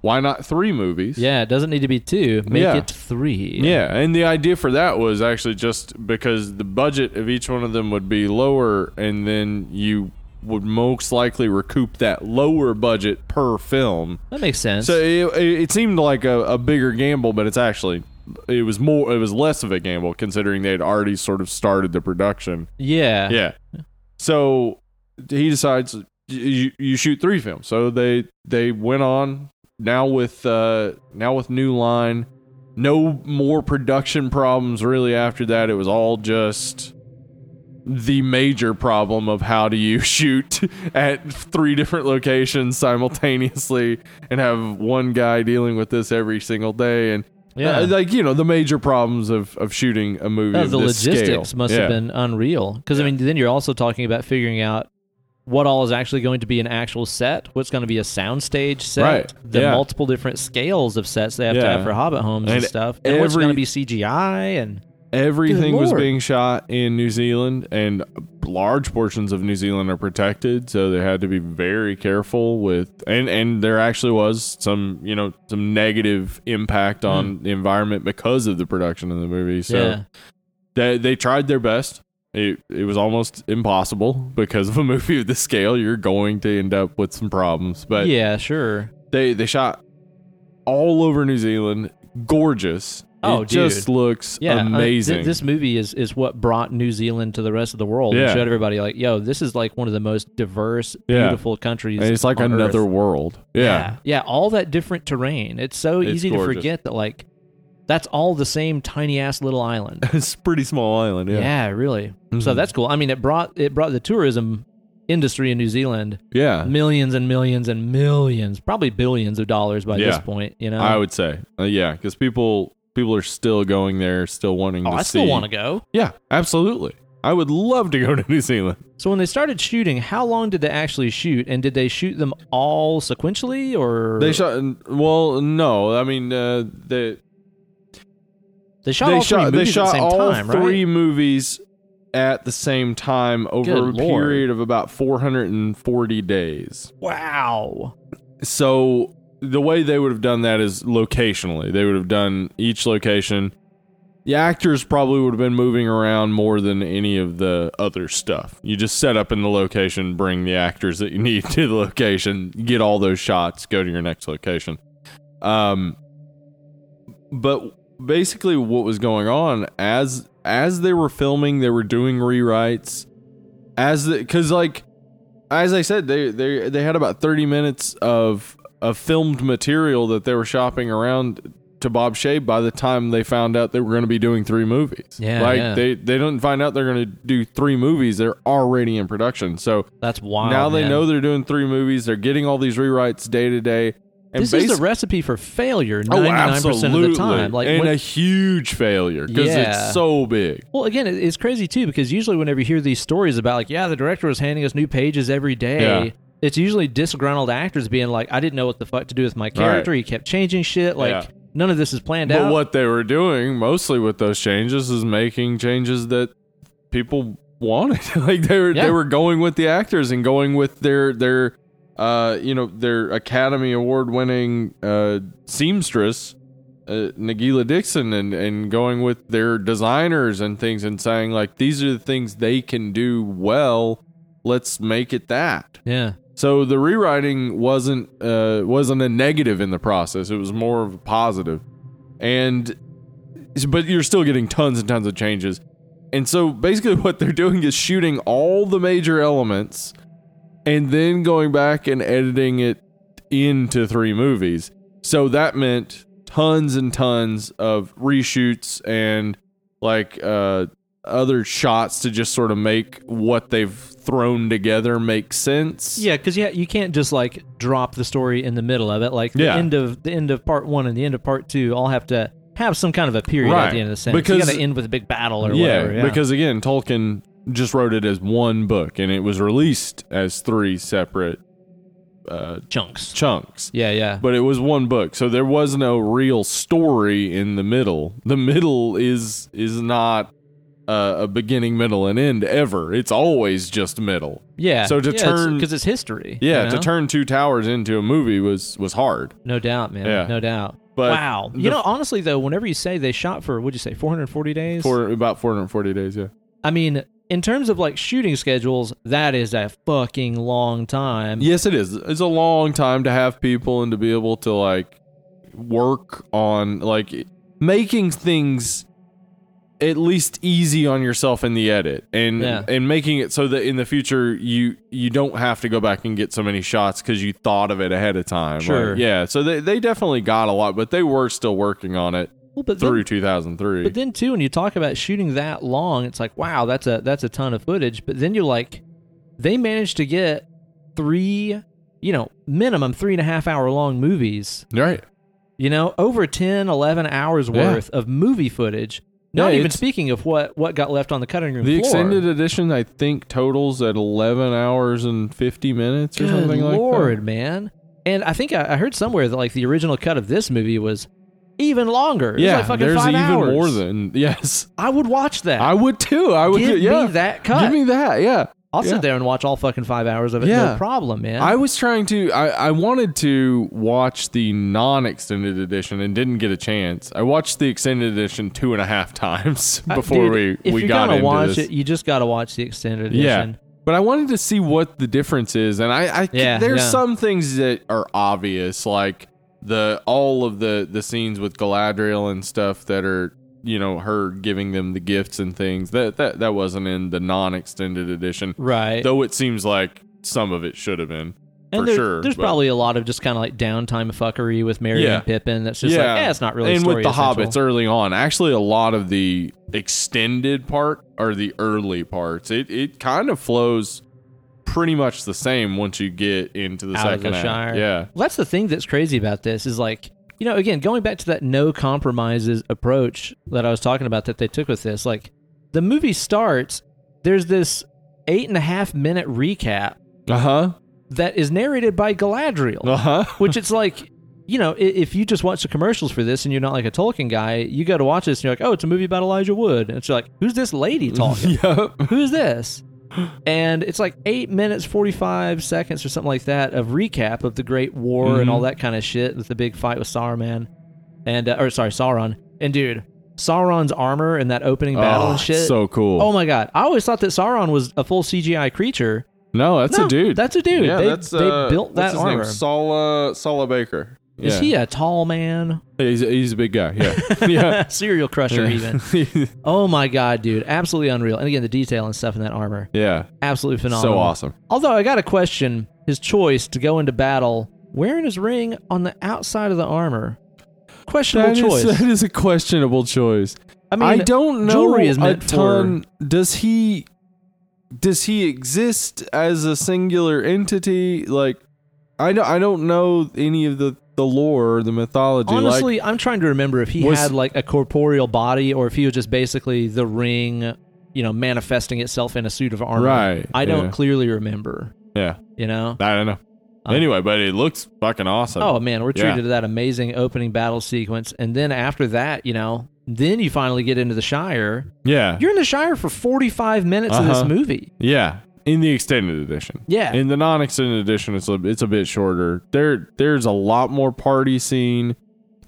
Why not three movies?" Yeah, it doesn't need to be two. Make Yeah. it three. Yeah, and the idea for that was actually just because the budget of each one of them would be lower, and then you would most likely recoup that lower budget per film. that makes sense. So it, it it seemed like a, a bigger gamble, but it's actually it was more it was less of a gamble considering they had already sort of started the production. yeah, Yeah. So he decides y- you, you shoot three films. So they they went on now with uh now with New Line. No more production problems really after that. It was all just the major problem of how do you [laughs] shoot at three different locations simultaneously and have one guy dealing with this every single day and Yeah. uh, like you know the major problems of of shooting a movie Oh, of the this logistics scale. must Yeah. have been unreal. Because I mean, then you're also talking about figuring out what all is actually going to be an actual set, what's going to be a soundstage set, Right. the Yeah. multiple different scales of sets they have to Yeah. have for Hobbit homes and, And stuff, and what's every- going to be CGI and Everything was lord. being shot in New Zealand, and large portions of New Zealand are protected, so they had to be very careful with. And and there actually was some, you know, some negative impact on the environment because of the production of the movie. So Hmm. yeah, they they tried their best. It it was almost impossible because of a [laughs] movie of this scale, you're going to end up with some problems. But yeah, sure. they they shot all over New Zealand, gorgeous. Oh, it just dude. looks Yeah, I mean, thi- amazing. this movie is is what brought New Zealand to the rest of the world. and Yeah. showed everybody like, yo, this is like one of the most diverse, Yeah. beautiful countries. And it's like on another Earth. world. Yeah. yeah, yeah, all that different terrain. It's so It's easy to gorgeous. forget that like that's all the same tiny ass little island. [laughs] it's a pretty small island. Yeah, Yeah. really. So Mhm. that's cool. I mean, it brought it brought the tourism industry in New Zealand Yeah. millions and millions and millions, probably billions of dollars by this Yeah. point. You know, I would say. Uh, yeah. Because people people are still going there, still wanting oh, to I see. still want to go. Yeah. Absolutely. I would love to [laughs] go to New Zealand. So when they started shooting, how long did they actually shoot, and did they shoot them all sequentially, or They shot. Well, no. I mean, uh, they they shot they all shot three they movies at the shot same all time, three right? movies at the same time over Good a lord. period of about 440 days. Wow. So the way they would have done that is locationally. They would have done each location. The actors probably would have been moving around more than any of the other stuff. You just set up in the location, bring the actors that you need [laughs] to the location, get all those shots, go to your next location. Um but basically what was going on as as they were filming, they were doing rewrites as the cuz like as I said, they they they had about thirty minutes of of filmed material that they were shopping around to Bob Shea by the time they found out they were going to be doing three movies. Yeah, like yeah. they they didn't find out they're going to do three movies. They're already in production. So That's wild. now they man. know they're doing three movies. They're getting all these rewrites day to day. And this is basi- the recipe for failure Oh, ninety nine percent of the absolutely. time. Like and when- a huge failure because Yeah. it's so big. Well, again, it- it's crazy too because usually whenever you hear these stories about like, yeah, the director was handing us new pages every day, Yeah. it's usually disgruntled actors being like, I didn't know what the fuck to do with my character. He kept changing shit. Like Yeah. none of this is planned But out. what they were doing mostly with those changes is making changes that people wanted. [laughs] like they were Yeah. they were going with the actors and going with their their uh you know their Academy Award winning uh seamstress uh, Nagila Dixon and and going with their designers and things and saying like these are the things they can do well. Let's make it that. Yeah. So the rewriting wasn't uh, wasn't a negative in the process. It was more of a positive, and but you're still getting tons and tons of changes. And so basically, [laughs] what they're doing is shooting all the major elements, and then going back and editing it into three movies. So that meant tons and tons of reshoots and like uh, other shots to just sort of make what they've thrown together make sense. Yeah, because yeah, you can't just like drop the story in the middle of it. Like the Yeah. end of the end of part one and the end of part two all have to have some kind of a period at Right. the end of the sentence. you Because- got to end with a big battle or yeah, whatever. Yeah, because again, Tolkien just wrote it as one book, and it was released as three separate uh, chunks. chunks. Yeah, yeah. But it was one book, so there was no real story in the middle. The middle is is not uh, a beginning, middle, and end ever. It's always just middle. yeah. so to turn- because it's, history. Yeah, you to know? turn two towers into a movie was was hard. No doubt, man. Yeah. No doubt. But wow. the- You know, honestly though, whenever you say they shot for what'd you say, 440 days? For about 440 days, yeah. I mean, in terms of like shooting schedules, that is a fucking long time. Yes, it is. It's a long time to have people and to be able to like work on like making things at least easy on yourself in the edit and Yeah. and making it so that in the future you you don't have to go back and get so many shots because you thought of it ahead of time. Sure. Or- yeah. So they, they definitely got a lot, but they were still working on it Well, but then- through 2003. But then too, when you talk about shooting that long, it's like wow, that's a that's a ton of footage. But then you're like, they managed to get three, you know, minimum three and a half hour long movies. right. You know, over 10, 11 hours Yeah. worth of movie footage. Not Yeah, even it's- speaking of what what got left on the cutting room The floor. extended edition, I think, totals at 11 hours and 50 minutes or Good something like lord, that. man! And I think I, I heard somewhere that like the original cut of this movie was even longer. It was, yeah, like fucking there's five even hours. more than [laughs] yes. I would watch that. I would too. I would. Give do- yeah, me that cut. Give me that. Yeah. I'll Yeah. sit there and watch all fucking five hours of it. No Yeah. problem, man. I was trying to. I, I wanted to watch the non-extended edition and didn't get a chance. I watched the extended edition two and a half [laughs] times I- before Uh, dude, we if we you're got gonna into watch this. it, you just gotta watch the extended Yeah. edition. But I wanted to see what the difference is, and I, I Yeah, there's yeah. some things that are obvious, like the all of the the scenes with Galadriel and stuff that are you know her giving them the gifts and things that that that wasn't in the non-extended edition, Right. though it seems like some of it should have been and for there- sure. There's but- probably a lot of just kind of like downtime fuckery with Mary Yeah. and Pippin. That's just like, yeah, it's not really. And story with the essential. hobbits early on, actually, a lot of the extended part or the early parts, it it kind of flows pretty much the same once you get into the out of second the act. Shire. Yeah, Well, that's the thing that's crazy about this is like, you know, again, going back to that no compromises approach that I was talking about that they took with this, like the movie starts, there's this eight and a half minute recap uh that is narrated by [laughs] Galadriel. huh, uh huh. which it's like you know i- if you just watch the commercials for this and you're not like a tolkien guy you go to watch this and you're like oh it's a movie about elijah wood and it's like who's this lady talking [laughs] yep. who's this and it's like eight minutes 45 seconds or something like that of recap of the great war and Mhm. all that kind of shit with the big fight with sauron and uh, or sorry sauron and dude sauron's armor and that opening battle Oh, and shit so cool. oh my god i always thought that sauron was a full cgi creature no, that's No, a dude. that's a dude Yeah, they, that's they uh, built what's that his armor Name? Sala Sala Baker. is yeah. he a tall man He's, he's a big guy. Yeah, [laughs] [laughs] yeah. serial crusher [laughs] even even. oh my god dude absolutely unreal and again the detail and stuff in that armor yeah. absolutely phenomenal So awesome. although i got a question his choice to go into battle wearing his ring on the outside of the armor questionable That is- choice that is a questionable choice. i mean I don't know jewelry is a meant ton. Does he does he exist as a singular entity? Like I don't I don't know any of the the lore or the mythology. like, honestly i'm trying to remember if he Was- had like a corporeal body or if he was just basically the ring you know manifesting itself in a suit of armor Right, i don't yeah. clearly remember yeah, you know I don't know. Um, anyway, but it looks fucking awesome. Oh man, we're treated Yeah. to that amazing opening battle sequence, and then after that, you know, then you finally get into the Shire. yeah, You're in the Shire for 45 minutes of this Uh-huh. movie. yeah. In the extended edition, Yeah. In the non-extended edition, it's a it's a bit shorter. There there's a lot more party scene,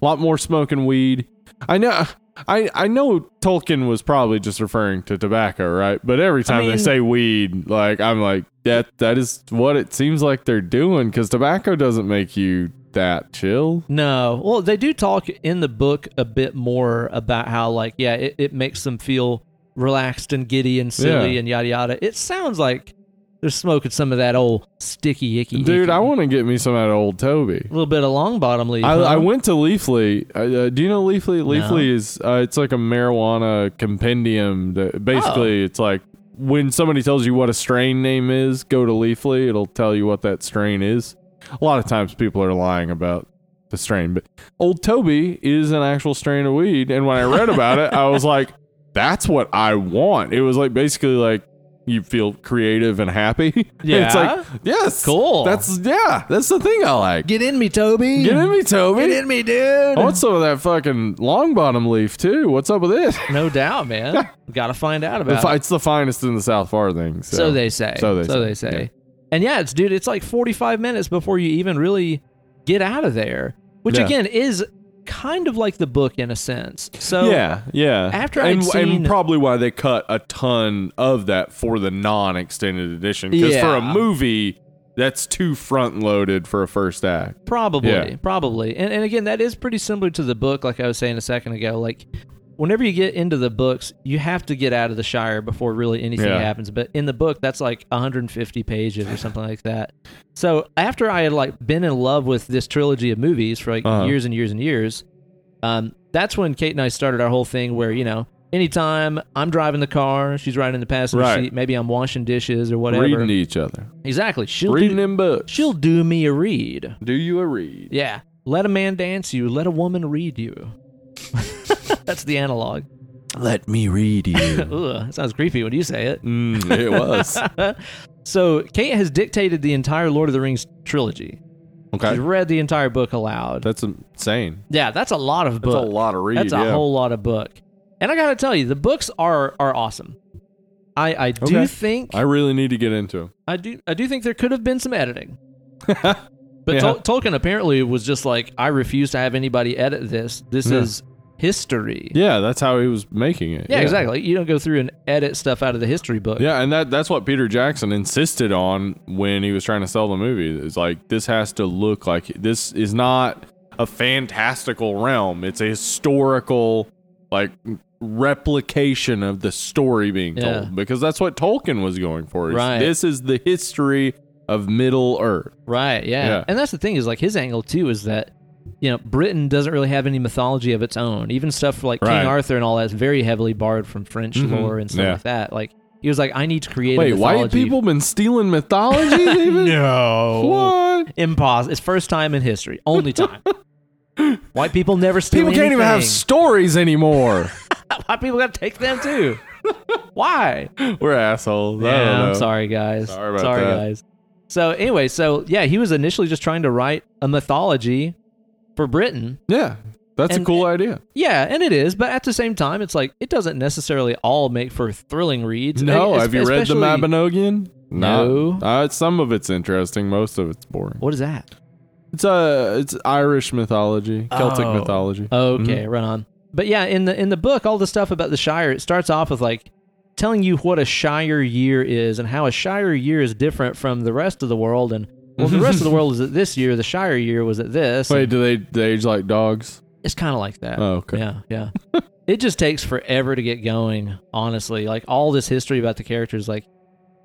a lot more smoking weed. I know I I know Tolkien was probably just referring to tobacco, right? But every time mean- they say weed, like I'm like that that is what it seems like they're doing because tobacco doesn't make you that chill. No, well, they do talk in the book a bit more about how, like, yeah, it, it makes them feel relaxed and giddy and silly Yeah. and yada yada. It sounds like they're smoking some of that old sticky icky. Dude, icky. I want to get me some out of old Toby. a little bit of long bottom leaf. I, huh? I went to Leafly. Uh, uh, do you know Leafly? Leafly is uh, it's like a marijuana compendium. That basically, Oh. it's like when somebody tells you what a strain name is, go to Leafly. It'll tell you what that strain is. A lot of times, people are lying about the strain, but Old Toby is an actual strain of weed. And when I read about it, I was like, [laughs] that's what I want. It was like basically like you feel creative and happy. [laughs] it's Yeah? like, yes. Cool. That's, yeah, that's the thing I like. Get in me, Toby. Get in me, Toby. Get in me, dude. I want some of that fucking long bottom leaf too. What's up with it? No doubt, [laughs] man. Got to find out The about. fi- it. It's the finest in the South Farthing. So, So they say. So they say, yeah. And yeah, it's dude. It's like forty-five minutes before you even really get out of there, which Yeah. again is kind of like the book in a sense. So Yeah, yeah. After I'd and, seen- and probably why they cut a ton of that for the non-extended edition because for a Yeah. movie that's too front-loaded for a first act. Probably, Yeah. probably. And, and again, that is pretty similar to the book, like I was saying a second ago. Like, whenever you get into the books, you have to get out of the Shire before really anything Yeah. happens. But in the book, that's like 150 pages or something like that. So after I had like been in love with this trilogy of movies for like Uh-huh. years and years and years, um, that's when Kate and I started our whole thing where you know. Anytime I'm driving the car, she's riding in the passenger Right. seat. Maybe I'm washing dishes or whatever. Reading to each other, Exactly. She'll reading do, in books. she'll do me a read. do you [laughs] a read? Yeah. Let a man dance you, let a woman read you. That's the analog. Let me read [laughs] you. Ugh, that sounds creepy when you say it. mm, it [laughs] was So, Kate has dictated the entire Lord of the Rings trilogy. She's okay. read the entire book aloud. That's insane. yeah, that's a lot of That's book. a lot of read. That's a yeah. whole lot of book. And I got to tell you, the books are are awesome. I I do Okay. think I really need to get into I do I do think there could have been some [laughs] editing. them. But Yeah. Tol- Tolkien apparently was just like I refuse to have anybody edit this. This Yeah. is history. yeah, that's how he was making it. Yeah, exactly. You don't go through and edit stuff out of the history book. Yeah, and that that's what Peter Jackson insisted on when he was trying to sell the movie. It's like this has to look like this is not a fantastical realm. It's a historical like replication of the story being told Yeah. because that's what Tolkien was going for. is Right. This is the history of Middle Earth. Right. Yeah. Yeah. And that's the thing is like his angle too is that you know Britain doesn't really have any mythology of its own. Even stuff like Right. King Arthur and all that's very heavily borrowed from French Mhm. lore and stuff Yeah. like that. Like he was like, I need to create Wait, a white mythology. people been [laughs] stealing mythologies even? no. What? Impos. It's first time in history. Only time. [laughs] white people never steal People can't even have anything. stories anymore. [laughs] [laughs] White people gotta take them too. Why? We're assholes. I don't Yeah, know. I'm sorry, guys. Sorry about that. guys. So anyway, so yeah, he was initially just trying to write a mythology for Britain. Yeah. That's a And- cool idea. Yeah, and it is, but at the same time, it's like it doesn't necessarily all make for thrilling reads. No, Es- have you read the especially- Mabinogion? No. Uh, some of it's interesting. Most of it's boring. What is that? It's uh, it's Irish mythology, Celtic Oh. mythology. Okay, Mm-hmm. run on. But yeah, in the in the book, all the stuff about the Shire, it starts off with like telling you what a Shire year is and how a Shire year is different from the rest of the world. And well, the rest of the world is at this year. The Shire year was at this. Wait, do they, they age like dogs? It's kind of like that. Oh, okay. Yeah, yeah. [laughs] it just takes forever to get going, honestly. Like all this history about the characters, like,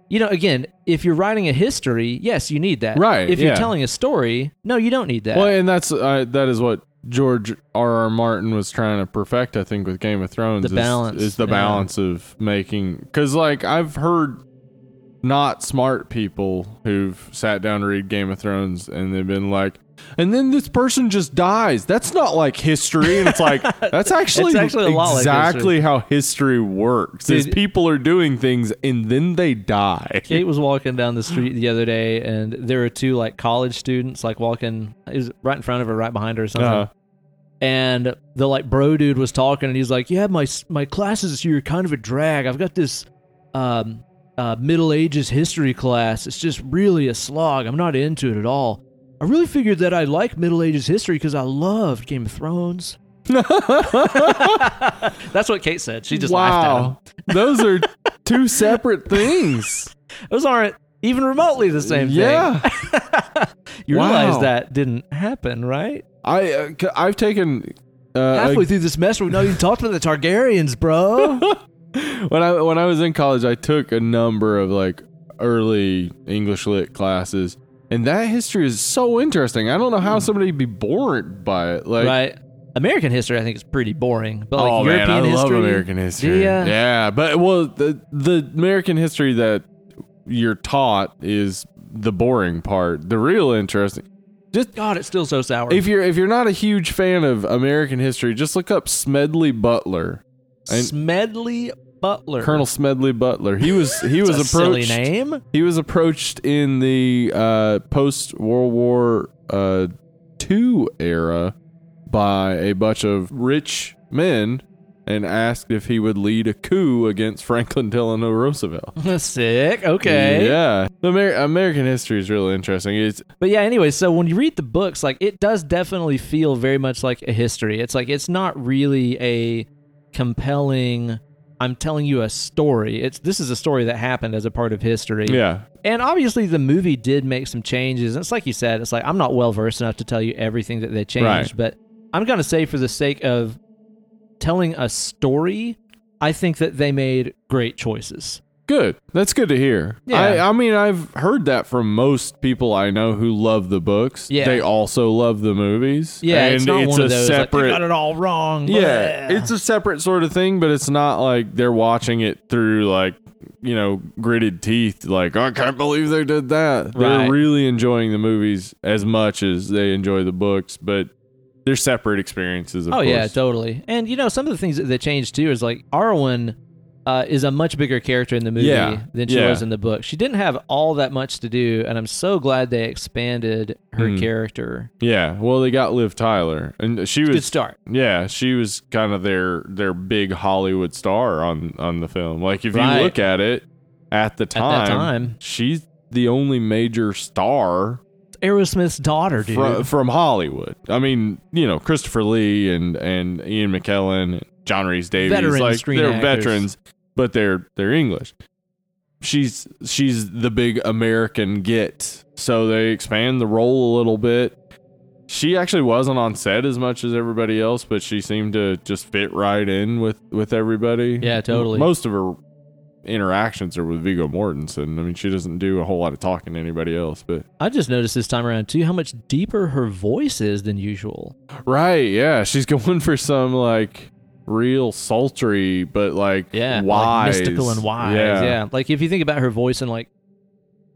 you know, again, if you're writing a history, yes, you need that. Right, If yeah. you're telling a story, no, you don't need that. Well, and that's uh, that is what George R. R. Martin was trying to perfect, I think, with Game of Thrones. The is, balance, is the yeah. balance of making because, like, I've heard not smart people who've sat down to read Game of Thrones and they've been like, and then this person just dies. That's not like history, and [laughs] it's like that's actually, It's actually a lot like exactly how history works. is Dude. people are doing things and then they die. Kate was walking down the street the other day, and there were two like college students like walking. It was right in front of her, right behind her, or something. Uh, and the like bro dude was talking and he's like yeah my my classes this year are kind of a drag i've got this um uh, middle ages history class it's just really a slog i'm not into it at all i really figured that i like middle ages history because i loved game of thrones [laughs] that's what kate said she just laughed Uh, wow, those are two separate things. at him those aren't even remotely the same thing [laughs] Yeah. you Wow. realize that didn't happen right I uh, c- I've taken uh, halfway through this mess we've not even talked about the targaryens [laughs] bro when I when I was in college, I took a number of like early English lit classes, and that history is so interesting. I don't know how somebody would be bored by it. Like, Hmm. right? American history, I think, is pretty boring. But like oh European man, I history, uh, love American history. ya? Yeah, but well, the the American history that you're taught is the boring part. The real interesting. Just God, it's still so sour. If you're if you're not a huge fan of American history, just look up Smedley Butler, and- Smedley Butler, Colonel Smedley Butler. He was he It's was a silly approached. name. He was approached in the uh, post World War uh, II era by a bunch of rich men and asked if he would lead a coup against Franklin Delano Roosevelt. [laughs] Sick. Okay. Yeah. The Amer- American history is really interesting. It's But yeah, anyway, so when you read the books, like it does definitely feel very much like a history. It's like it's not really a compelling I'm telling you a story. It's this is a story that happened as a part of history. yeah. And obviously the movie did make some changes. It's like you said, it's like I'm not well versed enough to tell you everything that they changed, Right. but I'm going to say for the sake of telling a story, I think that they made great choices. Good. That's good to hear. Yeah. I, I mean, I've heard that from most people I know who love the books. Yeah. They also love the movies. Yeah, and it's not one a of those like, separate. you got it all wrong. yeah, Blah. it's a separate sort of thing, but it's not like they're watching it through like you know gritted teeth. Like I can't believe they did that. Right. They're really enjoying the movies as much as they enjoy the books, but they're separate experiences. Of oh course. yeah, totally. And you know, some of the things that they changed too is like Arwen uh, is a much bigger character in the movie Yeah, than she yeah. was in the book. She didn't have all that much to do, and I'm so glad they expanded her Mm. character. yeah. Well, they got Liv Tyler, and she Good was start. Yeah, she was kind of their their big Hollywood star on on the film. Like if Right. you look at it at the time, time. she's the only major star Aerosmith's daughter, dude. from, from Hollywood. I mean, you know, Christopher Lee and and Ian McKellen, John Reese Davies, Veteran like screen they're actors. veterans, but they're they're English. She's she's the big American get, so they expand the role a little bit. She actually wasn't on set as much as everybody else, but she seemed to just fit right in with with everybody. Yeah, totally. Most of her interactions are with Vigo Mortensen. I mean, she doesn't do a whole lot of talking to anybody else, but I just noticed this time around too how much deeper her voice is than usual. Right, yeah. She's [laughs] going for some like real sultry but like Yeah, wise. like mystical and wise. Yeah. like if you think about her voice in like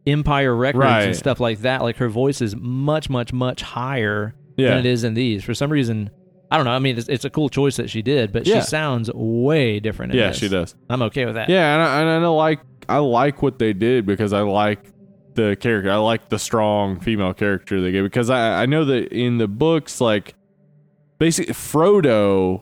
Empire Records Right. and stuff like that, like her voice is much, much, much higher Yeah. than it is in these. For some reason, I don't know. I mean, it's, it's a cool choice that she did, but Yeah. she sounds way different. In Yeah, this. she does. I'm okay with that. Yeah, and I, and I like I like what they did because I like the character. I like the strong female character they gave because I I know that in the books like basically Frodo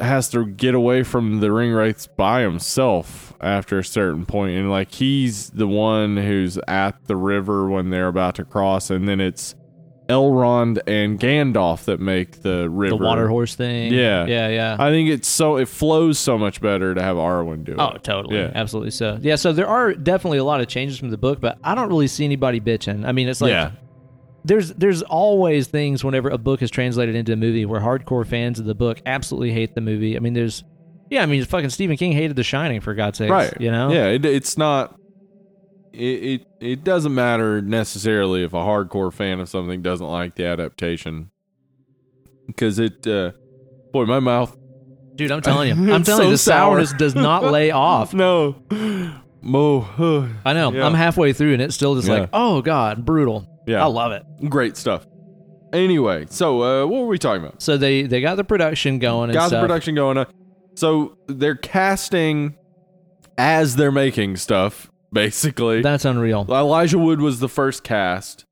has to get away from the ring rates by himself after a certain point and like he's the one who's at the river when they're about to cross and then it's Elrond and Gandalf that make the the river water horse thing. Yeah. yeah, yeah. I think it's so it flows so much better to have Arwen do it. Oh, totally. Yeah. Absolutely. So, yeah, so there are definitely a lot of changes from the book, but I don't really see anybody bitching. I mean, it's like yeah. there's there's always things whenever a book is translated into a movie where hardcore fans of the book absolutely hate the movie. I mean, there's yeah, I mean, fucking Stephen King hated The Shining for God's sake, right You know, yeah it, it's not it, it it doesn't matter necessarily if a hardcore fan of something doesn't like the adaptation because it uh boy my mouth [laughs] dude, I'm telling you, I'm It's telling you, so the sour. sourness does [laughs] not lay off. no mo huh. I know, Yeah. I'm halfway through and it's still just Yeah. like, oh god, brutal. yeah I love it. great stuff anyway so uh what were we talking about So they they got the production going and got the stuff. production going on so they're casting as they're making stuff basically That's unreal. Elijah Wood was the first cast.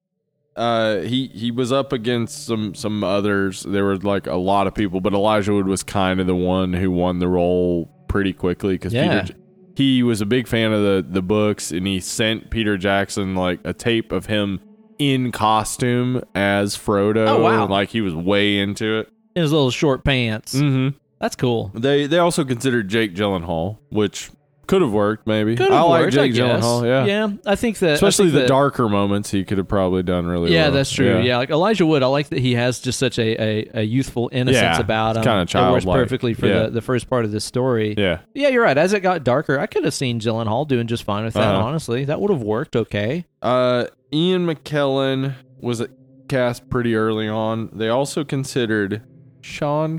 Uh, he he was up against some some others. There were like a lot of people, but Elijah Wood was kind of the one who won the role pretty quickly because Yeah. Peter, J- he was a big fan of the the books, and he sent Peter Jackson like a tape of him in costume as Frodo. Oh, wow. And, like he was way into it. In his little short pants. Mm-hmm. That's cool. They they also considered Jake Gyllenhaal, which could have worked maybe. Could I have like worked, I Jake guess. Gyllenhaal. Yeah. yeah. I think that I especially think the that- darker moments he could have probably done really Yeah, well. that's true. Yeah. like Elijah Wood, I like that he has just such a, a, a youthful innocence Yeah, about him. it's kinda It works childlike. perfectly for Yeah. the, the first part of this story. yeah Yeah, you're right. As it got darker, I could have seen Gyllenhaal doing just fine with that. Uh-huh. Honestly, that would have worked okay. uh ian mckellen was cast pretty early on they also considered sean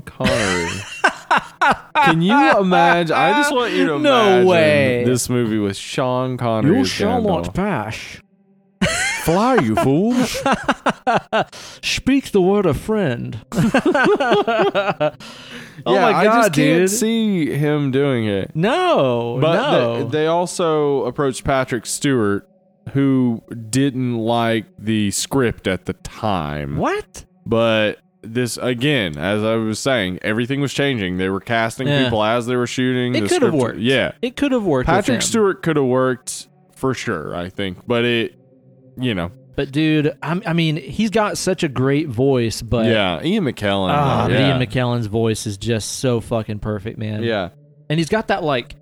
[laughs] connery can you imagine i just want you to No imagine way. this movie with sean connery as Gandalf. pass. fly, you [laughs] fools. Speak the word of friend. oh yeah, my god, I just dude! can't see him doing it. no, But no. they, they also approached Patrick Stewart, who didn't like the script at the time. what? But this again, as I was saying, everything was changing. They were casting Yeah. people as they were shooting. It The could have script- worked. Yeah, It could have worked. with them. Patrick Stewart could have worked for sure. I think, but it, you know, But dude, I'm, I mean, he's got such a great voice, but yeah, Ian McKellen. Ah, but yeah. Ian McKellen's voice is just so fucking perfect, man. Yeah, And he's got that like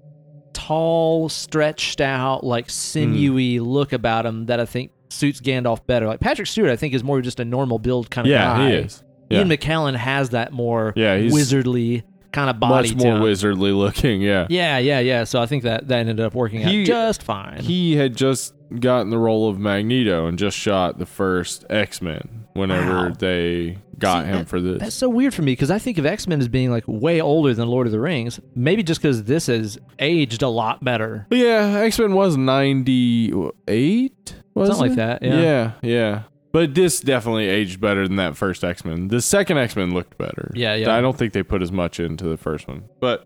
tall, stretched out, like sinewy Hmm. look about him that I think suits Gandalf better. Like Patrick Stewart, I think is more just a normal build kind of yeah, guy. he is. Yeah. Ian McKellen has that more Yeah, he's wizardly kind of body Much more to him. wizardly looking. Yeah. Yeah, yeah, yeah. So I think that that ended up working He- out just fine. he had just gotten the role of Magneto and just shot the first X Men whenever Wow. they got See, him that- for this. That's so weird for me because I think of X Men as being like way older than Lord of the Rings. Maybe just because this has aged a lot better. But yeah, X Men was ninety eight, Something like that, yeah. yeah, yeah. But this definitely aged better than that first X Men. The second X Men looked better. Yeah, yeah. I don't think they put as much into the first one. But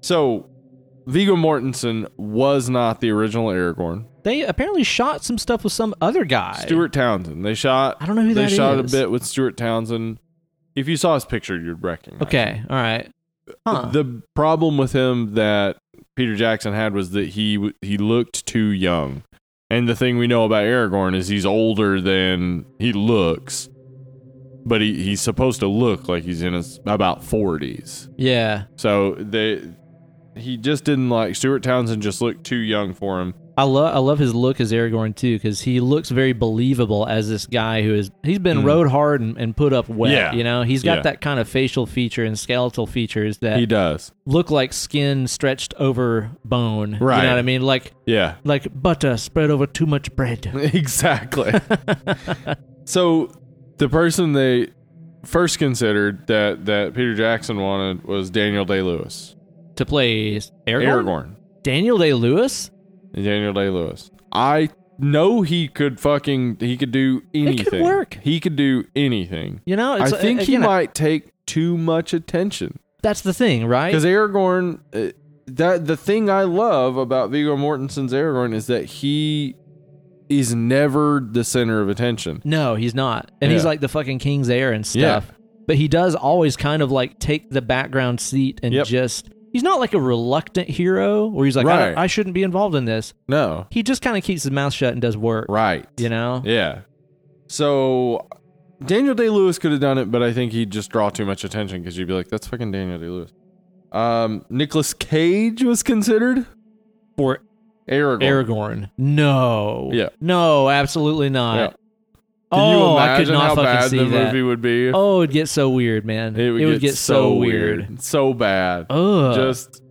so Viggo Mortensen was not the original Aragorn. They apparently shot some stuff with some other guy. Stuart Townsend. They shot. I don't know who they that shot is. a bit with Stuart Townsend. If you saw his picture, you'd recognize. Okay, all right. Huh. The problem with him that Peter Jackson had was that he w- he looked too young. And the thing we know about Aragorn is he's older than he looks. But he, he's supposed to look like he's in his about 40s. yeah, So they he just didn't like Stuart Townsend just looked too young for him. I love I love his look as Aragorn too because he looks very believable as this guy who is he's been Mm. rode hard and, and put up well. Yeah. You know, he's got Yeah. that kind of facial feature and skeletal features that He does. look like skin stretched over bone. You Right. know what I mean? Like Yeah. like butter spread over too much bread. [laughs] Exactly. so the person they first considered that that Peter Jackson wanted was Daniel Day Lewis. to play Aragorn? Aragorn. Daniel Day Lewis? Daniel Day Lewis. I know he could fucking he could do anything. work. He could do anything. You know, it's, I think he again, might take too much attention That's the thing, right? because Aragorn. Uh, that the thing I love about Viggo Mortensen's Aragorn is that he is never the center of attention. No, he's not. And he's Yeah. like the fucking king's heir and stuff. But he does always kind of like take the background seat and Yep. just. He's not like a reluctant hero where he's like, I, don't- Right. I shouldn't be involved in this. No, He just kind of keeps his mouth shut and does work, right? you know? Yeah. So Daniel Day Lewis could have done it, but I think he'd just draw too much attention because you'd be like, "That's fucking Daniel Day Lewis." Um, Nicholas Cage was considered For Aragorn. Aragorn. No. Yeah. No, absolutely not. Yeah. Can Can you Oh, I imagine could not how fucking bad see the that. movie would be? if Oh, it'd get so weird, man. it would, get, so weird, so bad. Ugh. Just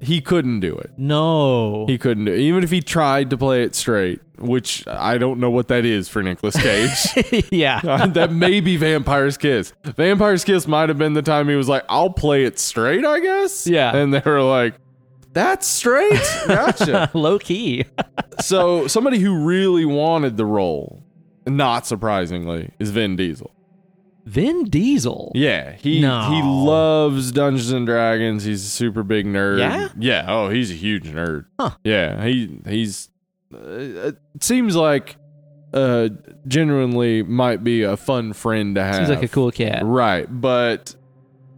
he couldn't do it. no. He couldn't do it. even if he tried to play it straight, which I don't know what that is for Nicolas [laughs] Cage. [laughs] yeah. Uh, [laughs] that may be Vampire's Kiss. Vampire's Kiss might have been the time he was like, I'll play it straight, I guess. Yeah. And they were like, that's straight? [laughs] Gotcha. [laughs] Low key. so somebody who really wanted the role, not surprisingly, is Vin Diesel. Vin Diesel. Yeah. He No. he loves Dungeons and Dragons. He's a super big nerd. Yeah? Yeah. Oh, he's a huge nerd. Huh. Yeah. He he's uh, it seems like uh genuinely might be a fun friend to have. Seems like a cool cat. Right, but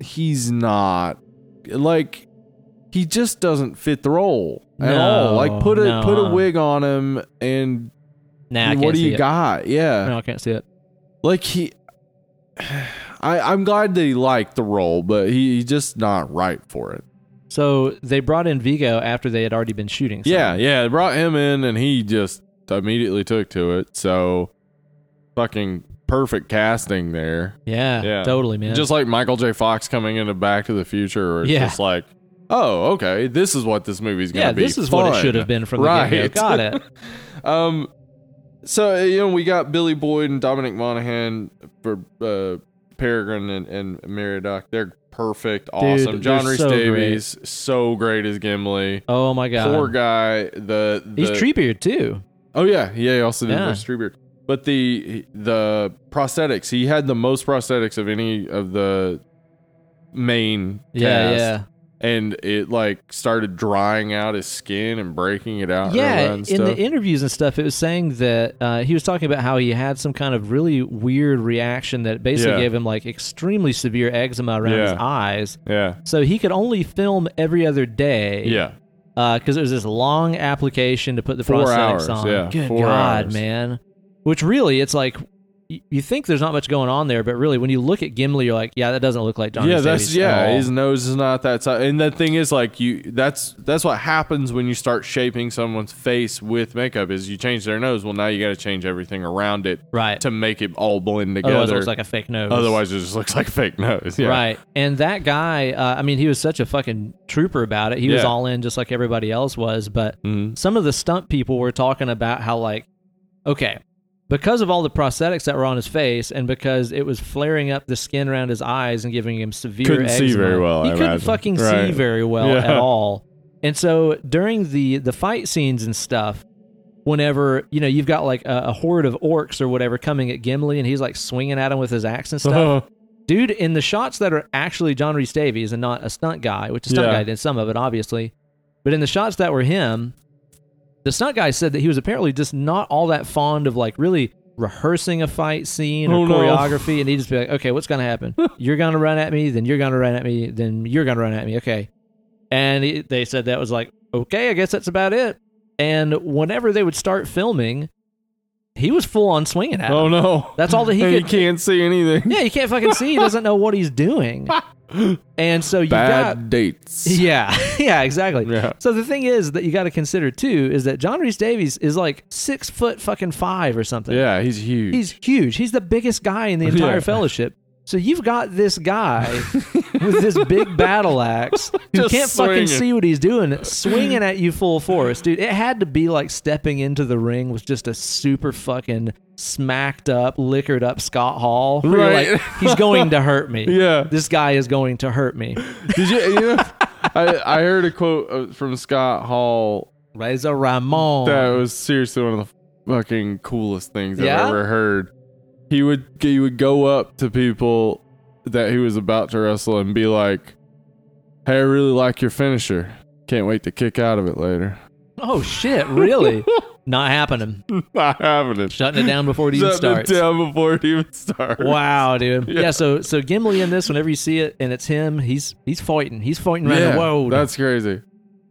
he's not like he just doesn't fit the role at all. No, Like put a no, put a huh? wig on him and Nah, I what can't do see you it. got? Yeah. No, I can't see it. Like he [sighs] I I'm glad that he liked the role, but he, he's just not right for it. So they brought in Vigo after they had already been shooting. some. Yeah, yeah, they brought him in and he just immediately took to it. So fucking perfect casting there. yeah, Yeah. totally, man. Just like Michael J. Fox coming into Back to the Future, where it's Yeah. just like, oh, okay, this is what this movie's gonna yeah, be. this is what it Fun. should have been from the right. get-go. Got [laughs] it. um, so uh, you know we got Billy Boyd and Dominic Monaghan for uh, Peregrine and, and Meridoc. They're perfect, awesome. John they're Rhys so Davies, so great as Gimli. Oh my god, Poor guy. The, the he's Treebeard too. Oh yeah, yeah. He also did Yeah. yeah. Treebeard. But the the prosthetics, he had the most prosthetics of any of the main Yeah, cast, yeah. and it like started drying out his skin and breaking it out. Yeah, Yeah, in the interviews and stuff, it was saying that uh, he was talking about how he had some kind of really weird reaction that basically Yeah. gave him like extremely severe eczema around his Yeah. eyes. yeah, So he could only film every other day. yeah. Because it was Uh, this long application to put the Four prosthetics hours, on. yeah, Good four God, hours. man. Which really, it's like. y- You think there's not much going on there, but really, when you look at Gimli, you're like, "Yeah, that doesn't look like John." yeah, that's yeah. His nose is not that size, and the thing is, like you, that's that's what happens when you start shaping someone's face with makeup. Is you change their nose, well, now you got to change everything around it right. to make it all blend together. Otherwise, it looks like a fake nose. Otherwise, it just looks like a fake nose. Yeah. Right. And that guy, uh, I mean, he was such a fucking trooper about it. He was Yeah. all in just like everybody else was. But Mhm. some of the stunt people were talking about how, like, okay, because of all the prosthetics that were on his face and because it was flaring up the skin around his eyes and giving him severe Couldn't see eczema, very well, he I couldn't imagine. fucking see Right. very well Yeah. at all. And so during the the fight scenes and stuff, whenever you know you've got like a, a horde of orcs or whatever coming at Gimli and he's like swinging at him with his axe [laughs] Oh, and stuff, dude in the shots that are actually John Reese Davies and not a stunt guy, which the stunt Yeah. guy did some of it, obviously, but in the shots that were him, the stunt guy said that he was apparently just not all that fond of like really rehearsing a fight scene or Oh, no. choreography, and he'd just be like, okay, what's gonna [laughs] happen? you're gonna run at me, then you're gonna run at me, then you're gonna run at me, okay. And he, they said that was like, okay, I guess that's about it. And whenever they would start filming, he was full on swinging at him. Oh no. That's all that he And could- can't see anything. Yeah, you can't fucking see. He doesn't know what he's [laughs] doing. And so you Bad got dates. yeah, [laughs] yeah, exactly. Yeah. So the thing is that you got to consider too is that John Reese Davies is like six foot fucking five or something. Yeah, he's huge. he's huge. He's the biggest guy in the entire [laughs] Yeah. fellowship. So you've got this [laughs] guy with this big battle axe who Just can't fucking swinging. see what he's doing, swinging at you full force, dude. It had to be like stepping into the ring with just a super fucking smacked up, liquored up Scott Hall. where you're Right. like, he's going to hurt me. [laughs] Yeah. [laughs] this guy is going to hurt me. Did you? you know, I I heard a quote uh, from Scott Hall Reza Ramon. that was seriously one of the fucking coolest things Yeah? I've ever heard. He would he would go up to people that he was about to wrestle and be like, "Hey, I really like your finisher. Can't wait to kick out of it later." [laughs] oh shit! Really? Not happening. Not having it. Shutting it down before it even Shut it starts. down before it even starts. Wow, dude. Yeah. [laughs] Yeah. So so Gimli in this, whenever you see it and it's him, he's he's fighting. He's fighting around the world. That's crazy.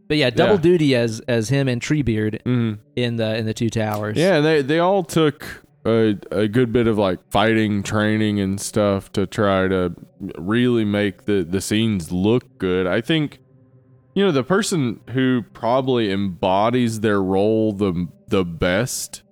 but yeah, double yeah. duty as as him and Treebeard Mm. in the in the two towers. Yeah, and they they all took a, a good bit of like fighting training and stuff to try to really make the the scenes look good. I think you know the person who probably embodies their role the the best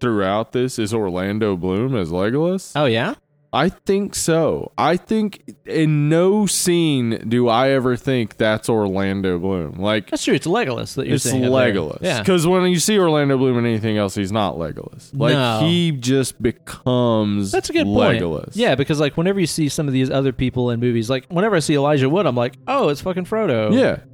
throughout this is Orlando Bloom as Legolas. Oh yeah. I think so. I think in no scene do I ever think that's Orlando Bloom. Like That's true. It's Legolas that you're it's seeing up there. Legolas. Yeah. Because when you see Orlando Bloom in anything else, he's not Legolas. Like No. he just becomes That's a good point. Legolas. Yeah, because like whenever you see some of these other people in movies, like whenever I see Elijah Wood, I'm like, oh, it's fucking Frodo. Yeah. [laughs]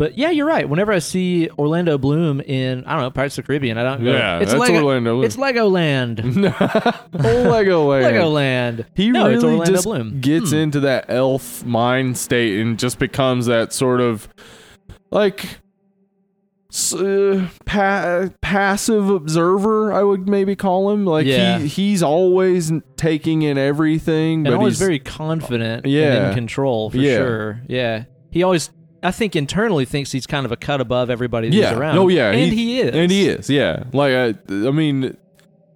But yeah, you're right. Whenever I see Orlando Bloom in I don't know Pirates of the Caribbean, I don't go. Yeah, it's that's Lego- Orlando Bloom. It's [laughs] Legoland. Legoland. Legoland. He no, really it's Orlando just Bloom. Hmm. gets into that elf mind state and just becomes that sort of like s- uh, pa- passive observer. I would maybe call him. Like Yeah. he he's always taking in everything, and but always he's very confident and Yeah. in control for Yeah. sure. Yeah. He always I think internally thinks he's kind of a cut above everybody that's yeah. around. Oh yeah, And he, is. And he is. Yeah. Like I, I mean,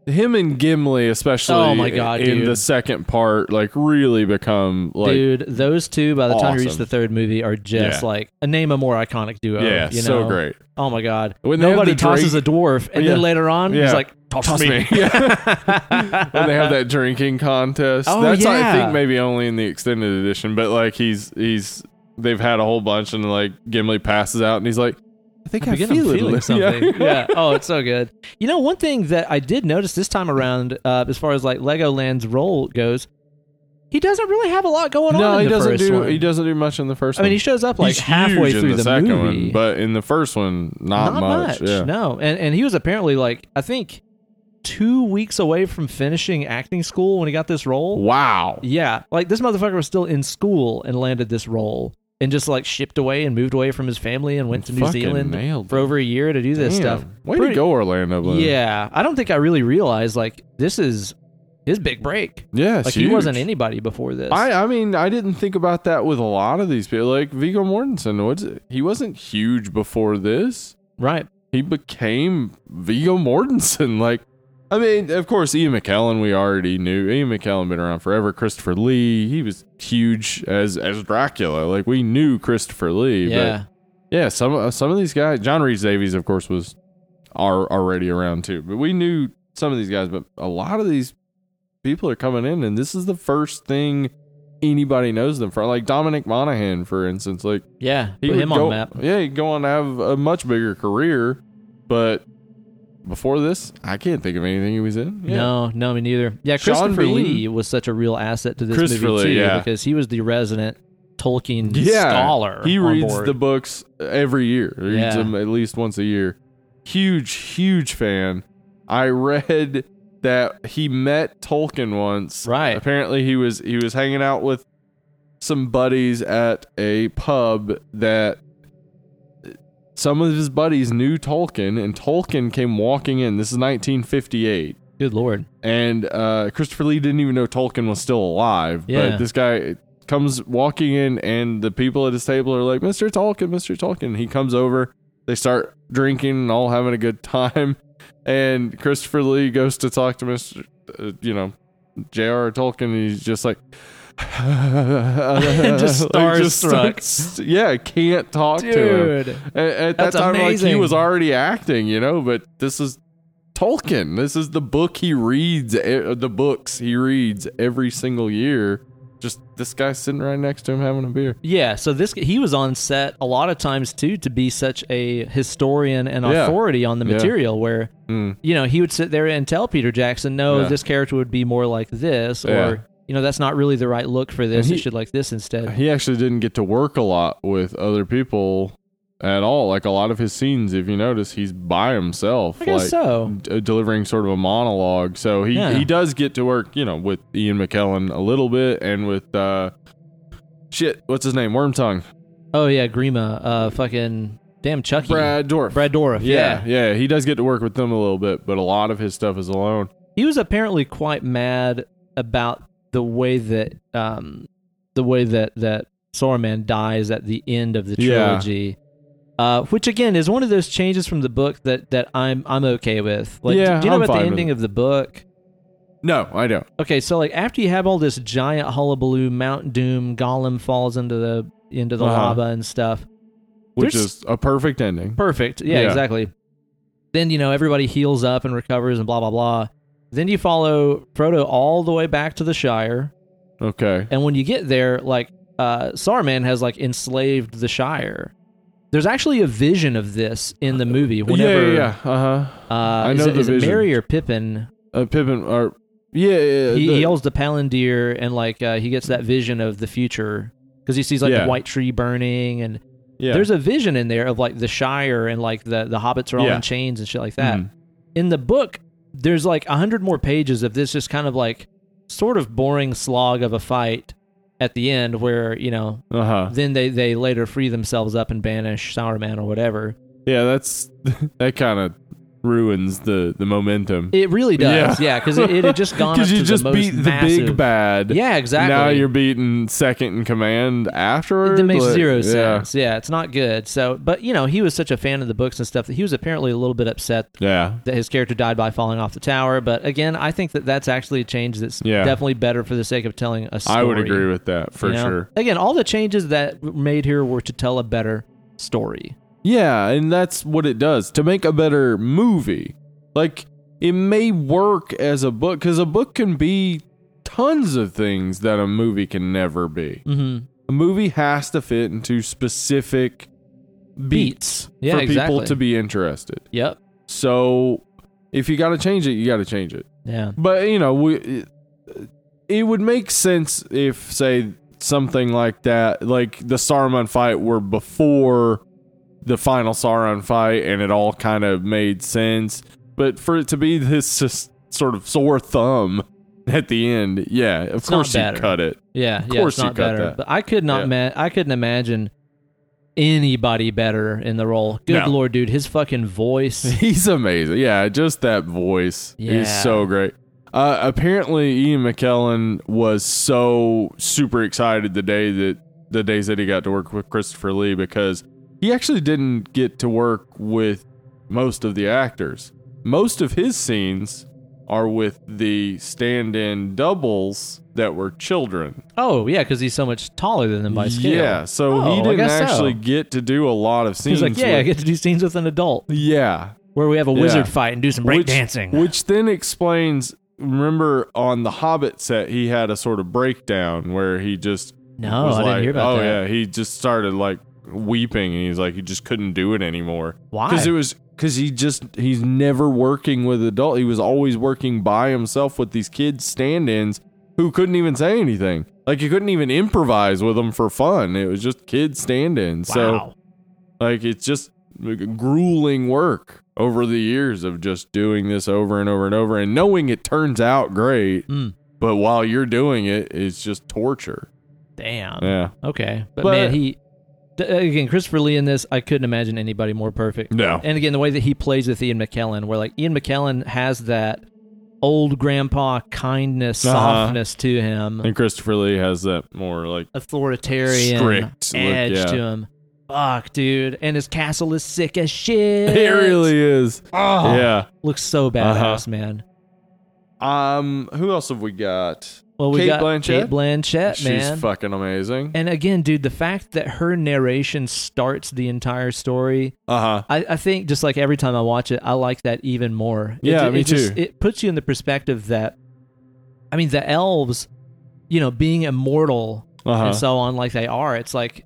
him and Gimli, especially. Oh, my God, In dude. the second part, like really become like. Dude, those two by the time we reach awesome. the third movie are just Yeah. like a name a more iconic duo. yeah, uh, you so know? great. Oh my god. When they have Nobody the tosses a dwarf and then Yeah. later on he's Yeah. like toss, Toss me. [laughs] Yeah. [laughs] [laughs] when they have that drinking contest. Oh, That's yeah. I think maybe only in the extended edition, but like he's he's they've had a whole bunch and like Gimli passes out and he's like, I think I, begin I'm feel it. [laughs] feeling Yeah. something. Yeah. Oh, it's so good. You know, one thing that I did notice this time around, uh, as far as like Legoland's role goes, he doesn't really have a lot going on. No, in he the doesn't first do one. he doesn't do much in the first I one. mean, he shows up like He's halfway huge in through the, the, second movie, one, but in the first one, not, not much. Yeah. No, and and he was apparently like I think two weeks away from finishing acting school when he got this role. Wow. Yeah, like this motherfucker was still in school and landed this role and just like shipped away and moved away from his family and went to New Fucking Zealand nailed for it. over a year to do this Damn. stuff. Way Pretty- to go, Orlando Bloom. Yeah, I don't think I really realized like this is his big break. Yeah. it's Like he wasn't huge. anybody before this. I, I mean, I didn't think about that with a lot of these people. Like Vigo Mortensen, what's he wasn't huge before this. right. He became Vigo Mortensen. [laughs] Like, I mean, of course, Ian McKellen. We already knew Ian McKellen been around forever. Christopher Lee, he was huge as as Dracula. Like we knew Christopher Lee. Yeah. But yeah. Some uh, some of these guys, John Reese Davies, of course, was are already around too. But we knew some of these guys. But a lot of these people are coming in, and this is the first thing anybody knows them from. Like Dominic Monaghan, for instance. Like yeah. Put him on would go, the map. Yeah, he'd go on to have a much bigger career, but before this, I can't think of anything he was in. Yeah. No, no, me neither. Yeah, Sean Christopher Bean. Lee was such a real asset to this Christopher movie too Lee, yeah. because he was the resident Tolkien Yeah, scholar. He on reads board. the books every year. He reads Yeah. them at least once a year. Huge, huge fan. I [laughs] read that he met Tolkien once. Right. Apparently he was he was hanging out with some buddies at a pub that some of his buddies knew Tolkien and Tolkien came walking in. This is 1958 Good lord. and uh, Christopher Lee didn't even know Tolkien was still alive. Yeah. But this guy comes walking in, and the people at his table are like, "Mr. Tolkien, Mr. Tolkien." He comes over. They start drinking and all having a good time, [laughs] and Christopher Lee goes to talk to Mr. Uh, you know, J.R. Tolkien, and he's [laughs] just like. [laughs] Just Like, starstruck. starts- yeah, can't talk to him. At, at that That's time, like amazing. he was already acting, you know. But this is Tolkien. This is the book he reads. eh, The books he reads every single year. Just this guy sitting right next to him having a beer. Yeah, so this he was on set a lot of times too to be such a historian and Yeah. authority on the Yeah. material where Mm. you know, he would sit there and tell Peter Jackson, "No, Yeah. this character would be more like this," or Yeah. you know, that's not really the right look for this. And it he- should like this instead. He actually didn't get to work a lot with other people at all. Like a lot of his scenes, if you notice, he's by himself. I guess like, so. d- delivering sort of a monologue. So he, Yeah. he does get to work, you know, with Ian McKellen a little bit and with uh shit, what's his name? Wormtongue. Oh yeah, Grima, uh, fucking damn Chucky, Brad Dorf. Brad Dourif. yeah, yeah, yeah, he does get to work with them a little bit, but a lot of his stuff is alone. he was apparently quite mad about the way that um the way that that Sauron dies at the end of the Yeah. trilogy. Uh, which again is one of those changes from the book that, that I'm I'm okay with. Like, Yeah, do you know I'm about fine the with ending it. of the book? No, I don't. Okay, so like after you have all this giant hullabaloo, Mount Doom, Gollum falls into the into the Uh-huh. lava and stuff. Which There's- is a perfect ending. Perfect. Yeah, Yeah. exactly. Then you know everybody heals up and recovers and blah blah blah. Then you follow Frodo all the way back to the Shire, Okay. and when you get there, like uh, Saruman has like enslaved the Shire. There's actually a vision of this in the movie. Whenever yeah, yeah, yeah. Uh huh. Uh, I is know it, the is it vision. Merry or Pippin? Uh, Pippin or yeah, yeah, yeah, he, Uh, the- he yells the palantir and like uh, he gets that vision of the future because he sees like the Yeah. white tree burning and yeah. there's a vision in there of like the shire and like the the hobbits are all Yeah. in chains and shit like that Mhm. in the book there's like a hundred more pages of this just kind of like sort of boring slog of a fight at the end where you know uh-huh. then they they later free themselves up and banish Sauron or whatever Yeah, that's [laughs] that kind of ruins the the momentum. it really does Yeah. yeah because it, it had [laughs] just gone up Because you to just the most beat the massive- big bad. yeah exactly Now you're beating second in command afterwards. It makes Like, zero yeah. sense. Yeah, it's not good. So, but you know, he was such a fan of the books and stuff that he was apparently a little bit upset Yeah. that his character died by falling off the tower. But again, I think that that's actually a change that's Yeah. definitely better for the sake of telling a story. I would agree with that for you know? sure. Again, all the changes that were made here were to tell a better story. Yeah, and that's what it does to make a better movie. Like it may work as a book because a book can be tons of things that a movie can never be. Mm-hmm. A movie has to fit into specific beats, Beats. Yeah, for exactly. people to be interested. Yep. So if you got to change it, you got to change it. Yeah. But you know, we it would make sense if, say, something like that, like the Saruman fight, were before the final Sauron fight, and it all kind of made sense. But for it to be this just sort of sore thumb at the end, yeah, of not course you better. cut it. Yeah, yeah, course it's you not cut better. that. But I could not ma- I couldn't imagine anybody better in the role. Good No. lord, dude, his fucking voice. [laughs] He's amazing. Yeah, just that voice. Yeah. He's so great. Uh, apparently, Ian McKellen was so super excited the day that the days that he got to work with Christopher Lee because he actually didn't get to work with most of the actors. Most of his scenes are with the stand-in doubles that were children. oh yeah, because he's so much taller than them by scale. Yeah, so Oh, I he didn't guess so. actually get to do a lot of scenes. He's like, yeah, I with- get to do scenes with an adult yeah, where we have a Yeah. wizard fight and do some break which, dancing. Which then explains remember on the Hobbit set he had a sort of breakdown where he just no, was I like, didn't hear about Oh that. yeah, he just started like weeping and he's like he just couldn't do it anymore. Why? Because it was because he just he's never working with adult. He was always working by himself with these kids stand-ins who couldn't even say anything. Like you couldn't even improvise with them for fun. It was just kids stand-ins. So wow. like it's just like, grueling work over the years of just doing this over and over and over and knowing it turns out great, Mm. but while you're doing it, it's just torture. Damn. Yeah. Okay, but, But- man, he th- again Christopher Lee in this, I couldn't imagine anybody more perfect. No. And again, the way that he plays with Ian McKellen, where like Ian McKellen has that old grandpa kindness, Uh-huh. softness to him, And Christopher Lee has that more like authoritarian Strict look, edge yeah. to him. Fuck, dude, and his castle is sick [laughs] as shit. it really Uh-huh. is. oh, Yeah. looks so badass, man. Um, who else have we got? Well, we Kate got Kate Blanchett? Blanchett, She's man. fucking amazing. and again, dude, the fact that her narration starts the entire story Uh huh. I, I think just like every time I watch it, I like that even more. It Yeah, ju- me it just- too. It puts you in the perspective that, I mean, the elves, you know, being immortal Uh and huh. so on, like they are, it's like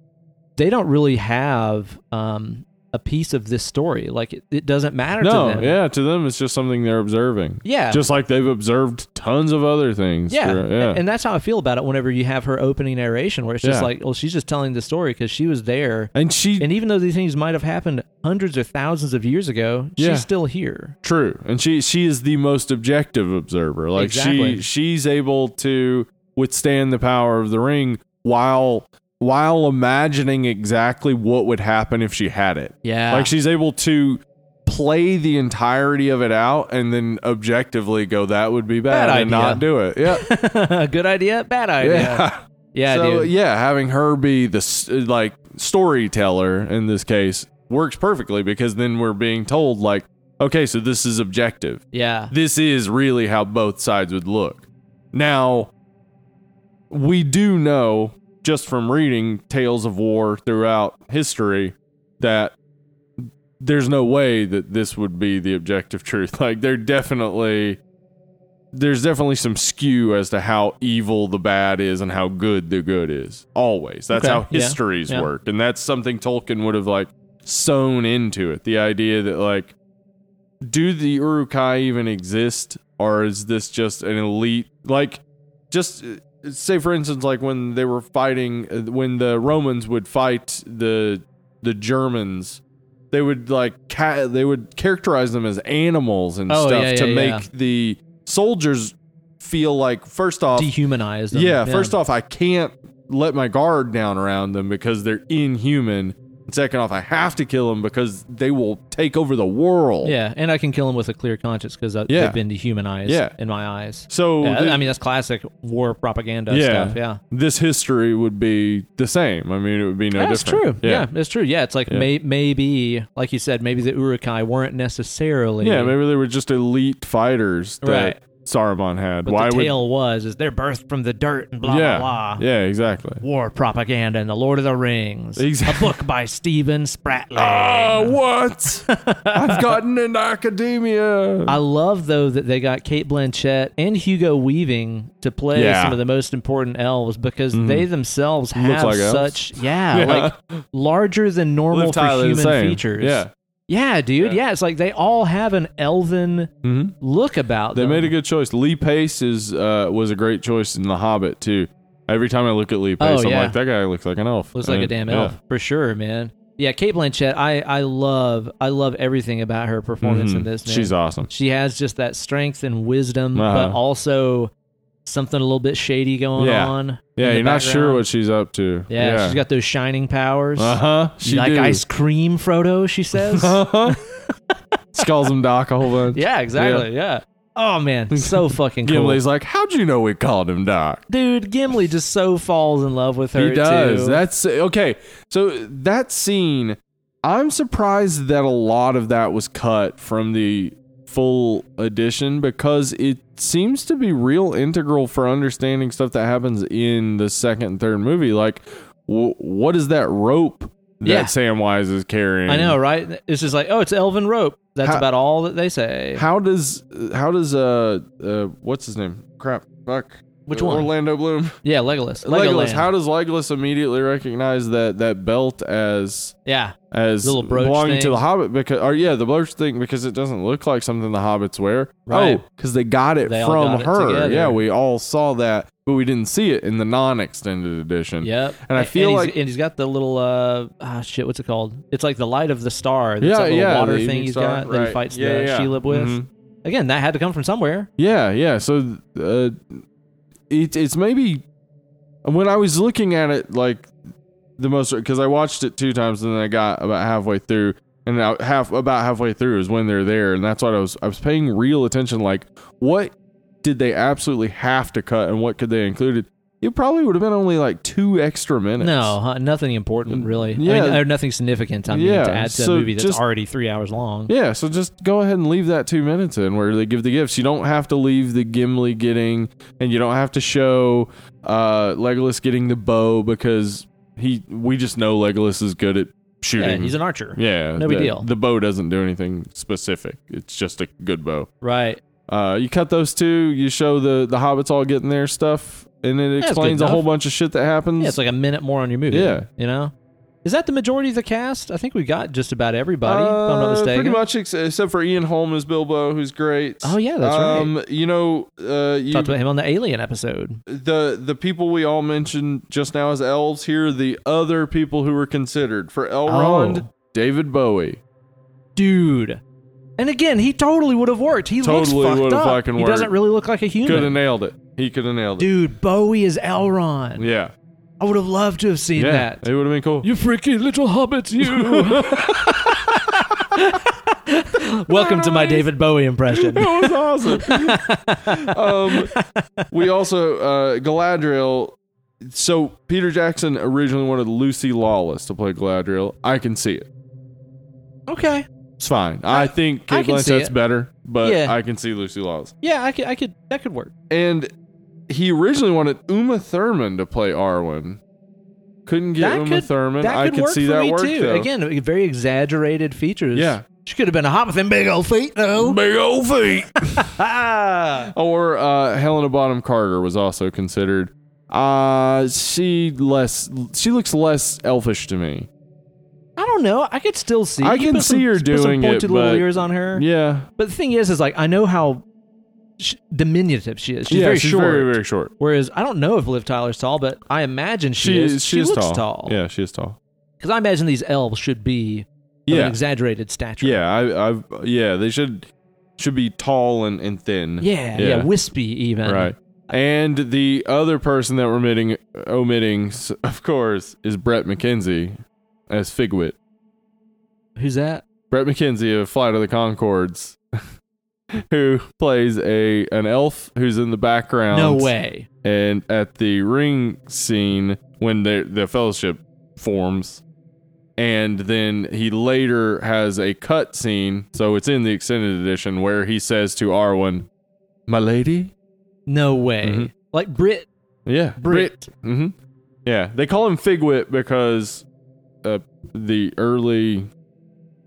they don't really have um, a piece of this story. Like it, it doesn't matter to No, them. yeah, to them it's just something they're observing. Yeah. Just like they've observed tons of other things. yeah. throughout- Yeah. And that's how I feel about it whenever you have her opening narration where it's just Yeah. like, well, she's just telling the story because she was there. and she And even though these things might have happened hundreds or thousands of years ago, Yeah. she's still here. True. And she she is the most objective observer. Like Exactly. she she's able to withstand the power of the ring while while imagining exactly what would happen if she had it. Yeah. Like she's able to play the entirety of it out and then objectively go that would be bad, Bad and idea. not do [laughs] it. Yeah. good idea, bad idea. yeah. [laughs] Yeah, so dude. yeah, having her be the s- like storyteller in this case works perfectly because then we're being told like okay, so this is objective Yeah. this is really how both sides would look. Now, we do know just from reading tales of war throughout history that there's no way that this would be the objective truth. [laughs] Like there definitely there's definitely some skew as to how evil the bad is and how good the good is. Always. That's Okay, how yeah, histories yeah. work. And that's something Tolkien would have like sewn into it. The idea that like do the urukai even exist or is this just an elite like just uh, say for instance like when they were fighting uh, when the romans would fight the the germans they would like ca- they would characterize them as animals and Oh, stuff yeah, to yeah, make yeah. the soldiers feel like first off Dehumanized. them. yeah, first off, I can't let my guard down around them because they're inhuman. And second off, I have to kill them because they will take over the world. Yeah, and I can kill them with a clear conscience because Yeah. they've been dehumanized Yeah. in my eyes. So Yeah, thi- I mean, that's classic war propaganda Yeah. stuff. Yeah. this history would be the same. I mean, it would be no that's true. different. Yeah. it's true. Yeah, it's like Yeah. May, maybe, like you said, maybe the Urukai weren't necessarily. Yeah, maybe they were just elite fighters that Right. Saruman had. But Why the would? tale was is they're birthed from the dirt and blah yeah, blah blah. yeah, exactly. War propaganda and the Lord of the Rings. Exact- A book by [laughs] Stephen Spratling. Ah, what? [laughs] I've gotten into academia. I love though that they got Kate Blanchett and Hugo Weaving to play Yeah. Mm-hmm. some of the most important elves because they themselves have like elves. such yeah, Yeah. like larger than normal Liv for Tyler the human same. features. Yeah, Yeah, dude. Yeah. Yeah. it's like they all have an elven Mm-hmm. look about They them. made a good choice. Lee Pace is uh, was a great choice in The Hobbit too. Every time I look at Lee Pace, I'm Oh, yeah. like, that guy looks like an elf. Looks like a And, damn yeah. elf for sure, man. Yeah, Kate Blanchett. I I love I love everything about her performance in Mhm. this. Man. She's awesome. she has just that strength and wisdom, but Uh-huh. also something a little bit shady going Yeah. on. in Yeah, the you're not sure background. what she's up to. Yeah, she's got those shining powers. Uh huh. You She like do. ice cream, Frodo? [laughs] She says. [laughs] Uh-huh. She calls him Doc a whole bunch. yeah, exactly. Yeah. Oh man, so fucking cool. Gimli's like, how'd you know we called him Doc? dude, Gimli just so falls in love with her. He does. Too. That's okay. So that scene, I'm surprised that a lot of that was cut from the full edition because it seems to be real integral for understanding stuff that happens in the second and third movie. Like, w- what is that rope that Yeah. Samwise is carrying? I know, right? It's just like, oh, it's elven rope. That's How- about all that they say. How does how does uh, uh what's his name? Crap, fuck. Which one? Orlando Bloom. yeah, Legolas. Legolas. Legoland. How does Legolas immediately recognize that that belt as yeah, as The little brooch belonging thing. to the Hobbit because, or yeah, the brooch thing because it doesn't look like something the Hobbits wear. Right. Oh, because they got it They all from got it her. together. yeah, we all saw that, but we didn't see it in the non-extended edition. yep. And I feel he's- like- and he's got the little uh ah shit, what's it called? It's like the light of the star. That's yeah, that little yeah. water the thing Evening he's Star, got that he right. fights Yeah, the yeah. Shelob with. Mhm. Again, that had to come from somewhere. Yeah, yeah. So uh, it, it's maybe when I was looking at it, like the most because I watched it two times and then I got about halfway through, and I, half about halfway through is when they're there, and that's what I was I was paying real attention. Like, what did they absolutely have to cut, and what could they included? It probably would have been only like two extra minutes. No, huh, nothing important really. I mean, Mm, Yeah. or nothing significant. I mean, Yeah, to add to so a movie that's just- already three hours long. Yeah, so just go ahead and leave that two minutes in where they give the gifts. You don't have to leave the Gimli getting, and you don't have to show uh, Legolas getting the bow because he. We just know Legolas is good at shooting. Yeah, he's an archer. Yeah, no big the- deal. The bow doesn't do anything specific. It's just a good bow. Right. Uh, you cut those two. You show the the hobbits all getting their stuff, and it That's good explains a whole enough. bunch of shit that happens. Yeah, it's like a minute more on your movie. Yeah. You know? Is that the majority of the cast? I think we got just about everybody, if I'm not Uh, mistaken. Pretty much, ex- except for Ian Holm as Bilbo, who's great. Oh, yeah, that's right. um, You know, uh, you, Talked about him on the Alien episode. the the people we all mentioned just now as elves here, are the other people who were considered for Elrond, Oh. David Bowie. Dude. And again, he totally would have worked. He Totally looks fucked would've up. fucking he doesn't worked. really look like a human. Could have nailed it. He could have nailed it. Dude, Bowie is Elrond. Yeah, I would have loved to have seen yeah, that. it would have been cool. You freaky little hobbits, [laughs] you. Welcome to my David Bowie impression. [laughs] that was awesome. um, we also uh, Galadriel. So Peter Jackson originally wanted Lucy Lawless to play Galadriel. I can see it. [laughs] Okay. It's fine. I, think I Kate can see Blanchett's it. better, but Yeah. I can see Lucy Lawless. Yeah, I could, I could, that could work. And he originally wanted Uma Thurman to play Arwen. Couldn't get That Uma could- Thurman. That I could could work see for that me work too. though. Again, very exaggerated features. Yeah. she could have been a hop with them big old feet though. Big old feet. Ah, or uh, Helena Bonham Carter was also considered. Uh she less she looks less elfish to me. I don't know. I could still see. I you can put some- see her put some doing it, pointed little but- ears on her. Yeah. But the thing is, is like I know how sh diminutive she is. She's yeah, very she's short. very very short. Whereas I don't know if Liv Tyler's tall, but I imagine she, She is. she, is looks tall. tall. Yeah, she is tall. Because I imagine these elves should be of an Yeah. exaggerated stature. Yeah, I I've yeah, they should should be tall and, and thin. Yeah, yeah, Yeah. wispy even. Right. And the other person that we're omitting, omitting, s- of course, is Brett McKenzie as Figwit. Who's that? Brett McKenzie of Flight of the Concords, [laughs] who plays a an elf who's in the background. No way. And at the ring scene, when the the fellowship forms, and then he later has a cut scene, so it's in the extended edition where he says to Arwen, "My lady." No way. Mhm. Like Brit Yeah, Brit. Brit. hmm Yeah, they call him Figwit because uh, the early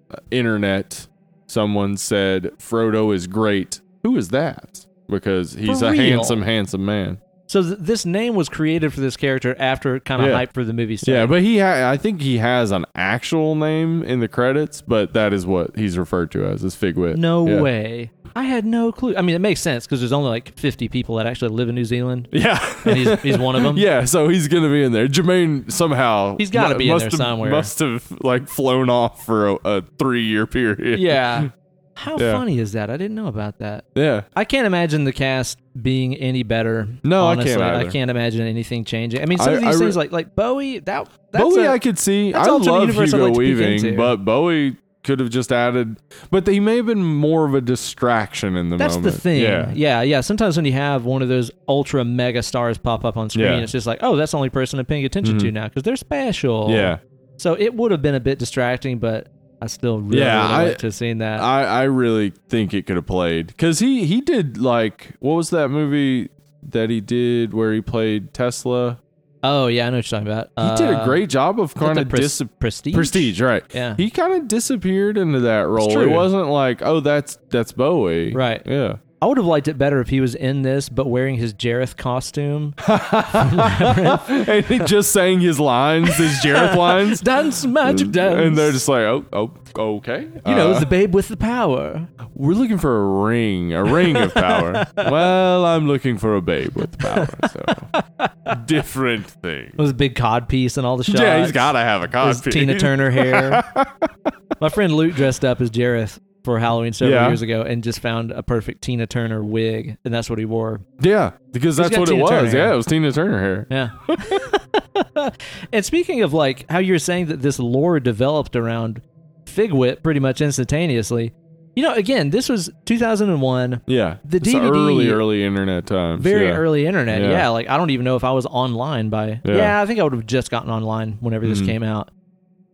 uh, internet, someone said Frodo is great. Who is that? Because he's For a real? handsome, handsome man. So th- this name was created for this character after kind of Yeah. hype for the movie. started. Yeah, but he ha- I think he has an actual name in the credits, but that is what he's referred to as is Figwit. No Yeah. way. I had no clue. I mean, it makes sense because there's only like 50 people that actually live in New Zealand, [laughs] Yeah. and he's, he's one [laughs] of them. yeah, so he's going to be in there. Jermaine somehow Um, He's gotta mu- be in must there have- somewhere. Must have like flown off for a, a 3-year period. Yeah. How Yeah. funny is that? I didn't know about that. [laughs] Yeah. I can't imagine the cast being any better. No, Oh, I can't honestly. either. can't imagine anything changing. I mean, some I- of these I re- things, like like Bowie, that that's Bowie, a- I could see. that's I alternate love universe I'd Hugo like to peek Weaving, into. but Bowie could have just added. But he may have been more of a distraction in the that's moment. the thing. Yeah. yeah, yeah. Sometimes when you have one of those ultra mega stars pop up on screen, Yeah. Mm-hmm. it's just like, oh, that's the only person I'm paying attention to now because they're special. Yeah. So it would have been a bit distracting, but I still really Yeah, would I- have liked to have seen that. I, I really think it could have played because he he did like what was that movie that he did where he played Tesla? oh yeah, I know what you're talking about. He did Uh, a great job of kind of pres- dis- prestige. prestige, right? Yeah. He kind of disappeared into that role. It true. wasn't like oh that's that's Bowie, Right. Yeah, [laughs] I would have liked it better if he was in this, but wearing his Jareth [laughs] costume. from Labyrinth. and he just sang his lines, his [laughs] Jareth lines. dance, magic dance. And they're just like, oh, oh, okay. you know, Uh, the babe with the power. we're looking for a ring, a ring of [laughs] power. well, I'm looking for a babe with power. So [laughs] different thing. It was a big cod piece and all the shots. [laughs] Yeah, he's got to have a His codpiece. Tina Turner hair. My friend Luke dressed up as Jareth for Halloween several Yeah. years ago and just found a perfect Tina Turner wig, and that's what he wore. [laughs] Yeah, because that's got what it Tina Turner was. hair. Yeah, it was Tina Turner hair. [laughs] Yeah. and speaking of like how you were saying that this lore developed around Figwit pretty much instantaneously, you know, again, this was 2001, Yeah, The It's DVD early, early internet times. very yeah. early internet. Yeah. Yeah. Like I don't even know if I was online by. Yeah. Yeah, I think I would have just gotten online whenever this Mhm. came out.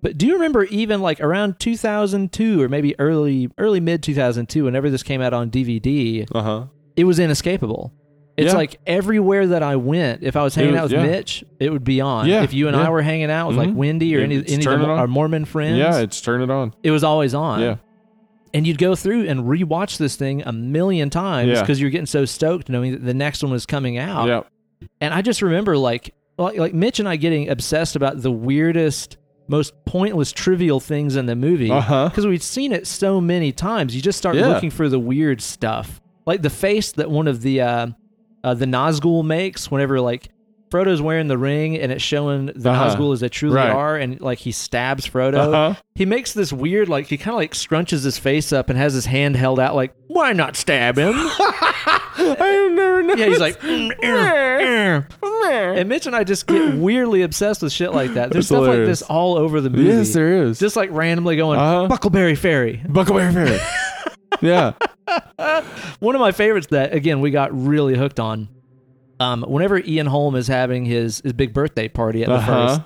But do you remember even like around 2002 or maybe early, early mid 2002, whenever this came out on DVD, Uh huh. it was inescapable. It's Yeah. like everywhere that I went, if I was hanging was- out with yeah. Mitch, it would be on. Yeah, If you and yeah. I were hanging out with Mhm. like Wendy or any, It's any of turn the, it on. our Mormon friends, Yeah, it, it's turn it on. was always on. Yeah, And you'd go through and rewatch this thing a million times Yeah. because you're getting so stoked knowing that the next one was coming out. yeah. And I just remember like, like like Mitch and I getting obsessed about the weirdest, most pointless, trivial things in the movie Uh-huh. because we'd seen it so many times. You just start Yeah. looking for the weird stuff, like the face that one of the uh, uh, the Nazgul makes whenever like. Frodo's wearing the ring and it's showing the Uh-huh. Nazgul as they truly Right. are, and like he stabs Frodo. Uh-huh. [laughs] He makes this weird, like he kind of like scrunches his face up and has his hand held out, like why not stab [laughs] him? I never know. Yeah, he's like, "Mm, [laughs] er, er." and Mitch and I just [clears throat] get weirdly obsessed with shit like that. There's That's stuff hilarious. like this all over the movie. yes, there is. just like randomly going Uh-huh. Buckleberry Ferry. [laughs] Buckleberry Ferry. yeah. One of my favorites that again we got really hooked on. Um, whenever Ian Holm is having his his big birthday party at the Uh-huh. first,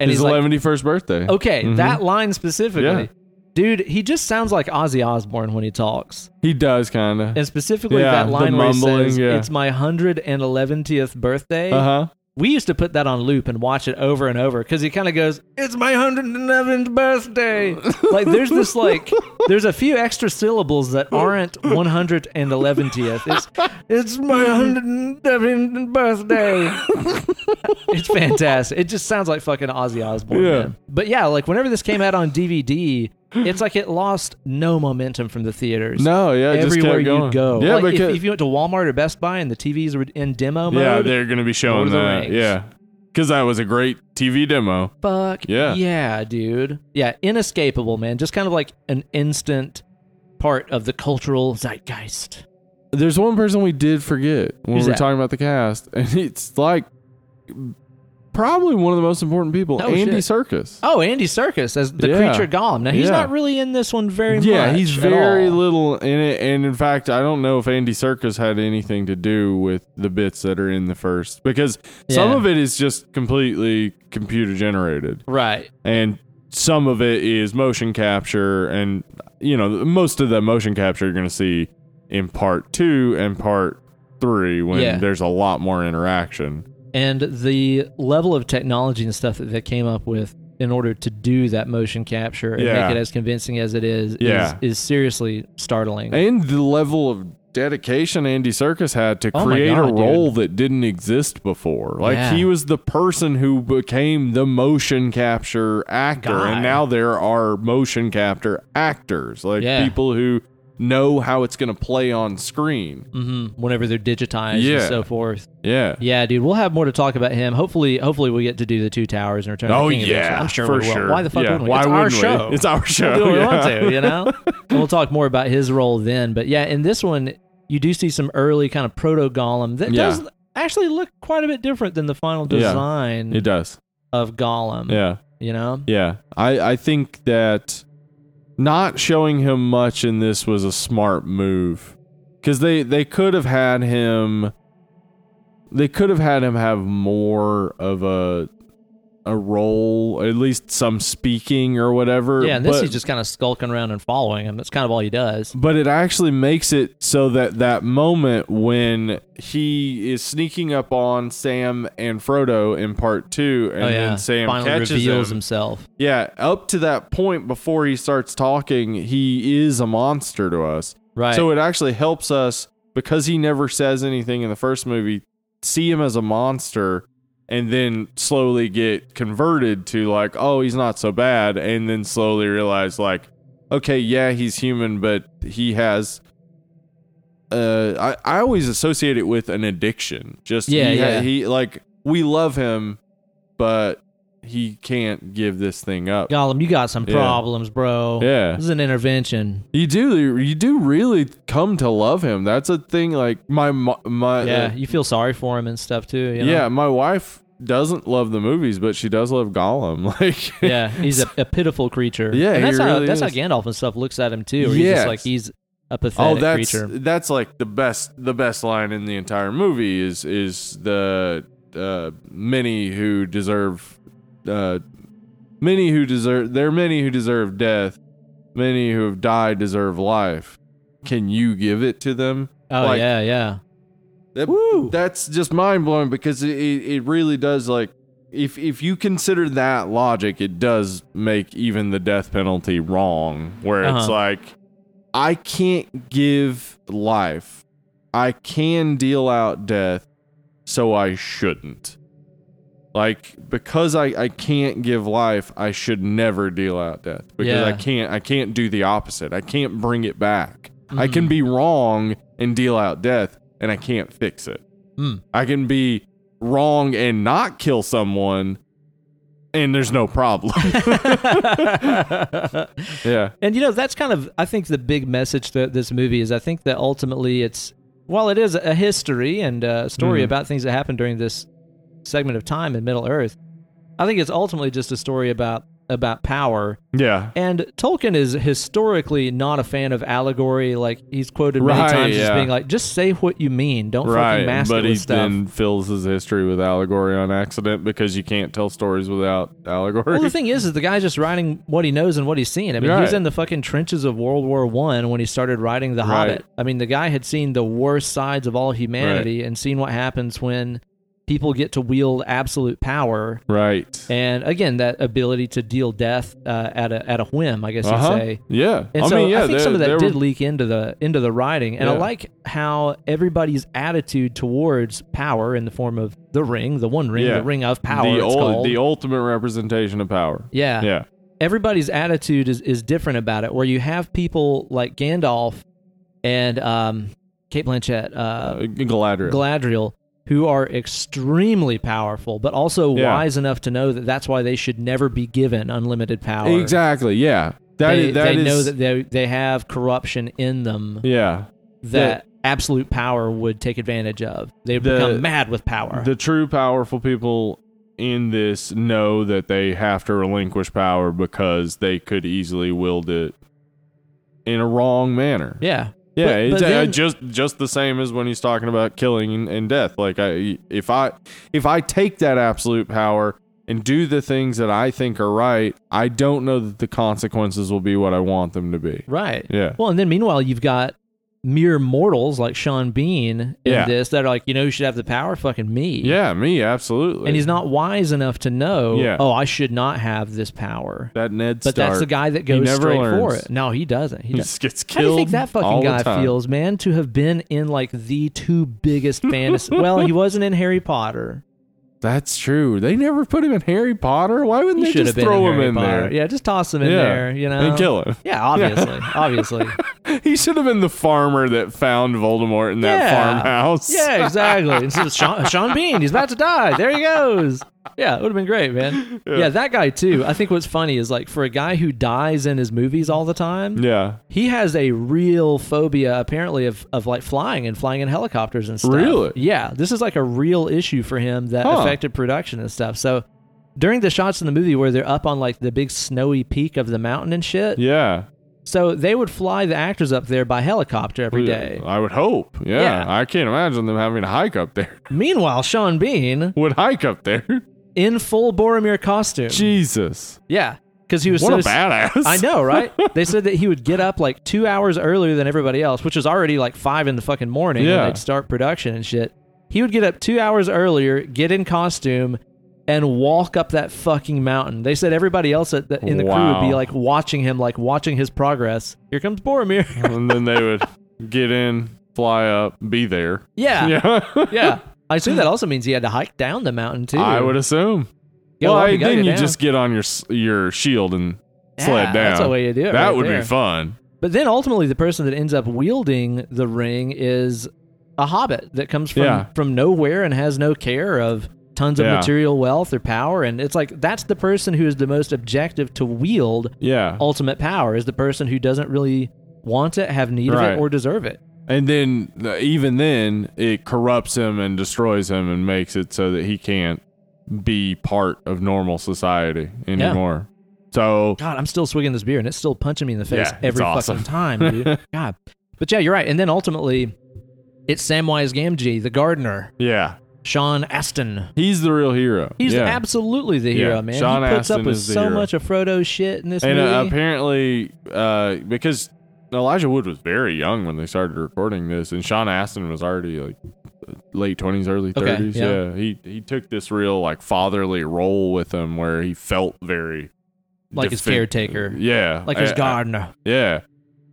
and his he's like, 111st birthday. okay, Mhm. that line specifically. Yeah. Dude, he just sounds like Ozzy Osbourne when he talks. He does kind of. And specifically Yeah, that the line where he mumbling, says, yeah. It's my 111th birthday. Uh huh. we used to put that on loop and watch it over and over because he kind of goes, "It's my 111th birthday." like there's this like there's a few extra syllables that aren't 111th. It's it's my 111th birthday. it's fantastic. It just sounds like fucking Ozzy Osbourne. Yeah. man. But yeah, like whenever this came out on DVD, it's like it lost no momentum from the theaters. No, yeah, it just Everywhere kept going. you go, Yeah, like if, because if you went to Walmart or Best Buy and the TVs were in demo mode, yeah, they're gonna be Lord showing of the that. Rings. Yeah, because that was a great TV demo. fuck Yeah. yeah dude yeah inescapable man just kind of like an instant part of the cultural zeitgeist There's one person we did forget when Who's we were that? talking about the cast, [laughs] and it's like probably one of the most important people, Oh, Andy shit. Circus. oh andy circus as the Yeah. creature golem now he's Yeah. not really in this one very much yeah, he's at very all. little in it, and in fact, I don't know if Andy Circus had anything to do with the bits that are in the first because some Yeah. of it is just completely computer generated. right and some of it is motion capture and you know most of the motion capture you're going to see in part 2 and part 3 when Yeah. there's a lot more interaction and the level of technology and stuff that they came up with in order to do that motion capture and Yeah. make it as convincing as it is Yeah. is, is seriously startling and the level of dedication Andy Circus had to Oh my create God, a dude. role that didn't exist before. Like Yeah. he was the person who became the motion capture actor, Guy. and now there are motion capture actors, like Yeah. people who know how it's going to play on screen. hmm whenever they're digitized Yeah. and so forth. Yeah. Yeah, dude, we'll have more to talk about him. Hopefully, hopefully we get to do the two towers and return. of the Oh King eventually. yeah, I'm sure for we will. sure. Why the fuck yeah. wouldn't we? Why it's wouldn't our we? show. It's our show. do what [laughs] we want yeah. to, you [laughs] know? And we'll talk more about his role then. But yeah, in this one, you do see some early kind of proto Gollum that Yeah. does actually look quite a bit different than the final Yeah. design [laughs] It does. of Gollum. Yeah. You know? Yeah. I, I think that not showing him much in this was a smart move. Cause they, they could have had him they could have had him have more of a a role, at least some speaking or whatever. Yeah, and this but, he's just kind of skulking around and following him. That's kind of all he does. but it actually makes it so that that moment when he is sneaking up on Sam and Frodo in part two, and oh, yeah. then Sam Finally catches reveals him. himself. Yeah, up to that point before he starts talking, he is a monster to us. Right. So it actually helps us because he never says anything in the first movie, see him as a monster and then slowly get converted to like, oh, he's not so bad and then slowly realize like, okay, yeah, he's human, but he has uh I, I always associate it with an addiction. Just Yeah, he, ha- yeah. he like we love him, but he can't give this thing up. Gollum, you got some Yeah. problems, bro. Yeah. This is an intervention. You do. You do really come to love him. That's a thing. Like my mo- my uh, yeah. You feel sorry for him and stuff, too. You know? yeah. My wife doesn't love the movies, but she does love Gollum. [laughs] Like yeah, he's a, a pitiful creature. Yeah, and he that's how really that's how is. Gandalf and stuff looks at him too. Where he's Yes. just like he's a oh, pathetic that's creature. that's like the best the best line in the entire movie is is the uh, many who deserve uh, many who deserve there are many who deserve death, many who have died deserve life. Can you give it to them? Oh like, yeah, yeah, That, Woo. That's just mind blowing because it, it it really does like if if you consider that logic, it does make even the death penalty wrong. Where it's Uh-huh. like I can't give life, I can deal out death, so I shouldn't. Like because I I can't give life, I should never deal out death because I Yeah. can't I can't do the opposite. I can't bring it back. I Hmm. can be wrong and deal out death, and I can't fix it. [laughs] Mm. I can be wrong and not kill someone, and there's [laughs] no problem. yeah. And you know that's kind of I think the big message that this movie is. I think that ultimately it's while it is a history and a story Mhm. about things that happened during this segment of time in Middle Earth, I think it's ultimately just a story about about power [laughs] Yeah. And Tolkien is historically not a fan of allegory. Like he's quoted many Right, times as yeah. being like, "Just say what you mean. Don't fucking Right. mask it But he with stuff." then fills his history with allegory on accident because you can't tell stories without allegory. Well, the thing is, is the guy's just writing what he knows and what he's seen. I mean, he was Right. in the fucking trenches of World War One when he started writing The Right. Hobbit. I mean, the guy had seen the worst sides of all humanity and seen what happens when people get to wield absolute power. [laughs] right. And again, that ability to deal death uh, at a at a whim, I guess Uh-huh. you'd say. Yeah. And I so mean, yeah. I think there- some of that there did were- leak into the into the writing, and I Yeah. like how everybody's attitude towards power in the form of the ring, the One Ring, Yeah. the Ring of Power. it's the, ul- called. the ultimate representation of power. yeah. Yeah. everybody's attitude is is different about it. Where you have people like Gandalf and um, Kate Blanchett, uh, Uh, Galadriel. Galadriel, who are extremely powerful, but also Yeah. wise enough to know that that's why they should never be given unlimited power. Exactly. Yeah. That they is- that they is- know that they they have corruption in them. Yeah. that absolute power would take advantage of. They The- become mad with power. The true powerful people in this know that they have to relinquish power because they could easily wield it in a wrong manner. yeah. Yeah, But- it's but uh, then- just just the same as when he's talking about killing and, and death. Like I, if I if I take that absolute power and do the things that I think are right, I don't know that the consequences will be what I want them to be. Right. Yeah. Well, and then meanwhile, you've got mere mortals like Sean Bean in Yeah. this that are like, you know, who should have the power? Fucking me. Yeah, me absolutely. And he's not wise enough to know, Yeah. oh, I should not have this power. that Ned But Stark. that's the guy that He goes never straight for learns. it. No, he doesn't. He He doesn't. [laughs] just gets How killed. do you think that all fucking the guy time. feels, man, to have been in like the two [laughs] biggest fantasy? well, he wasn't in Harry Potter. That's true. They never put him in Harry Potter. Why wouldn't He they should have just been throw in him Harry in Potter. there? Yeah, just toss him in there. You know, and kill him. [laughs] Yeah, obviously, obviously. He should have been the farmer that found Voldemort in [laughs] that Yeah. [laughs] farmhouse. Yeah, exactly. And so [laughs] Sean, Sean Bean, he's about to die. There he goes. Yeah, it would have been great, man. Yeah. that guy too. I think what's funny is like for a guy who dies in his movies all the time, Yeah. he has a real phobia apparently of, of like flying and flying in helicopters and stuff. Really? Yeah, this is like a real issue for him that Huh. affected production and stuff. So during the shots in the movie where they're up on like the big snowy peak of the mountain and shit, Yeah. so they would fly the actors up there by helicopter every day. I would hope. Yeah. Yeah. I can't imagine them having to hike up there. [laughs] Meanwhile, Sean Bean Would hike up there. [laughs] in full Boromir costume. Jesus. Yeah, because he was What so a badass. I know, right? they said that he would get up like two hours earlier than everybody else, which was already like five in the fucking morning Yeah. when they'd start production and shit. He would get up two hours earlier, get in costume, and walk up that fucking mountain. They said everybody else at the, in the crew would be Wow. like watching him, like watching his progress. Here comes Boromir. [laughs] [laughs] and then they would get in, fly up, be there. yeah, yeah. [laughs] Yeah. I assume that also means he had to hike down the mountain too. I would assume. Go well, up I, and go, then go you down. just get on your s- your shield and Yeah, sled down. that's the way you do it That right would there. be fun. But then ultimately, the person that ends up wielding the ring is a hobbit that comes from, Yeah. from nowhere and has no care of tons of Yeah. material wealth or power. And it's like that's the person who is the most objective to wield Yeah. ultimate power is the person who doesn't really want it, have need of Right. it, or deserve it. And then, the- even then, it corrupts him and destroys him and makes it so that he can't be part of normal society anymore. So, God, I'm still swigging this beer and it's still punching me in the face Yeah, it's every awesome. fucking time, [laughs] dude. God. But yeah, you're right. And then ultimately, it's Samwise Gamgee, the gardener, yeah, Sean Aston. he's the real hero. He's yeah. absolutely the hero, Yeah, man. Sean he puts Astin up with is the so hero. much of Frodo shit in this And uh, movie. apparently, uh, because Elijah Wood was very young when they started recording this, and Sean Astin was already like late 20s, early 30s. Okay, yeah. yeah. he he took this real like fatherly role with him where he felt very Like his defen- caretaker. Yeah, like his I- I- gardener. Yeah.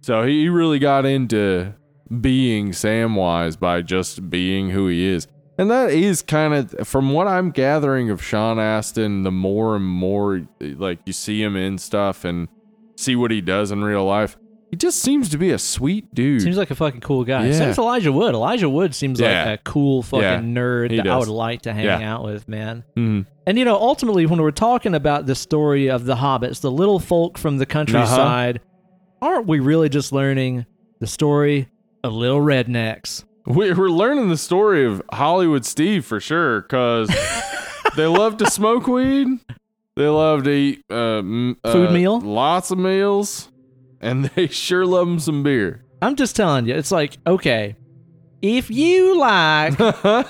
So he really got into being Samwise by just being who he is. And that is kind of from what I'm gathering of Sean Astin, the more and more like you see him in stuff and see what he does in real life, he just seems to be a sweet dude. Seems like a fucking cool guy. Yeah. So does Elijah Wood. Elijah Wood seems Yeah. like a cool fucking Yeah, nerd he that I does. would like to hang Yeah. out with, man. Mhm. And you know, ultimately, when we're talking about the story of the hobbits, the little folk from Uh-huh. the countryside, aren't we really just learning the story of little rednecks? We- We're learning the story of Hollywood Steve for [laughs] sure because they love to smoke weed. They love to eat uh, m- Food uh, meal? lots of meals, and [laughs] they sure love 'em some beer. [laughs] I'm just telling you, it's like, okay, if you [laughs] like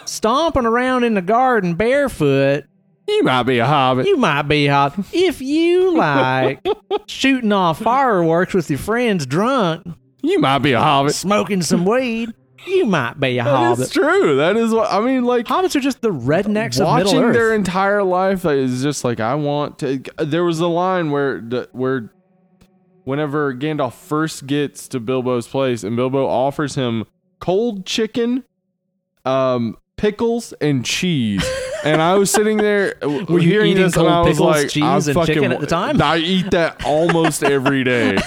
stomping around in the garden barefoot, You might be a hobbit. you might be hot. If you like [laughs] shooting off fireworks with your friends drunk, You might be a hobbit. smoking some weed, you might be a That is hobbit. true. That is what I mean. Like Hobbits are just the rednecks of Middle watching Earth. their entire life that is just like I want to. There was a line where the- where whenever Gandalf first gets to Bilbo's place and Bilbo offers him cold chicken, um, pickles and cheese. And I was [laughs] sitting there Were you hearing eating this, and cold I was pickles, like, cheese, I and fucking, chicken at the time? I eat that almost every day.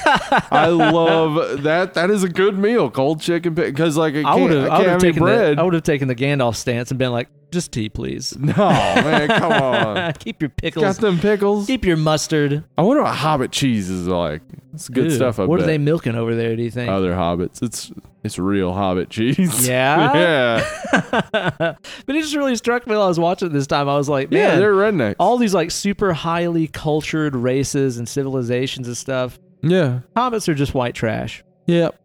I love that. That is a good meal, cold chicken, because like I I can't, would I have, I can't would have have any taken bread. the, I would have taken the Gandalf stance and been like, just tea, please. No, man, [laughs] come on. keep your Got pickles. them pickles. Keep your mustard. I wonder what hobbit cheese is like. It's good Ew. stuff. I What bet. Uh, are they milking over there? Do you think? Other hobbits. It's it's real hobbit cheese. Yeah? [laughs] yeah. [laughs] but it just really struck me while I was watching it this time. I was like, man, Yeah, they're rednecks. all these like super highly cultured races and civilizations and stuff. yeah. Hobbits are just white trash, Yep.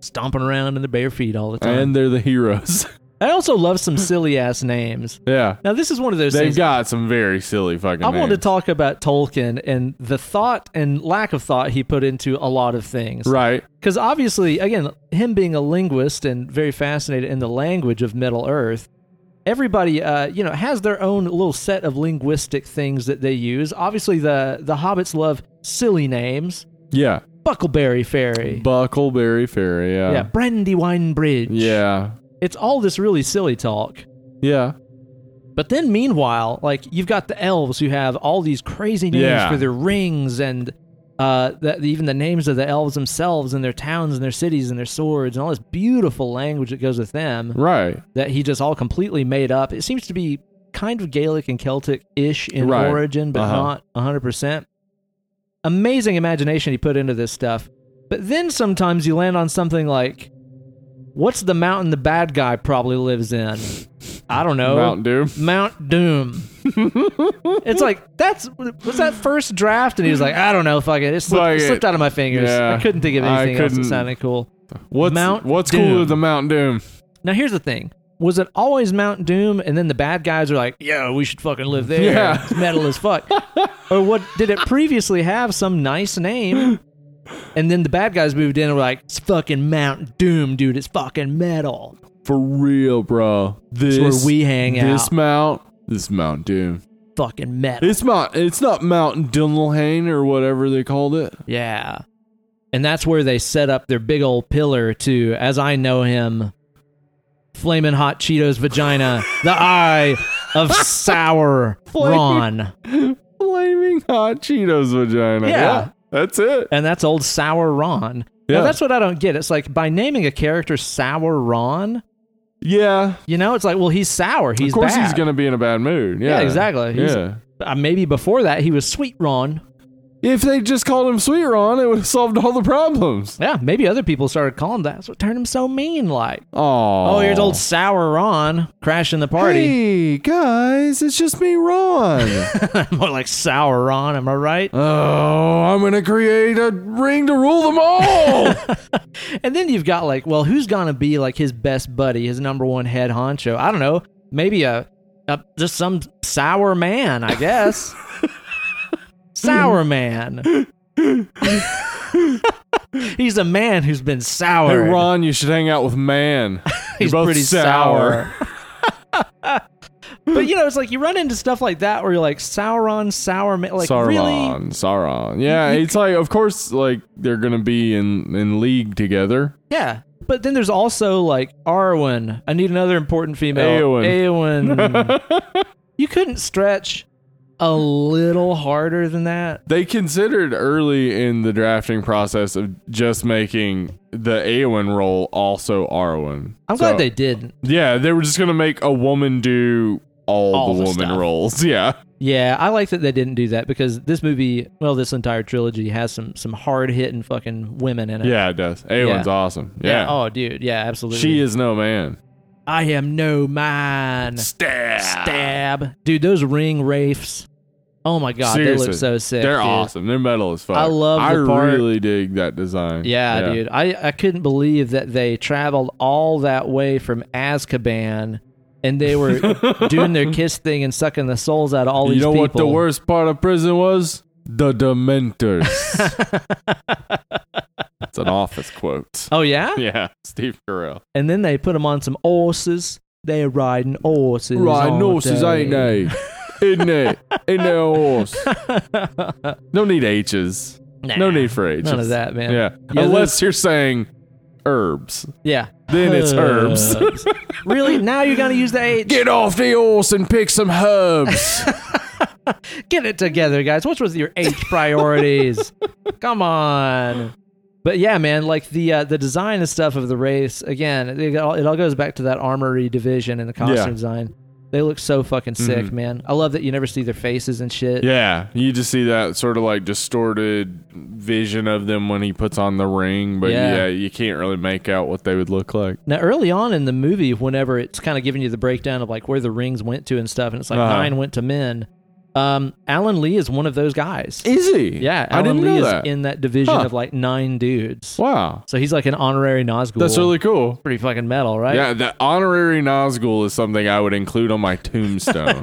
stomping around in their bare feet all the time. And they're the heroes. [laughs] I also love some silly ass names. Yeah. Now this is one of those They've things. got some very silly fucking I want to names. talk about Tolkien and the thought and lack of thought he put into a lot of things. right. Because obviously, again, him being a linguist and very fascinated in the language of Middle Earth, everybody, uh, you know, has their own little set of linguistic things that they use. Obviously, the the hobbits love silly names, Yeah. Buckleberry Fairy, Buckleberry Ferry. yeah, Yeah. Brandywine Bridge. Yeah. it's all this really silly talk. Yeah. But then, meanwhile, like you've got the elves who have all these crazy names Yeah. for their rings and uh, the, even the names of the elves themselves and their towns and their cities and their swords and all this beautiful language that goes with them Right. that he just all completely made up. It seems to be kind of Gaelic and Celtic ish in Right. origin, but Uh-huh. not 100%. Amazing imagination he put into this stuff. But then sometimes you land on something like, what's the mountain the bad guy probably lives in? I don't know. Mountain Dew. Mount [laughs] Doom. it's like that's was that first draft, and he was like, I don't know, fuck it, it slipped, Fuck it it. slipped out of my fingers. Yeah. I couldn't think of I anything else that couldn't. sounded cool. What's Mount what's Doom. cooler than Mountain Doom? Now here's the thing: was it always Mount Doom, and then the bad guys are like, "Yeah, we should fucking live there. Yeah. It's metal as [laughs] fuck." or what did it previously have some nice name? And then the bad guys moved in and were like, it's fucking Mount Doom, dude. It's fucking metal. For real, bro. This where we hang This out. mount. This Mount Doom. Fucking metal. It's Mount. It's not Mountain Dunlane or whatever they called it. Yeah. And that's where they set up their big old pillar to, as I know him, Flamin' Hot Cheetos Vagina, [laughs] the eye of Sour Ron. Flaming hot Cheetos vagina. Yeah. that's it. And that's old Sour Ron. Yeah. Now, that's what I don't get. It's like by naming a character Sour Ron, Yeah. you know, it's like, well, he's sour. He's of course, bad. he's gonna be in a bad mood. Yeah, Yeah, exactly. He's- yeah. Uh, maybe before that, he was Sweet Ron. If they just called him Sweet Ron, it would have solved all the problems. Yeah, maybe other people started calling him that. That's what turned him so mean. Like, Oh, oh, here's old Sour Ron crashing the party. Hey guys, it's just [laughs] me, Ron. More like sour on, am I right? oh, I'm gonna create a ring to rule [laughs] them all. And then you've got like, well, who's gonna be like his best buddy, his number one head honcho? I don't know, maybe a, a just some sour man, I [laughs] guess. sour man. [laughs] He's a man who's been sour. hey, Ron, you should hang out with Man. He's You're both pretty sour. sour. [laughs] but you know, it's like you run into stuff like that where you're like Sauron, sour man, like really. Sauron, Sauron. Yeah, it's like, of course, like they're gonna be in in league together. Yeah. But then there's also like Arwen. I need another important female. Eowyn. [laughs] Eowyn. you couldn't stretch a little harder than that. They considered early in the drafting process of just making the Eowyn role also Arwen. I'm So- glad they didn't. Yeah, they were just gonna make a woman do all, All the, the woman stuff. roles. [laughs] Yeah, Yeah, I like that they didn't do that because this movie, well, this entire trilogy has some some hard hitting fucking women in it. yeah, it does. Eowyn's awesome. Yeah, Oh, dude. Yeah, absolutely. she is no man. I am no man. Stab. Stab. Dude, those ring wraiths. Oh my god, Seriously, they look so sick. They're dude. awesome. They're metal as fuck. I love I the part- really dig that design. Yeah, dude. I, I couldn't believe that they traveled all that way from Azkaban and they were [laughs] doing their kiss thing and sucking the souls out of all You these know people. what the worst part of prison was? [laughs] The Dementors. It's an office quote. [laughs] Oh, yeah? Yeah, [laughs] Steve Carell. And then they put them on some horses. They're riding horses. Right, all horses, day. ain't they? Isn't it? Ain't they a [laughs] horse? No need H's. Nah, No need for H's. None of that, man. Yeah. Yeah, Unless you're saying herbs. Yeah. [laughs] Then it's Uh. herbs. really? Now you're going to use the H? Get off the horse and pick some herbs. Get it together, guys. What's with your H [laughs] priorities? Come on. But yeah, man, like the uh, the design and stuff of the race again, it all, it all goes back to that armory division and the costume Yeah. Mm-hmm. design. They look so fucking sick, man. I love that you never see their faces and shit. yeah. You just see that sort of like distorted vision of them when he puts on the ring, but yeah, Yeah. you can't really make out what they would look like. Now, early on in the movie, whenever it's kind of giving you the breakdown of like where the rings went to and stuff, and it's like Uh-huh. nine went to men, Um, Alan Lee is one of those guys. Is he? yeah, I Alan didn't Lee know is that. in that division Huh. of like nine dudes. wow, So he's like an honorary Nazgul. that's really cool. pretty fucking metal, right? Yeah, the honorary Nazgul is something I would include on my tombstone.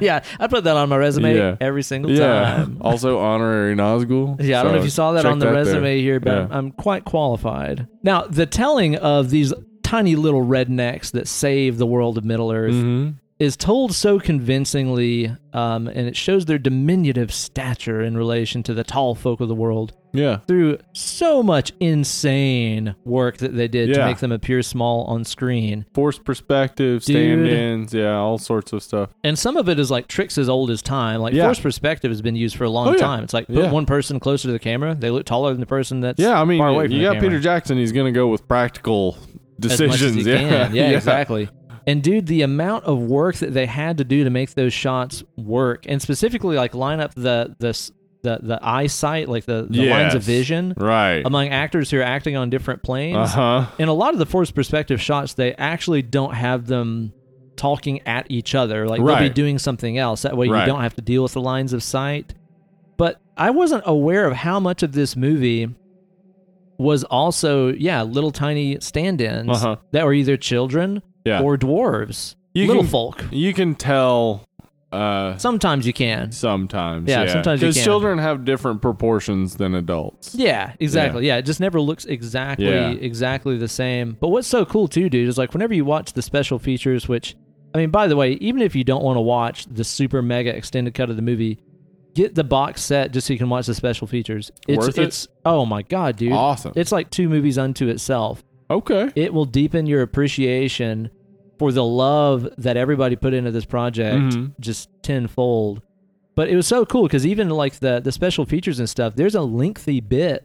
[laughs] yeah. I put that on my resume Yeah. every single yeah. time. [laughs] Also honorary Nazgul. Yeah, I don't know if you saw that on the resume here, but yeah. I'm- I'm quite qualified. Now, the telling of these tiny little rednecks that save the world of Middle Earth hmm is told so convincingly, um, and it shows their diminutive stature in relation to the tall folk of the world Yeah. through so much insane work that they did to Yeah. make them appear small on screen. Forced perspective, Dude. stand-ins, yeah, all sorts of stuff. And some of it is like tricks as old as time. Like Yeah. forced perspective has been used for a long Oh, yeah. time. It's like put Yeah. one person closer to the camera, they look taller than the person that's Yeah, I mean, far away from you the got camera. Peter Jackson. He's gonna go with practical decisions. As much as you [laughs] yeah. Can. yeah, exactly. And dude, the amount of work that they had to do to make those shots work, and specifically like line up the the s- the, the eyesight, like the, the lines of Yes. vision Right. among actors who are acting on different planes. Uh huh. In a lot of the forced perspective shots, they actually don't have them talking at each other. Like they'll Right. be doing something else. That way you Right. don't have to deal with the lines of sight. But I wasn't aware of how much of this movie was also, yeah, little tiny stand ins Uh-huh. that were either children Yeah. or dwarves. You little can- folk. You can tell. Uh, Sometimes you can. sometimes. Yeah, Yeah. sometimes you because can. children have different proportions than adults. Yeah, exactly. Yeah. it just never looks exactly Yeah. exactly the same. But what's so cool too, dude, is like whenever you watch the special features, which I mean, by the way, even if you don't want to watch the super mega extended cut of the movie, get the box set just so you can watch the special features. It's Worth it? it's oh my god, dude. Awesome. It's like two movies unto itself. Okay. It will deepen your appreciation for the love that everybody put into this project Mhm. just tenfold. But it was so cool because even like the the special features and stuff, there's a lengthy bit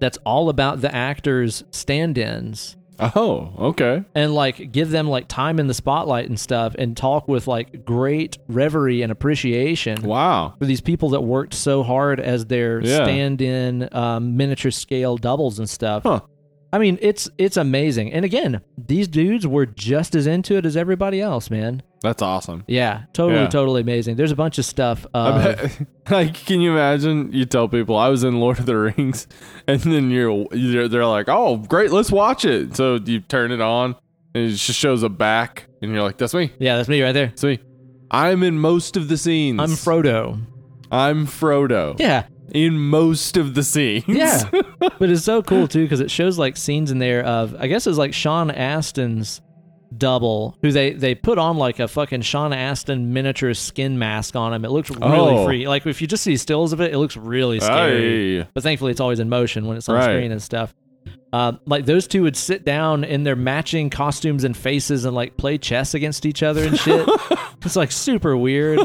that's all about the actors' stand-ins Oh, okay. and like give them like time in the spotlight and stuff and talk with like great reverie and appreciation Wow. for these people that worked so hard as their Yeah. stand-in um, miniature scale doubles and stuff. Huh. I mean, it's it's amazing. And again, these dudes were just as into it as everybody else, man. That's awesome. Yeah, totally, Yeah. totally amazing. There's a bunch of stuff. Uh, I bet, [laughs] like, can you imagine? You tell people I was in Lord of the Rings, [laughs] and then you're they're, they're like, "Oh, great, let's watch it." So you turn it on, and it just shows a back, and you're like, "That's me, Yeah, that's me right there. that's me." I'm in most of the scenes. I'm Frodo. I'm Frodo. Yeah, In most of the scenes. [laughs] yeah. but it's so cool too because it shows like scenes in there of I guess it's like Sean Astin's double who they they put on like a fucking Sean Astin miniature skin mask on him. It looks really Oh. free. Like if you just see stills of it, it looks really scary. Hey. But thankfully, it's always in motion when it's on Right. screen and stuff. Uh, like those two would sit down in their matching costumes and faces and like play chess against each other and [laughs] shit. it's like super weird.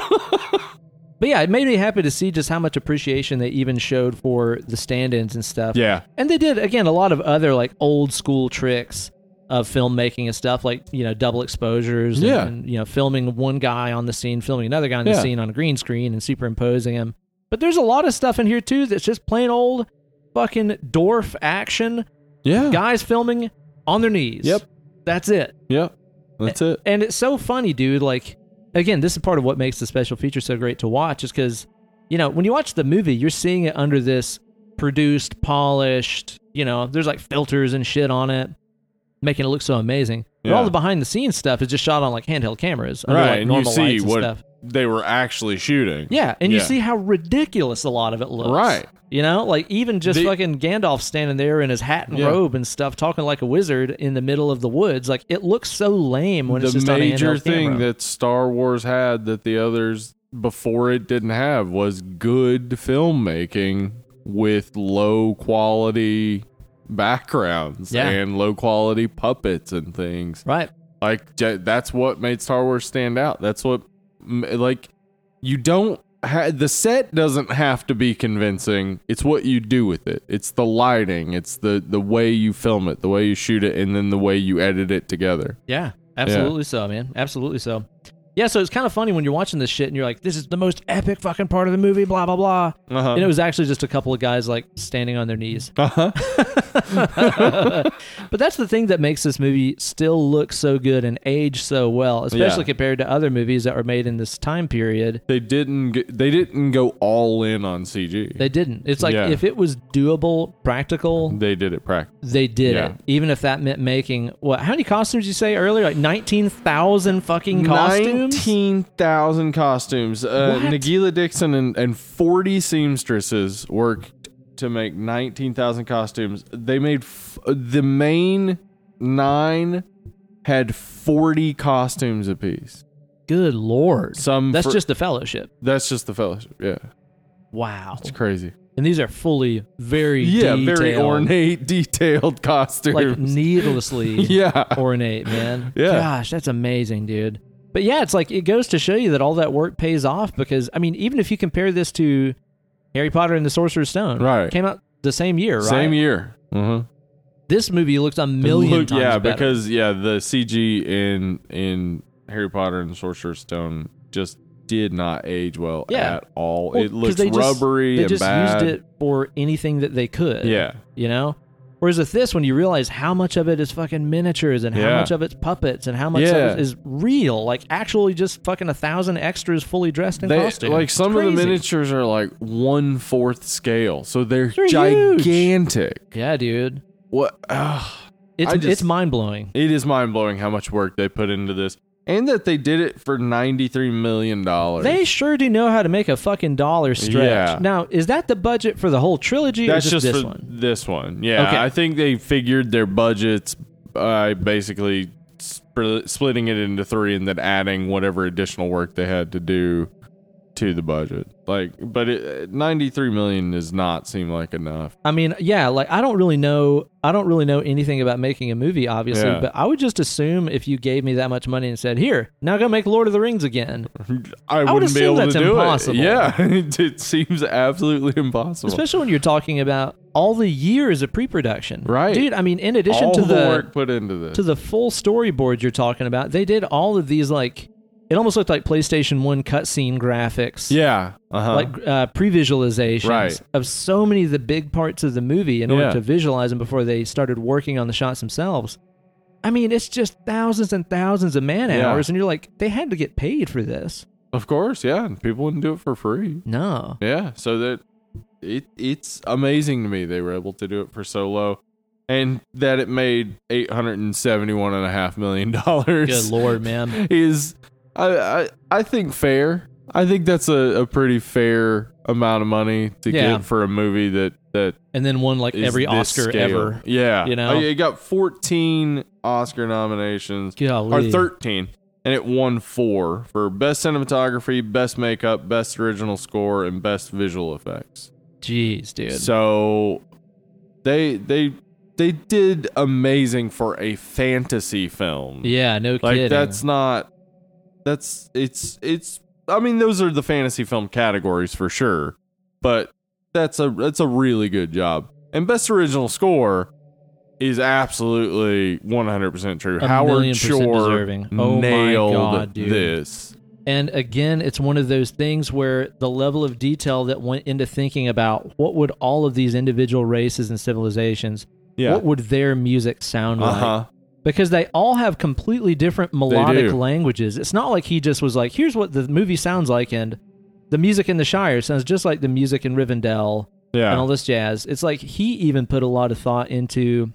but yeah, it made me happy to see just how much appreciation they even showed for the stand-ins and stuff. Yeah. And they did again a lot of other like old school tricks of filmmaking and stuff like you know double exposures and, Yeah. and, you know filming one guy on the scene filming another guy on the Yeah. scene on a green screen and superimposing him but there's a lot of stuff in here too that's just plain old fucking dwarf action Yeah. guys filming on their knees Yep. that's it Yep. That's it. and it's so funny, dude. Like, again, this is part of what makes the special feature so great to watch, is because, you know, when you watch the movie, you're seeing it under this produced, polished, you know, there's like filters and shit on it, making it look so amazing. But all Yeah. the behind the scenes stuff is just shot on like handheld cameras, under, Right. like, and you normal see lights and what stuff. they were actually shooting. Yeah, and you Yeah. see how ridiculous a lot of it looks. Right. You know, like even just The- fucking Gandalf standing there in his hat and Yeah. robe and stuff, talking like a wizard in the middle of the woods. Like it looks so lame when it's the just on major a handheld thing camera. that Star Wars had that the others before it didn't have was good filmmaking with low quality backgrounds Yeah. and low quality puppets and things. right. Like j- that's what made Star Wars stand out. That's what m- like you don't ha- the set doesn't have to be convincing. It's what you do with it. It's the lighting, it's the the way you film it, the way you shoot it and then the way you edit it together. Yeah, absolutely so, man. Absolutely so. Yeah, so it's kind of funny when you're watching this shit and you're like, this is the most epic fucking part of the movie, blah, blah, blah. Uh-huh. And it was actually just a couple of guys like standing on their knees. [laughs] Uh-huh. but that's the thing that makes this movie still look so good and age so well, especially Yeah. compared to other movies that were made in this time period. They didn't. G- they didn't go all in on CG. They didn't. It's like Yeah. if it was doable, practical, They did it practical. they did Yeah. it. Even if that meant making what? How many costumes did you say earlier? Like nineteen thousand fucking costumes. Nineteen thousand costumes. Uh, What? Nagila Dixon and, and forty seamstresses worked to make nineteen thousand costumes. They made f- the main nine had forty costumes apiece. Good lord. Some That's for- just the fellowship. that's just the fellowship. Yeah, Wow. it's crazy. And these are fully very Yeah, very detailed, ornate, [laughs] detailed costumes. like needlessly [laughs] yeah, ornate, man. Yeah. Gosh, that's amazing, dude. But yeah, it's like it goes to show you that all that work pays off because I mean, even if you compare this to Harry Potter and the Sorcerer's Stone, Right. came out the same year, right? same year. Uh-huh. This movie looks a million Look, times yeah better. because yeah the cg in in harry potter and the sorcerer's stone just did not age well Yeah. at all Well, it 'cause looks they just- rubbery they and just bad used it uh, for anything that they could. yeah you know. Whereas with this, when you realize how much of it is fucking miniatures and how Yeah. much of it's puppets and how much Yeah. of it is real, like actually just fucking a thousand extras fully dressed in they, costume. like It's some of the crazy. miniatures are like one fourth scale so they're, They're huge. gigantic Yeah, dude. what ugh. It's I just- it's mind blowing. it is mind-blowing how much work they put into this and that they did it for 93 million dollars They sure do know how to make a fucking dollar stretch. Yeah. Now, is that the budget for the whole trilogy That's or just, just, this for one? this one. Yeah, Okay. I think they figured their budgets by basically sp- splitting it into three and then adding whatever additional work they had to do to the budget. Like, but it, 93 million does not seem like enough. I mean, yeah, like I don't really know I don't really know anything about making a movie obviously, Yeah. but I would just assume if you gave me that much money and said, "Here, now go make Lord of the Rings again." I, would wouldn't be assume able that's to do impossible. it. [laughs] Yeah, it, it seems absolutely impossible. Especially when you're talking about all the years of pre-production. Right. Dude, I mean, in addition all to the, the, work put into this. to the full storyboard you're talking about, they did all of these like it almost looked like PlayStation 1 cutscene graphics. yeah, uh-huh. like uh, pre-visualizations Right. of so many of the big parts of the movie in order Yeah. to visualize them before they started working on the shots themselves. I mean, it's just thousands and thousands of man Yeah. hours, and you're like, they had to get paid for this. of course, yeah. and People wouldn't do it for free. No, Yeah, so that it it's amazing to me they were able to do it for so low and that it made eight hundred and seventy one and a half million [laughs] dollars good lord, man. is I, I I think fair. I think that's a, a pretty fair amount of money to Yeah. get for a movie that that And then won like is every this Oscar scale. ever. Yeah, you know? Uh, it got fourteen Oscar nominations Golly. or 13 and it won four for best cinematography best makeup best original score and best visual effects Jeez, dude. so they they they did amazing for a fantasy film yeah, no like kidding. that's not that's it's it's i mean those are the fantasy film categories for sure but that's a that's a really good job and best original score is absolutely 100% true A million howard percent shore deserving. Oh my nailed God, dude. this And again, it's one of those things where the level of detail that went into thinking about what would all of these individual races and civilizations, Yeah. what would their music sound like? uh-huh Because they all have completely different melodic do. languages. It's not like he just was like, here's what the movie sounds like, and the music in the Shire sounds just like the music in Rivendell and all yeah this jazz. It's like he even put a lot of thought into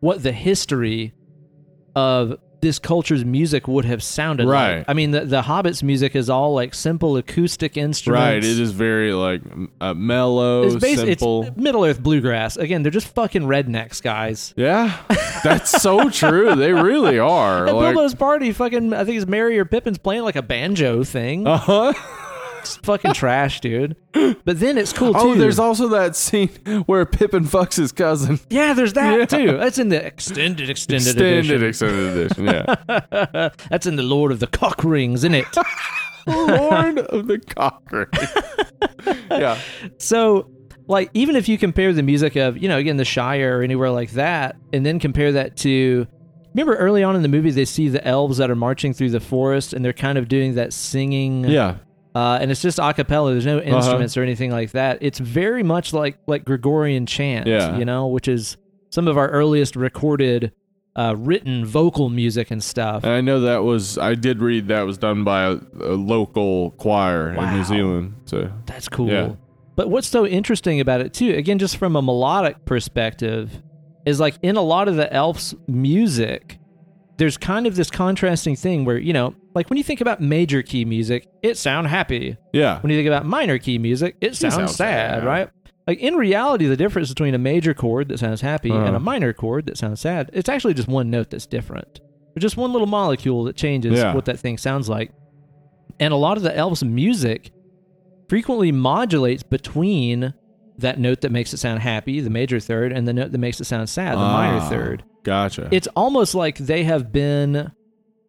what the history of this culture's music would have sounded Right. like. I mean, the, the Hobbit's music is all like simple acoustic instruments. right it is very like m- uh, mellow It's, basi- it's simple [laughs] Middle Earth bluegrass. Again, they're just fucking rednecks, guys. yeah that's so true they [laughs] really are At like Bilbo's party, fucking, I think it's Mary or Pippin's playing like a banjo thing. uh-huh It's [laughs] fucking trash, dude. But then it's cool too. Oh, there's also that scene [laughs] where Pippin fucks his cousin. yeah, there's that too. That's in the extended, extended, edition. Extended extended edition, yeah. That's in the Lord of the Cock Rings, isn't it? [laughs] Lord of the Cocker. [laughs] yeah. So, like, even if you compare the music of, you know, again, the Shire or anywhere like that, and then compare that to Remember early on in the movie, they see the elves that are marching through the forest and they're kind of doing that singing. Yeah. Uh-huh. Uh, and it's just a cappella. There's no instruments or anything like that. It's very much like like Gregorian chant, Yeah. you know, which is some of our earliest recorded uh, written vocal music and stuff. And I know that was, I did read that was done by a, a local choir in Wow. New Zealand. So, That's cool. Yeah. But what's so interesting about it too, again, just from a melodic perspective, is like in a lot of the elf's music, there's kind of this contrasting thing where, you know, like when you think about major key music, it sound happy. yeah. When you think about minor key music, it sounds, sounds sad, sad. right? Like in reality, the difference between a major chord that sounds happy Uh-huh. and a minor chord that sounds sad, it's actually just one note that's different. Or just one little molecule that changes Yeah. what that thing sounds like. And a lot of the elves' music frequently modulates between that note that makes it sound happy, the major third, and the note that makes it sound sad, the minor Ah, third. Gotcha. It's almost like they have been,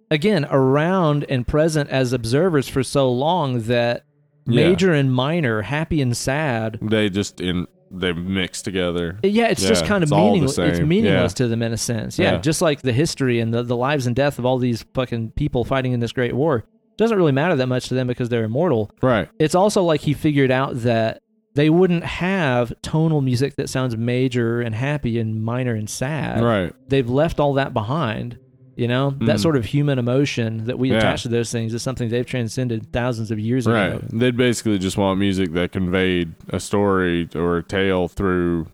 again, around and present as observers for so long that Yeah. major and minor, happy and sad. they just, in they mix together. Yeah, it's just Yeah, kind of it's all the meaningless. It's same. meaningless Yeah. to them in a sense. Yeah, Yeah. just like the history and the, the lives and death of all these fucking people fighting in this great war doesn't really matter that much to them because they're immortal. Right. It's also like he figured out that they wouldn't have tonal music that sounds major and happy and minor and sad. Right. they've left all that behind. You know, that Mm. sort of human emotion that we Yeah. attach to those things is something they've transcended thousands of years Right. ago. They'd basically just want music that conveyed a story or a tale through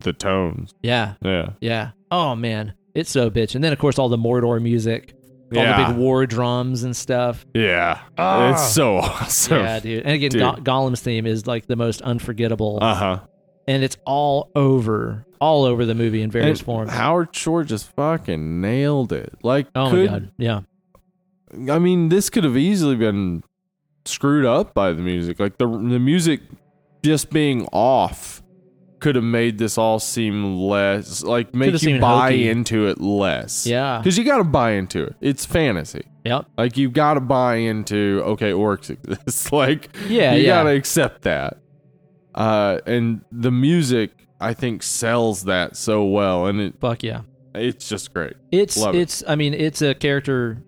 the tones. Yeah. Yeah. Yeah. Oh, man. It's so bitch. And then, of course, all the Mordor music, all yeah. the big war drums and [laughs] stuff. yeah. It's so [laughs] awesome. Ah. yeah, dude. And again, Go- Gollum's theme is like the most unforgettable. Uh huh. and it's all over, all over the movie in various And forms. Howard Shore just fucking nailed it. Like, oh, could, my God. Yeah. I mean, this could have easily been screwed up by the music. Like the the music just being off could have made this all seem less like make you seemed buy hokey. into it less. Yeah. Because you got to buy into it. It's fantasy. Yep. Like you got to buy into okay, orcs [laughs] exist. like Yeah, you yeah. got to accept that. Uh, and the music I think sells that so well, and it Fuck yeah. it's just great. It's Love it. it's I mean it's a character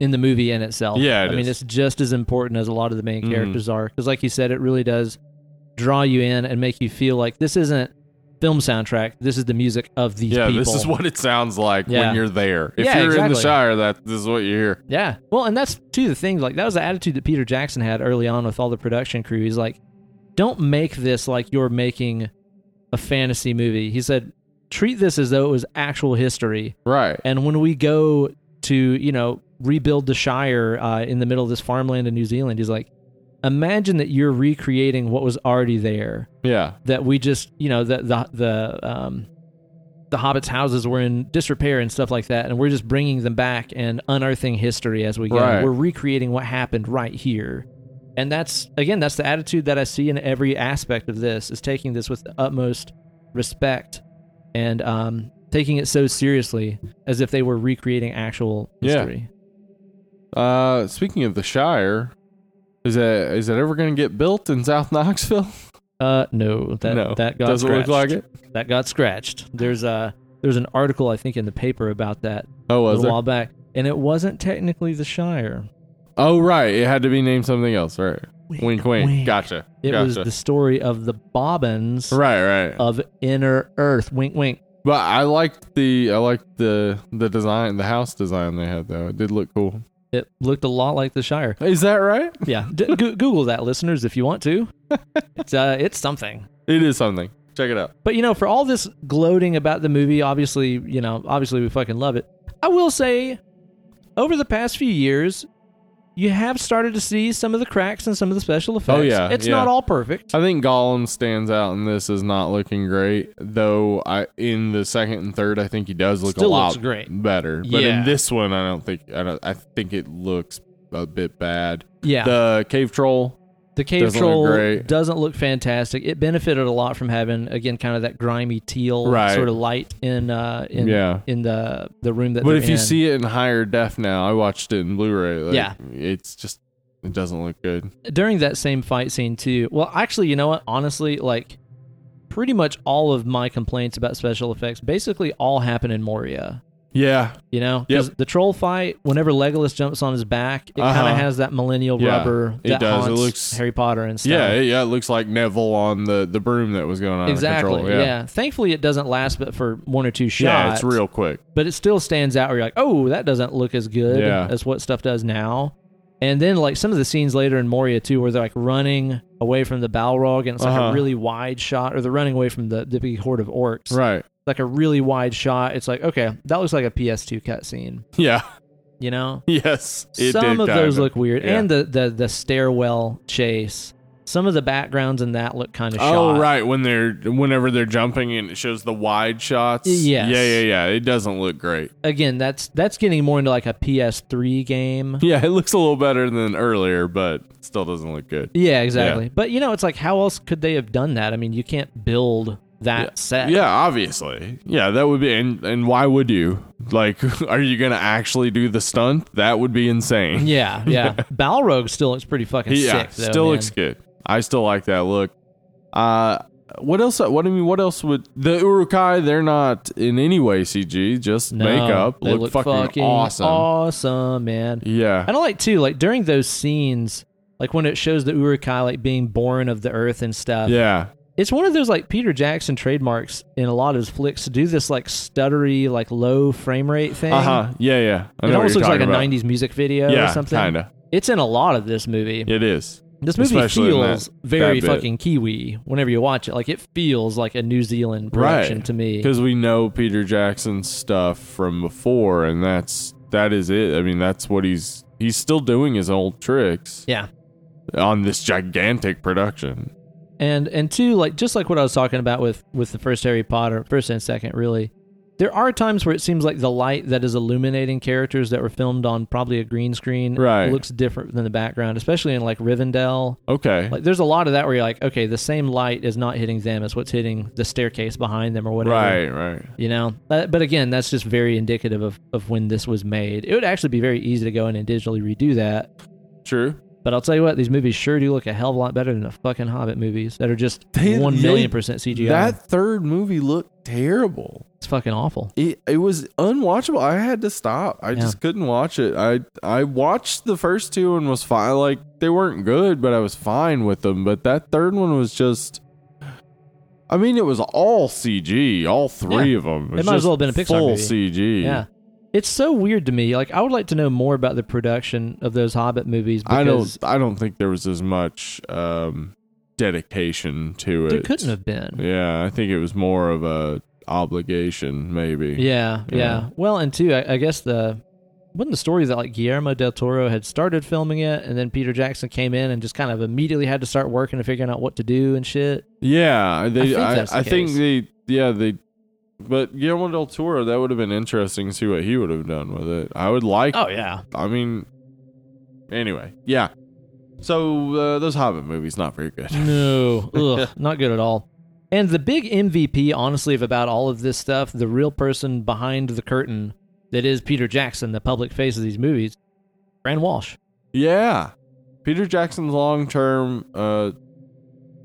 in the movie in itself. Yeah, I it mean it's is. just as important as a lot of the main Mhm. characters are because, like you said, it really does draw you in and make you feel like this isn't film soundtrack. This is the music of these yeah, people. this is what it sounds like Yeah. when you're there. If Yeah, you're in exactly. the Shire, that this is what you hear. Yeah. Well, and that's too the thing. Like that was the attitude that Peter Jackson had early on with all the production crew. He's like, "Don't make this like you're making a fantasy movie." He said, "Treat this as though it was actual history." Right. And when we go to, you know, rebuild the Shire uh, in the middle of this farmland in New Zealand, he's like, imagine that you're recreating what was already there. Yeah. That we just, you know, the the the um, the hobbits' houses were in disrepair and stuff like that, and we're just bringing them back and unearthing history as we go. Right. We're recreating what happened right here. And that's again, that's the attitude that I see in every aspect of this is taking this with the utmost respect and um, taking it so seriously as if they were recreating actual Yeah. history. Uh, speaking of the Shire, is that is that ever going to get built in South [laughs] Knoxville? Uh, no, that no, that got doesn't scratched. look like it. That got scratched. There's a there's an article I think in the paper about that Oh, a was little there? while back, and it wasn't technically the Shire. Oh, right. It had to be named something else. Right. Wink, Wink, wink. wink. Gotcha. It gotcha. was the story of the bobbins right, right. of inner Earth. Wink, wink. but I liked the I liked the the design, the house design they had though. It did look cool. It looked a lot like the Shire. Is that right? Yeah, [laughs] D- Goo- Google that, listeners, if you want to. It's uh, it's something. It is something. Check it out. But you know, for all this gloating about the movie, obviously, you know, obviously we fucking love it. I will say, over the past few years, you have started to see some of the cracks in some of the special effects. Oh, yeah, it's yeah. not all perfect. I think Gollum stands out in this is not looking great, though. I in the second and third, I think he does look Still a lot looks great. better. But Yeah. in this one, I don't think I don't. I think it looks a bit bad. Yeah, the, The cave troll, cave doesn't look troll great. doesn't look fantastic. It benefited a lot from having again kind of that grimy teal Right. sort of light in uh in Yeah. in the the room that. but they're if you in. see it in higher def now, I watched it in Blu-ray. Like, Yeah. it's just it doesn't look good. during that same fight scene too. Well, actually, you know what? Honestly, like pretty much all of my complaints about special effects basically all happen in Moria. Yeah. You know, Yep. 'Cause the troll fight, whenever Legolas jumps on his back, it kind Uh-huh. of has that millennial Yeah, rubber it that does. It haunts looks- Harry Potter and stuff. Yeah. it- yeah. It looks like Neville on the, the broom that was going on. exactly. Control. yeah. Yeah. Thankfully, it doesn't last, but for one or two shots, Yeah, It's real quick. But it still stands out where you're like, oh, that doesn't look as good Yeah. as what stuff does now. And then like some of the scenes later in Moria too, where they're like running away from the Balrog, and it's like Uh-huh. a really wide shot, or they're running away from the the big horde of orcs, Right. [laughs] like a really wide shot. It's like, okay, that looks like a PS2 cutscene, Yeah. [laughs] you know? Yes. It some did of those kinda. look weird, Yeah. and the, the the stairwell chase. Some of the backgrounds in that look kind of Oh shot. right, when they're whenever they're jumping and it shows the wide shots. Yes. Yeah, yeah, yeah. It doesn't look great. Again, that's that's getting more into like a PS3 game. [laughs] Yeah, it looks a little better than earlier, but still doesn't look good. Yeah, exactly. But you know, it's like how else could they have done that? I mean, you can't build that set. Yeah, obviously. Yeah, that would be and and why would you? Like [laughs] are you going to actually do the stunt? That would be insane. yeah, [laughs] yeah. Balrog still looks pretty fucking Yeah, sick. Though, still man. looks good. I still like that look. Uh what else? What I mean, what else would the Urukai? They're not in any way CG, just No, makeup. They Look, fucking, awesome. awesome, man. yeah, And I like too, like during those scenes, like when it shows the Urukai like being born of the earth and stuff. yeah. It's one of those like Peter Jackson trademarks in a lot of his flicks to do this like stuttery, like low frame rate thing. Uh huh. Yeah, yeah. I know It almost what you're looks like talking about. a '90s music video yeah, or something. Kinda. It's in a lot of this movie. It is. This movie Especially in feels that- very that bit. fucking Kiwi whenever you watch it. Like it feels like a New Zealand production Right. to me. Because we know Peter Jackson's stuff from before, and that's that is it. I mean, that's what he's he's still doing his old tricks Yeah. on this gigantic production. and and two like just like what i was talking about with with the first harry potter first and second really there are times where it seems like the light that is illuminating characters that were filmed on probably a green screen Right. looks different than the background especially in like rivendell Okay. like there's a lot of that where you're like okay the same light is not hitting them as what's hitting the staircase behind them or whatever right. Right. you know That- but again that's just very indicative of, of when this was made it would actually be very easy to go in and digitally redo that True. but I'll tell you what, these movies sure do look a hell of a lot better than the fucking Hobbit movies that are just They- one they- million percent CGI. That third movie looked terrible. it's fucking awful. It, it was unwatchable. I had to stop. I just couldn't watch it. I I watched the first two and was fine. Like they weren't good, but I was fine with them. But that third one was just. I mean, it was all CG. All three of them. It might as well have been a Pixar full movie. CG. Yeah, it's so weird to me. Like I would like to know more about the production of those Hobbit movies. Because I don't. I don't think there was as much um, dedication to it. There couldn't have been. Yeah, I think it was more of a obligation, maybe. Yeah, yeah. Yeah. Well, and two, I, I guess the wasn't the story that like Guillermo del Toro had started filming it, and then Peter Jackson came in and just kind of immediately had to start working and figuring out what to do and shit. Yeah, they. I think think, I, that's the I think case. they. Yeah, they. But Guillermo del Toro, that would have been interesting to see what he would have done with it. I would like. Oh yeah, I mean, anyway, yeah. So uh, those Hobbit movies not very good. [laughs] No, ugh, [laughs] not good at all. And the big MVP, honestly, of about all of this stuff, the real person behind the curtain that is Peter Jackson, the public face of these movies, Fran Walsh. Yeah, Peter Jackson's long term. Uh,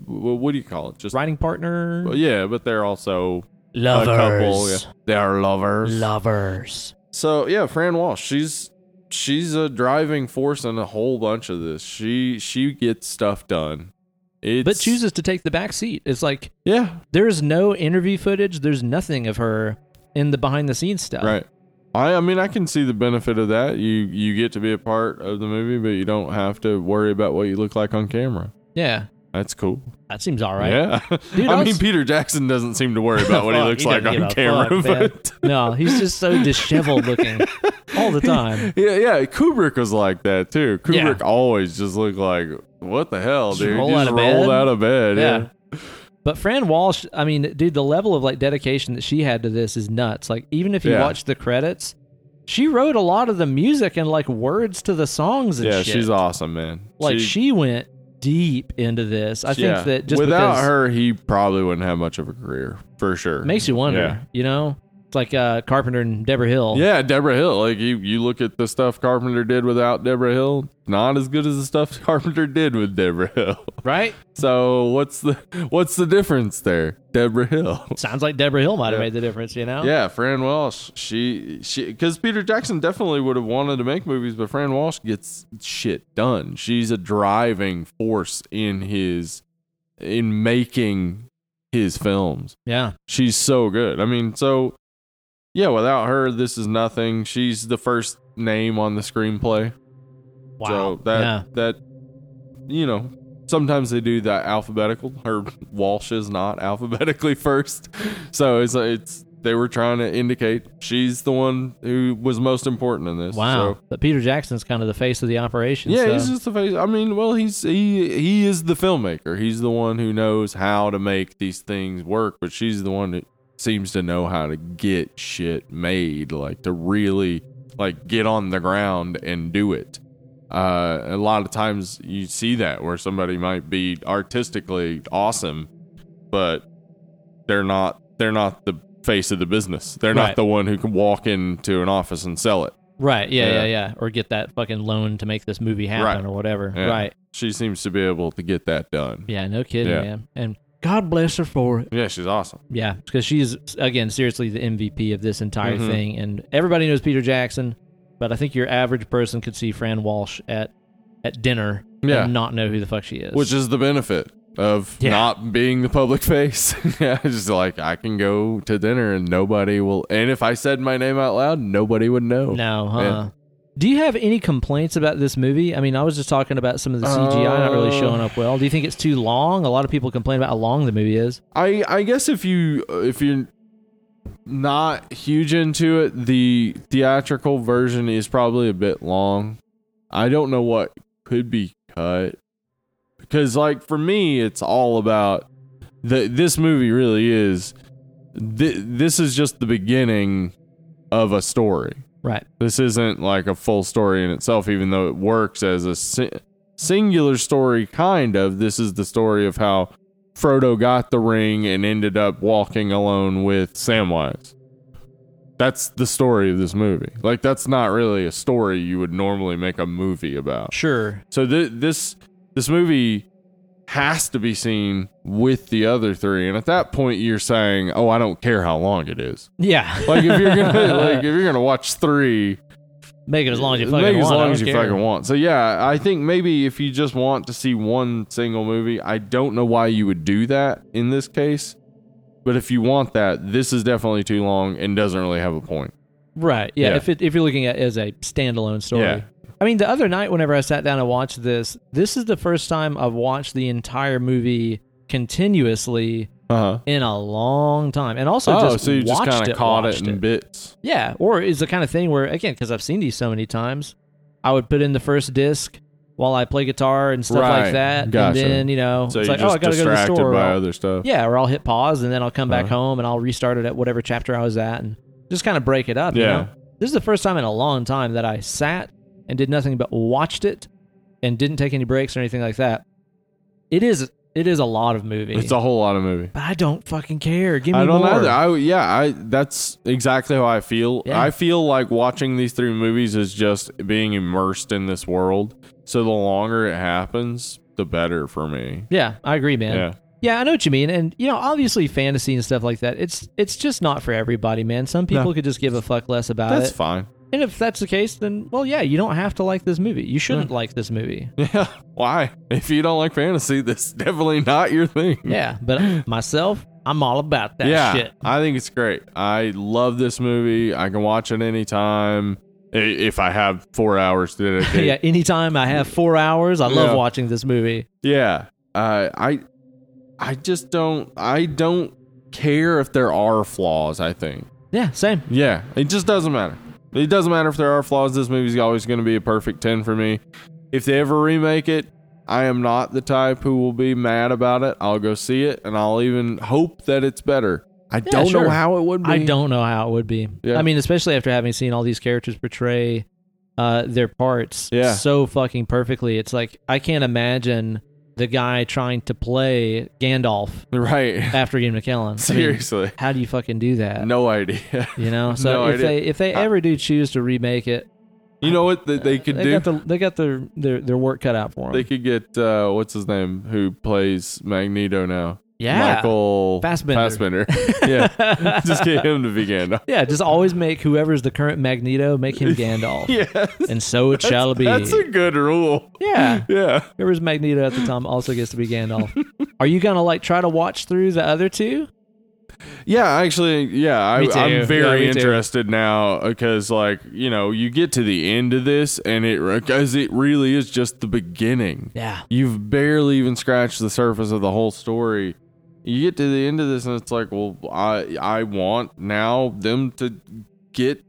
w- what do you call it? Just Writing partner, well, yeah, but they're also lovers, a couple. Yeah. They are lovers. lovers. So yeah, Fran Walsh, she's she's a driving force in a whole bunch of this. She she gets stuff done. It's, But chooses to take the back seat. It's like yeah there's no interview footage. There's nothing of her in the behind the scenes stuff. right. I I mean I can see the benefit of that. You you get to be a part of the movie, but you don't have to worry about what you look like on camera. Yeah, That's cool. that seems all right. [laughs] Yeah. Dude, I I mean was- Peter Jackson doesn't seem to worry about what he Fuck, [laughs] looks he like doesn't give on a camera, fuck, man. but [laughs] No, he's just so disheveled looking all the time. Yeah, yeah. Kubrick was like that too. Yeah. Kubrick always just looked like, "What the hell, Just dude? roll you out just of rolled bed." out of bed." yeah. Yeah. But Fran Walsh, I mean, dude, the level of like dedication that she had to this is nuts. Like, even if you Yeah. watch the credits, she wrote a lot of the music and like words to the songs and yeah, shit. she's awesome, man. like she went deep into this. I yeah. think that just without because her, he probably wouldn't have much of a career for sure. it makes you wonder, Yeah. you know. It's like uh, Carpenter and Deborah Hill. Yeah, Deborah Hill. Like you, you look at the stuff Carpenter did without Deborah Hill. Not as good as the stuff [laughs] Carpenter did with Deborah Hill. [laughs] Right? So what's the what's the difference there? Deborah Hill. Sounds like Deborah Hill might have Yeah. made the difference, you know? Yeah, Fran Walsh. She she because Peter Jackson definitely would have wanted to make movies, but Fran Walsh gets shit done. She's a driving force in his in making his films. Yeah. She's so good. I mean, so yeah, without her, this is nothing. She's the first name on the screenplay. Wow. So that yeah. that you know, sometimes they do that alphabetical. Her Walsh is not [laughs] alphabetically first, so it's it's they were trying to indicate she's the one who was most important in this. Wow. So, But Peter Jackson's kind of the face of the operation. yeah, so- he's just the face. I mean, well, he's he he is the filmmaker. He's the one who knows how to make these things work, but she's the one that seems to know how to get shit made, like to really like get on the ground and do it. Uh, a lot of times you see that where somebody might be artistically awesome, but they're not they're not the face of the business. They're Right. not the one who can walk into an office and sell it. right. Yeah, yeah, yeah, Yeah. Or get that fucking loan to make this movie happen Right. or whatever. Yeah. Right. She seems to be able to get that done. Yeah, no kidding, Yeah. man. And God bless her for it. Yeah, she's awesome. Yeah, because she's again seriously the MVP of this entire Mhm. thing, and everybody knows Peter Jackson, but I think your average person could see Fran Walsh at at dinner Yeah. and not know who the fuck she is. Which is the benefit of Yeah. not being the public [laughs] face. yeah, it's just like I can go to dinner and nobody will. And if I said my name out loud, nobody would know. no, huh? Yeah. Do you have any complaints about this movie? I mean, I was just talking about some of the CGI not really Uh, showing up well. Do you think it's too long? A lot of people complain about how long the movie is. I I guess if you if you're not huge into it, the theatrical version is probably a bit long. I don't know what could be cut because like for me, it's all about the this movie really is. Th- this is just the beginning of a story. Right. This isn't like a full story in itself, even though it works as a si- singular story, kind of. This is the story of how Frodo got the ring and ended up walking alone with Samwise. That's the story of this movie. Like, that's not really a story you would normally make a movie about. Sure. So th- this this movie has to be seen with the other three, and at that point, you're saying, "Oh, I don't care how long it is." [laughs] Yeah. Like, if you're gonna like if you're gonna watch three, Make it as long as you fucking Make it want. as I long don't as you care. fucking want. So yeah, I think maybe if you just want to see one single movie, I don't know why you would do that in this case. But if you want that, this is definitely too long and doesn't really have a point. Right. Yeah. Yeah. If it, if you're looking at it as a standalone story. Yeah. I mean, the other night whenever I sat down and watched this, this is the first time I've watched the entire movie continuously Uh huh. in a long time, and also Oh, just so you just Uh-huh. watched kind of it, caught it watched in bits. Yeah. Or is the kind of thing where again, because I've seen these so many times, I would put in the first disc while I play guitar and stuff Right. like that, Gotcha. and then you know, So it's you're like, just oh, I gotta go to the distracted store. or by I'll- other stuff. yeah, or I'll hit pause and then I'll come back Uh-huh. home and I'll restart it at whatever chapter I was at and just kind of break it up. you Yeah. know? This is the first time in a long time that I sat and did nothing but watched it and didn't take any breaks or anything like that. It is it is a lot of movie. It's a whole lot of movie. but I don't fucking care. Give me I don't more. either. I yeah, I that's exactly how I feel. Yeah. I feel like watching these three movies is just being immersed in this world. So the longer it happens, the better for me. yeah, I agree, man. Yeah. Yeah, I know what you mean, and you know, obviously, fantasy and stuff like that. It's it's just not for everybody, man. Some people could just give a fuck less about That's it, fine. [laughs] and if that's the case, then well, yeah, you don't have to like this movie. You shouldn't like this movie. Yeah. Why? If you don't like fantasy, [laughs] that's definitely not your thing. Yeah, [clears throat] but myself, I'm all about that Mm. yeah. shit. I think it's great. I love this movie. I can watch it anytime i- if I have four [laughs] hours to dedicate yeah, anytime I have four hours, I love Yeah. watching this movie. Yeah. Uh, I I just don't I don't care if there are flaws, I think. Yeah, same. Yeah, it just doesn't matter. It doesn't matter if there are flaws. This movie's always going to be a perfect 10 for me. If they ever remake it, I am not the type who will be mad about it. I'll go see it and I'll even hope that it's better. I don't sure. know how it would be. I don't know how it would be. Yeah. I mean, especially after having seen all these characters portray uh, their parts Yeah. so fucking perfectly. It's like I can't imagine the guy trying to play Gandalf [laughs] [laughs] Right. after Ian McKellen. [laughs] I mean, Seriously. how do you fucking do that? No idea. [laughs] You know, so No if idea. they if they ever do choose to remake it, You know what that they could they do? got the, they got their, their their work cut out for them. they could get uh, what's his name who plays Magneto now. yeah, Michael [laughs] Fassbender. Fassbender. yeah. Just get him to be Gandalf. yeah. Just always make whoever's the current Magneto make [laughs] him Gandalf, Yeah. and so it shall be. That's a good rule. yeah, Yeah. whoever's Magneto at the time also gets to be [laughs] Gandalf. Are you gonna like try to watch through the other two? Yeah, actually, yeah, I, Me too. I'm very Yeah, me too. interested now because, like, you know, you get to the end of this, and it because it really is just the beginning. Yeah, You've barely even scratched the surface of the whole story. You get to the end of this, and it's like, well, I I want now them to get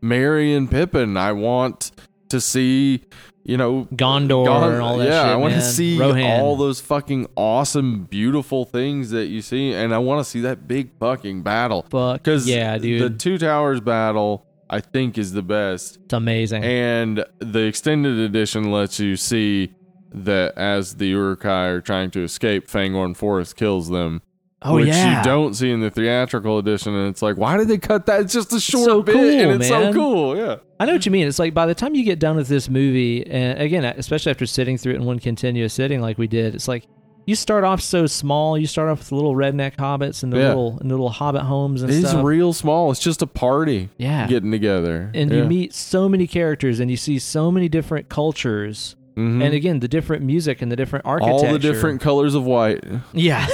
Mary and Pippin. I want to see, you know, Gondor Gone- and all that. yeah, shit, I want to man. see Rohan. all those fucking awesome, beautiful things that you see, and I want to see that big fucking battle. Fuck Because yeah, dude, the Two Towers battle, I think, is the best, it's amazing. and the extended edition lets you see that as the Urukai are trying to escape, Fangorn Forest kills them. oh which yeah, you don't see in the theatrical edition, and it's like, why did they cut that? It's just a short so bit, cool, and it's man. so cool. Yeah, I know what you mean. It's like by the time you get done with this movie, and again, especially after sitting through it in one continuous sitting like we did, it's like you start off so small. You start off with the little redneck hobbits and the Yeah. little and the little hobbit homes and it's stuff. real small. It's just a party uh, yeah, getting together, and you Yeah. meet so many characters and you see so many different cultures. Mhm. And again, the different music and the different all architecture. the different colors of white. [laughs] Yeah.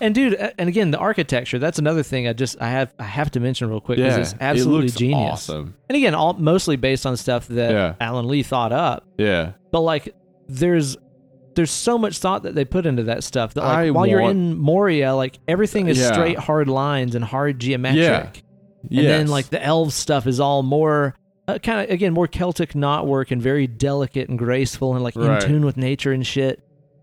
and dude, a- and again, the architecture, that's another thing I just I have I have to mention real quick because Yeah, it's absolutely it looks genius. Awesome. And again, all mostly based on stuff that Yeah. Alan Lee thought up. Yeah, But like there's there's so much thought that they put into that stuff that like I while you're want- in Moria, like everything is Yeah. straight hard lines and hard geometric. Yeah. And Yes. then like the elves stuff is all more uh, kind of again more Celtic knot work and very delicate and graceful and like Right. in tune with nature and shit.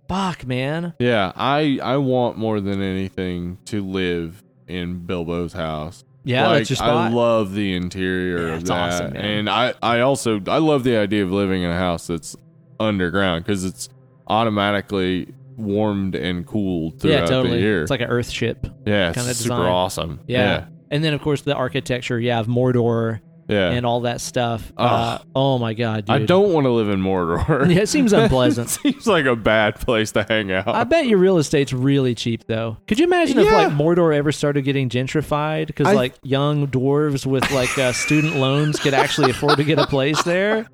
Fuck, man. yeah, I I want more than anything to live in Bilbo's house. Yeah, like, that's your spot. I love the interior Yeah, of it's that, awesome, man. and I I also I love the idea of living in a house that's underground because it's automatically warmed and cooled throughout yeah, totally. the year. It's like an Earth ship. yeah, kinda it's super design. awesome. Yeah. And then of course the architecture, yeah, of Mordor yeah. yeah. and all that stuff. Ugh. Uh, oh my god, dude. I don't want to live in Mordor. [laughs] Yeah, [laughs] it seems It unpleasant. seems like a bad place to hang out. I bet your real estate's really cheap though. Could you imagine if Yeah. like Mordor ever started getting gentrified because I- like young dwarves with like uh, student loans could actually afford to get a place there?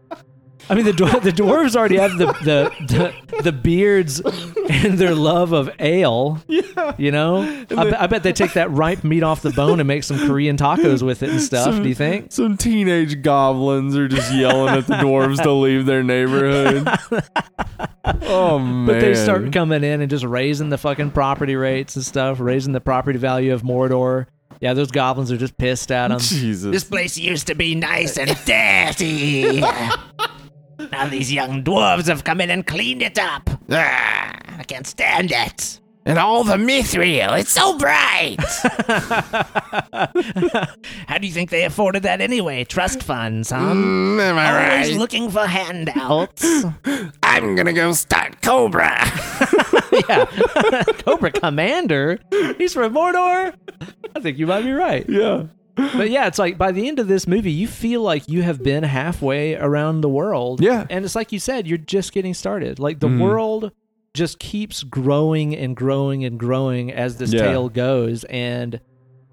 I mean the dwar- the dwarves already have the, the the the beards and their love of ale. Yeah, you know, I, bet I bet they take that ripe meat off the bone and make some Korean tacos with it [laughs] and stuff. Do you think? Some teenage goblins are just yelling [laughs] at the dwarves to leave their neighborhood. Oh man! But they start coming in and just raising the fucking property rates and stuff, raising the property value of Mordor. Yeah, those goblins are just pissed at them. Jesus. This place used to be nice and dirty. now these young dwarves have come in and cleaned it up. Ah, I can't stand it. And all the mithril, it's so bright. [laughs] How do you think they afforded that anyway? Trust funds, huh? Mm, am I Always right? looking for handouts. I'm gonna go start Cobra. yeah. [laughs] Cobra Commander? He's from Mordor? I think you might be right. yeah. But yeah, it's like by the end of this movie, you feel like you have been halfway around the world. Yeah. Mm. And it's like you said, you're just getting started. Like the world just keeps growing and growing and growing as this Yeah. tale goes. And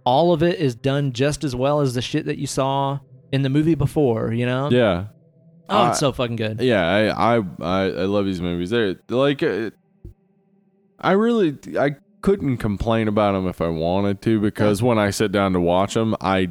all of it is done just as well as the shit that you saw in the movie before, you know? Yeah. Oh, it's I- so fucking good. Yeah. I I I, I love these movies. They're like uh, I really I couldn't complain about them if I wanted to because when I sit down to watch them, I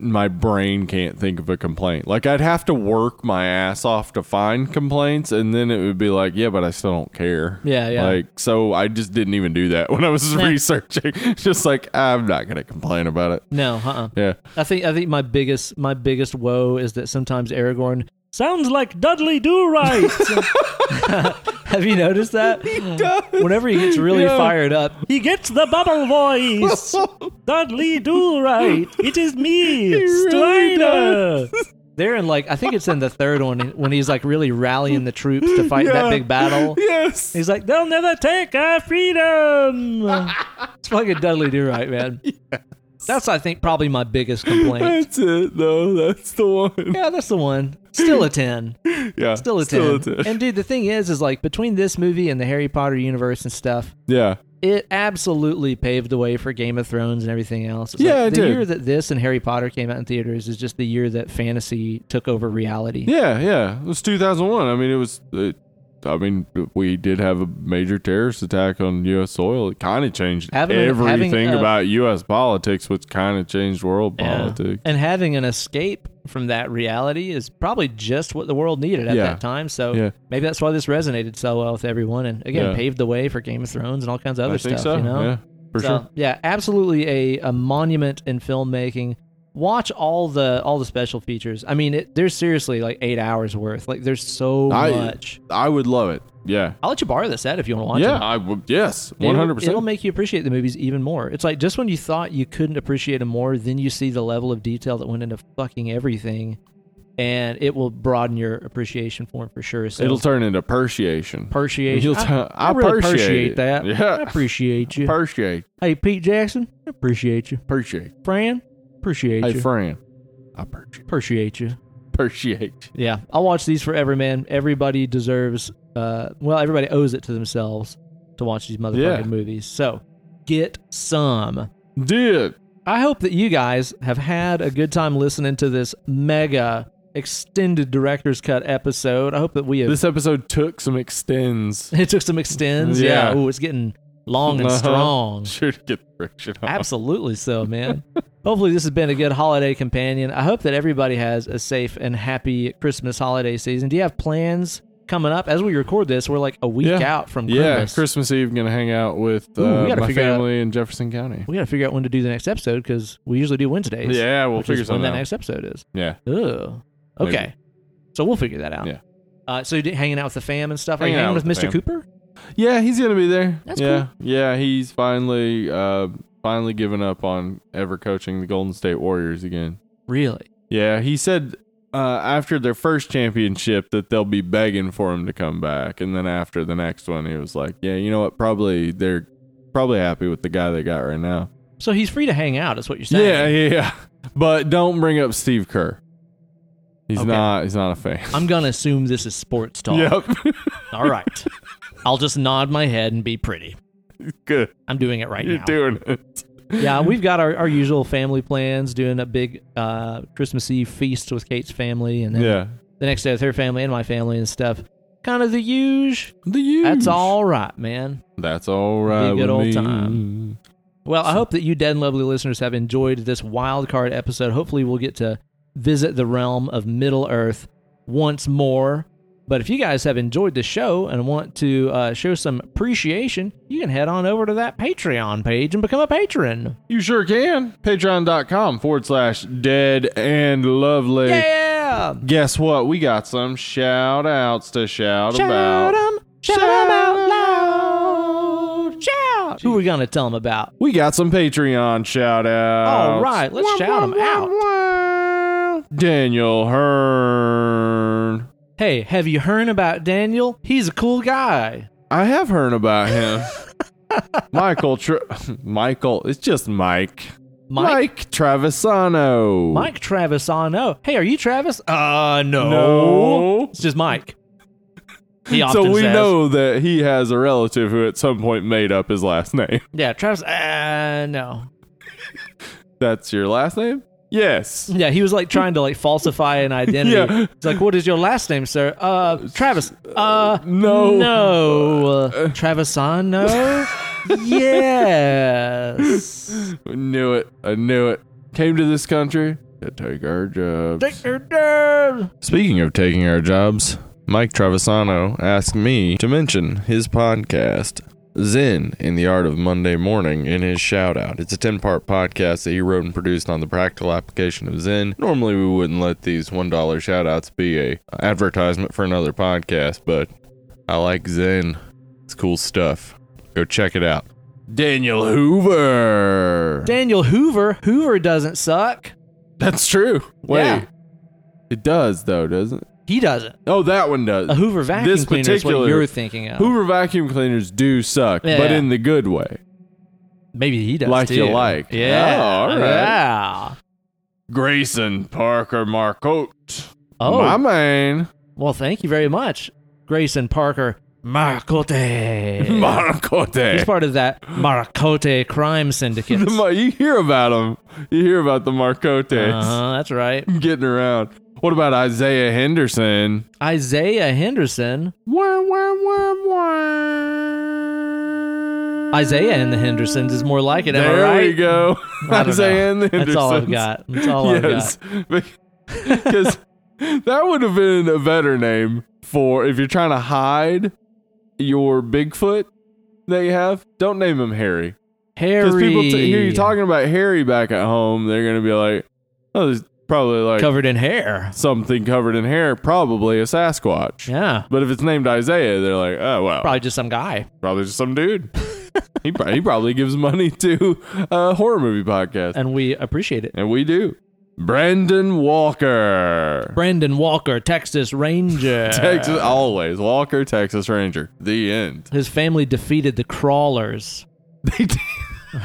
my brain can't think of a complaint. Like I'd have to work my ass off to find complaints, and then it would be like, yeah, but I still don't care. Yeah, yeah. Like so, I just didn't even do that [laughs] when I was researching. [laughs] just like I'm not gonna complain about it. No, uh uh Yeah. I think I think my biggest my biggest woe is that sometimes Aragorn [laughs] sounds [laughs] like Dudley Do Right. Have you noticed [laughs] that? He does. Whenever he gets really Yeah. fired up, he gets the bubble [laughs] voice. Dudley Do Right. It is me, really Strider. They're in like I think it's in the third one when he's like really rallying the troops to fight that Yeah. big battle. Yes. He's like, they'll never take our freedom. it's fucking Dudley Do Right, [laughs] man. That's I think probably my biggest complaint. That's it, though. That's the one. yeah, that's the one. Still a ten. Yeah. Still a ten. And dude, the thing is, is like between this movie and the Harry Potter universe and stuff, yeah. it absolutely paved the way for Game of Thrones and everything else. It's Yeah, like it the did. year that this and Harry Potter came out in theaters is just the year that fantasy took over reality. Yeah, yeah. It was 2001. I mean, it was. It, I mean, we did have a major terrorist attack on U.S. soil. It kind of changed Having a- everything having a- about U.S. politics, which kind of changed world politics. And having an escape from that reality is probably just what the world needed at Yeah. that time. So Yeah. maybe that's why this resonated so well with everyone and again Yeah. paved the way for Game of Thrones and all kinds of other I think stuff, so. you know? Yeah, for So, sure. Yeah, absolutely a, a monument in filmmaking. Watch all the all the special features. I mean, it, there's seriously like eight hours worth. Like there's so I- much. I would love it. Yeah. I'll let you borrow the set if you want to watch yeah. it. I would. Yes. It'll- One hundred It'll percent. make you appreciate the movies even more. It's like just when you thought you couldn't appreciate them more, then you see the level of detail that went into fucking everything, and it will broaden your appreciation for them for sure. So It'll turn into appreciation. appreciation. You'll I- t- I I really appreciate appreciate it. that. Yeah. I appreciate you. Appreciate. hey, Pete Jackson, I appreciate you. Appreciate. Fran, appreciate Hey, you. friend. I appreciate. appreciate you. Appreciate. Yeah, I'll watch these forever, man. Everybody deserves, uh, well, everybody owes it to themselves to watch these motherfucking Yeah. movies. So get some. Did. I hope that you guys have had a good time listening to this mega extended director's cut episode. I hope that we have. This episode took some [laughs] extends. it took some extends. Yeah. Yeah. Ooh, it's getting long and Uh-huh. strong. [laughs] Sure to get the friction off. Absolutely so, [laughs] man. Hopefully, this has been a good holiday companion. I hope that everybody has a safe and happy Christmas holiday season. Do you have plans coming up? As we record this, we're like a week Yeah. out from Yeah, Christmas. Christmas Eve, gonna hang out with Ooh, we uh, gotta my figure out- family in Jefferson County. We got to figure out when to do the next episode because we usually do Wednesdays. Yeah, we'll which figure is when something that out. next episode is. Yeah, Ugh. Maybe. Okay. So we'll figure that out. Yeah. Uh, so you did hanging out with the fam and stuff. Are you Hanging hanging out with, with Mr. the fam. Cooper? yeah, he's gonna be there. That's yeah, yeah, he's finally uh finally given up on ever coaching the Golden State Warriors again. Really? Yeah, he said uh after their first championship that they'll be begging for him to come back, and then after the next one, he was like, yeah, you know what? Probably they're probably happy with the guy they got right now. So he's free to hang out. Is what you're saying? Yeah, yeah, yeah. But don't bring up Steve Kerr. He's Okay. not. He's not a fan. I'm gonna assume this is sports talk. [laughs] Yep. All right. [laughs] I'll just nod my head and be pretty. Good. I'm doing it right You're now. doing it. [laughs] yeah, we've got our, our usual family plans, doing a big uh, Christmas Eve feast with Kate's family, and then Yeah. the next day with her family and my family and stuff. Kind of the huge. The huge. That's all right, man. That's all right. Be a good with old me. time. Well, I hope that you dead and lovely listeners have enjoyed this wild card episode. Hopefully, we'll get to visit the realm of Middle Earth once more. But if you guys have enjoyed the show and want to uh, show some appreciation, you can head on over to that Patreon page and become a patron. You sure can. Patreon.com forward slash dead and lovely. Yeah! Guess what? We got some shout outs to shout, Shout about. 'em! Shout 'em out loud! Shout! Who are we going to tell them about? We got some Patreon shout outs. All right, let's shout 'em out. Daniel Hearn. Hey, have you heard about Daniel? He's a cool guy. I have heard about [laughs] him. Michael, Tra- [laughs] Michael, it's just Mike. Mike? Travisano. Oh. Mike Travis on. Oh, hey, are you Travis? Uh, no. No. It's just Mike. He often So we says, know that he has a relative who at some point made up his last name. [laughs] Yeah, Travis. Uh, no. That's your last name? [laughs] Yes. Yeah, he was like trying to like falsify an identity. Yeah. It's like, what is your last name, sir? Uh, Travis. Uh, no. No. Uh, Travis on. [laughs] No. yes. I knew it. I knew it. Came to this country to take our jobs. Take your turn. Speaking of taking our jobs, Mike Travisano asked me to mention his podcast, Zen in the Art of Monday Morning, in his shout out. It's a 10 part podcast that he wrote and produced on the practical application of Zen. Normally, we wouldn't let these $1 shout outs be a advertisement for another podcast, but I like Zen. It's cool stuff. Go check it out. Daniel Hoover. Daniel Hoover. Hoover doesn't suck. That's true. Wait. Yeah. It does though, doesn't it? He doesn't. Oh, that one does. A Hoover vacuum This cleaner is what particular- you're thinking of. Hoover vacuum cleaners do suck, Yeah. but in the good way. Maybe he does Like you too. like. Yeah. Oh, all right. Yeah. Grayson Parker Marcotte. Oh, my man, well, thank you very much, Grayson Parker Maracote. He's Marcotte. part of [gasps] that Maracote crime syndicate. [laughs] The Mar- you hear about him. You hear about the Marcotes Uh-huh, that's right. [laughs] getting around. What about Isaiah Henderson? Isaiah Henderson. Isaiah and the Hendersons is more like it. Am there I right? we go. [laughs] [laughs] I don't Isaiah and the know. Hendersons. That's all I've got. That's all I've got. [laughs] Because that would have been a better name for if you're trying to hide your Bigfoot that you have. Don't name him Harry. Harry. Because people t- hear you talking about Harry back at home, they're gonna be like, "Oh, there's probably like covered in hair. something covered in hair, probably a Sasquatch." Yeah. But if it's named Isaiah, they're like, "Oh, well, probably, Probably just some guy. just some dude." he, prob- he probably gives money to a horror movie podcast, And we appreciate it. and we do. Brandon Walker, Brandon Walker, Texas [laughs] Ranger. Texas, always Walker, Texas Ranger. The end. His family defeated the crawlers. [laughs] They did we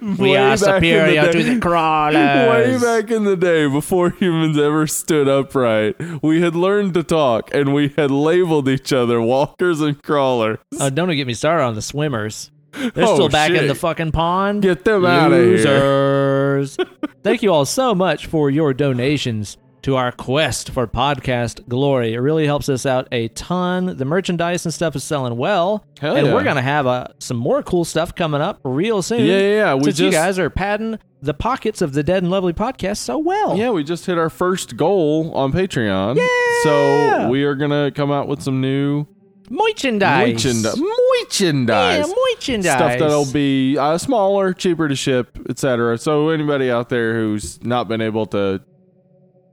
Way are back in the superior day. to the Way crawlers. back in the day, before humans ever stood upright, we had learned to talk and we had labeled each other walkers and crawlers. Oh, don't get me started on the swimmers. They're Oh, still back in shit. the fucking pond. Get them out of here. [laughs] Losers. Thank you all so much for your donations to our quest for podcast glory. It really helps us out a ton. The merchandise and stuff is selling well. Hell and yeah. we're going to have uh, some more cool stuff coming up real soon. Yeah, yeah, yeah. We Since you just- guys are padding the pockets of the Dead and Lovely podcast so well. Yeah, we just hit our first goal on Patreon. So we are going to come out with some new Merchandise. merchanda- merchandise. Yeah, merchandise. Stuff that'll be uh, smaller, cheaper to ship, etc. So anybody out there who's not been able to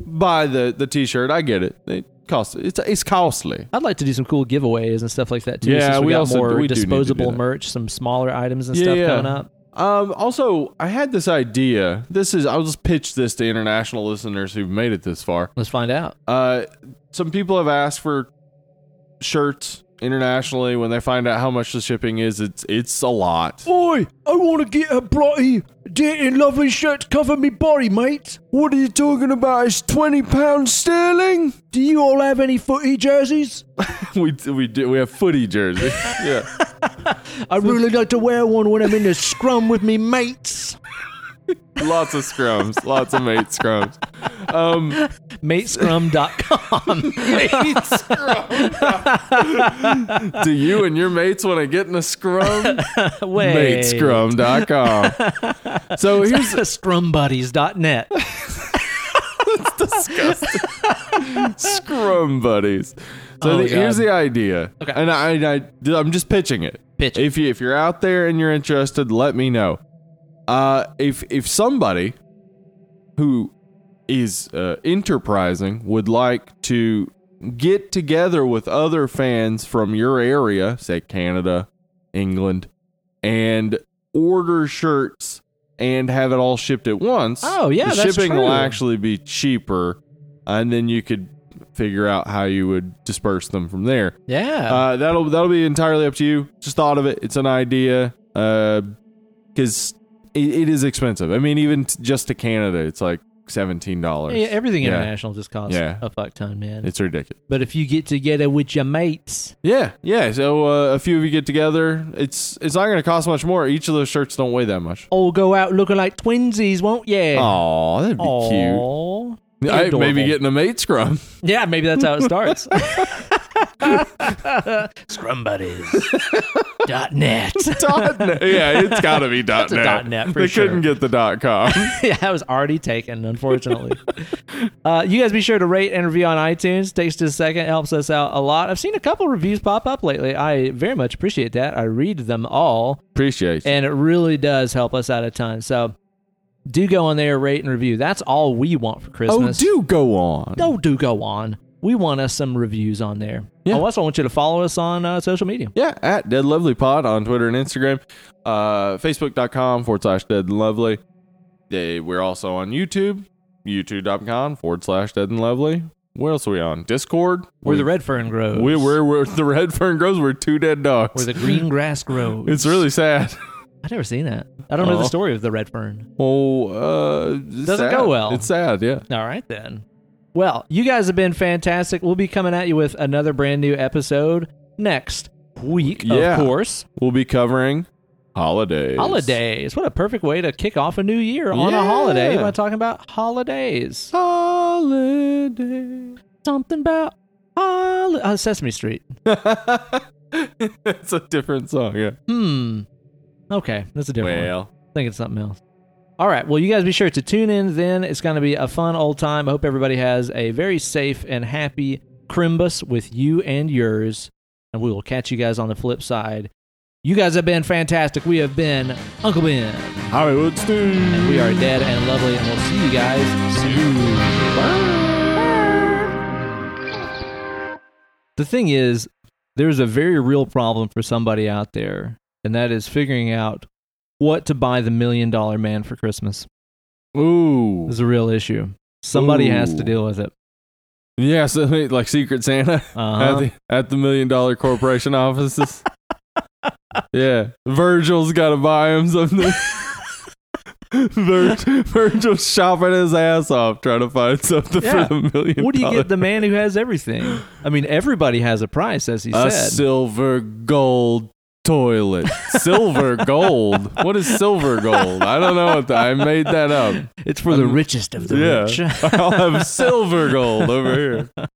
buy the, the t-shirt, I get it. It costs it's it's costly. I'd like to do some cool giveaways and stuff like that too. Yeah, since we, we got also- more we do need to do disposable that. merch, some smaller items and Yeah, stuff yeah. coming up. Um, also, I had this idea. This is I'll just pitch this to international listeners who've made it this far. Let's find out. Uh, some people have asked for shirts internationally. When they find out how much the shipping is, it's it's a lot. Boy, I want to get a bloody, dirty, lovely shirt to cover me body, mate. What are you talking about? It's twenty pounds sterling. Do you all have any footy jerseys? [laughs] we we do we have footy jerseys. [laughs] yeah, I'd really like to wear one when I'm in a scrum with me mates. lots of scrums, lots of mate scrums. Um, [laughs] Matescrum.com. do you and your mates want to get in a scrum? Wait. Matescrum.com. [laughs] So here's Scrumbuddies.net. Scrum buddies. So Oh, the, God. here's the idea, Okay. and I, and I I'm just pitching it. Pitch it. If you if you're out there and you're interested, let me know. Uh, if if somebody who is uh, enterprising would like to get together with other fans from your area, say Canada, England, and order shirts and have it all shipped at once. Oh, yeah, the that's shipping will true. actually be cheaper, and then you could figure out how you would disperse them from there. Yeah. Uh, that'll that'll be entirely up to you. Just thought of it. It's an idea. Because it, it is expensive. I mean, even t- just to Canada, it's like seventeen dollars. yeah, everything yeah. international just costs Yeah. a fuck ton, man. It's ridiculous. but if you get together with your mates, Yeah, yeah. So uh, a few of you get together. It's it's not going to cost much more. Each of those shirts don't weigh that much. all go out looking like twinsies, won't ya? Aw, that'd be Aww. cute. I, maybe Adorable. getting a [laughs] mate scrum. Yeah, maybe that's how it starts. Scrumbuddies. [laughs] dot net. [laughs] dot net. Yeah, it's got to be dot net. dot net for they sure. couldn't get the [laughs] dot com. [laughs] yeah, that was already taken, unfortunately. [laughs] uh, you guys be sure to rate and review on iTunes. Takes just a second, helps us out a lot. I've seen a couple reviews pop up lately. I very much appreciate that. I read them all, Appreciate. you. and it really does help us out a ton. So do go on there, rate and review. That's all we want for oh, Christmas. do go on. No, do go on. We want us some reviews on there. Yeah. I also want you to follow us on uh, social media. Yeah, at Dead Lovely Pod on Twitter and Instagram. Uh, Facebook.com forward slash Dead Lovely. They, we're also on YouTube. youtube.com forward slash dead and lovely. Where else are we on? Discord? Where the red fern grows. we, where, where the red fern grows, we're two dead dogs. Where the green grass grows. it's really sad. I've never seen that. I don't know Oh. the story of the red fern. Well, uh, it's Doesn't sad. go well. It's sad, yeah. All right then. Well, you guys have been fantastic. We'll be coming at you with another brand new episode next week, Yeah. of course. We'll be covering holidays. Holidays. What a perfect way to kick off a new year on Yeah. a holiday by talking about holidays. Holiday. [laughs] Something about holi- uh, Sesame Street. it's a different song, yeah. Hmm. Okay, that's a different one. Well, I think it's something else. All right. Well, you guys be sure to tune in then. It's going to be a fun old time. I hope everybody has a very safe and happy Crimbus with you and yours. And we will catch you guys on the flip side. You guys have been fantastic. We have been Uncle Ben. Hollywood Steve. We are dead and lovely, and we'll see you guys soon. The thing is, there's a very real problem for somebody out there, and that is figuring out what to buy the million dollar man for Christmas. Ooh. This is a real issue. Somebody has to Ooh. deal with it. Yeah, so [laughs] they- like Secret Santa Uh-huh. at, the, at the Million Dollar Corporation [laughs] offices. yeah. Virgil's got to buy [laughs] him something. Vir- Virgil's shopping his ass off trying to find something Yeah. for the million What do you dollar- get the man who has [gasps] everything? I mean, everybody has a price, as he A said. silver gold toilet. [laughs] Silver gold? What is silver gold? I don't know. What the, I made that up. It's for the Um, richest of the yeah. [laughs] rich. I'll have silver gold over here.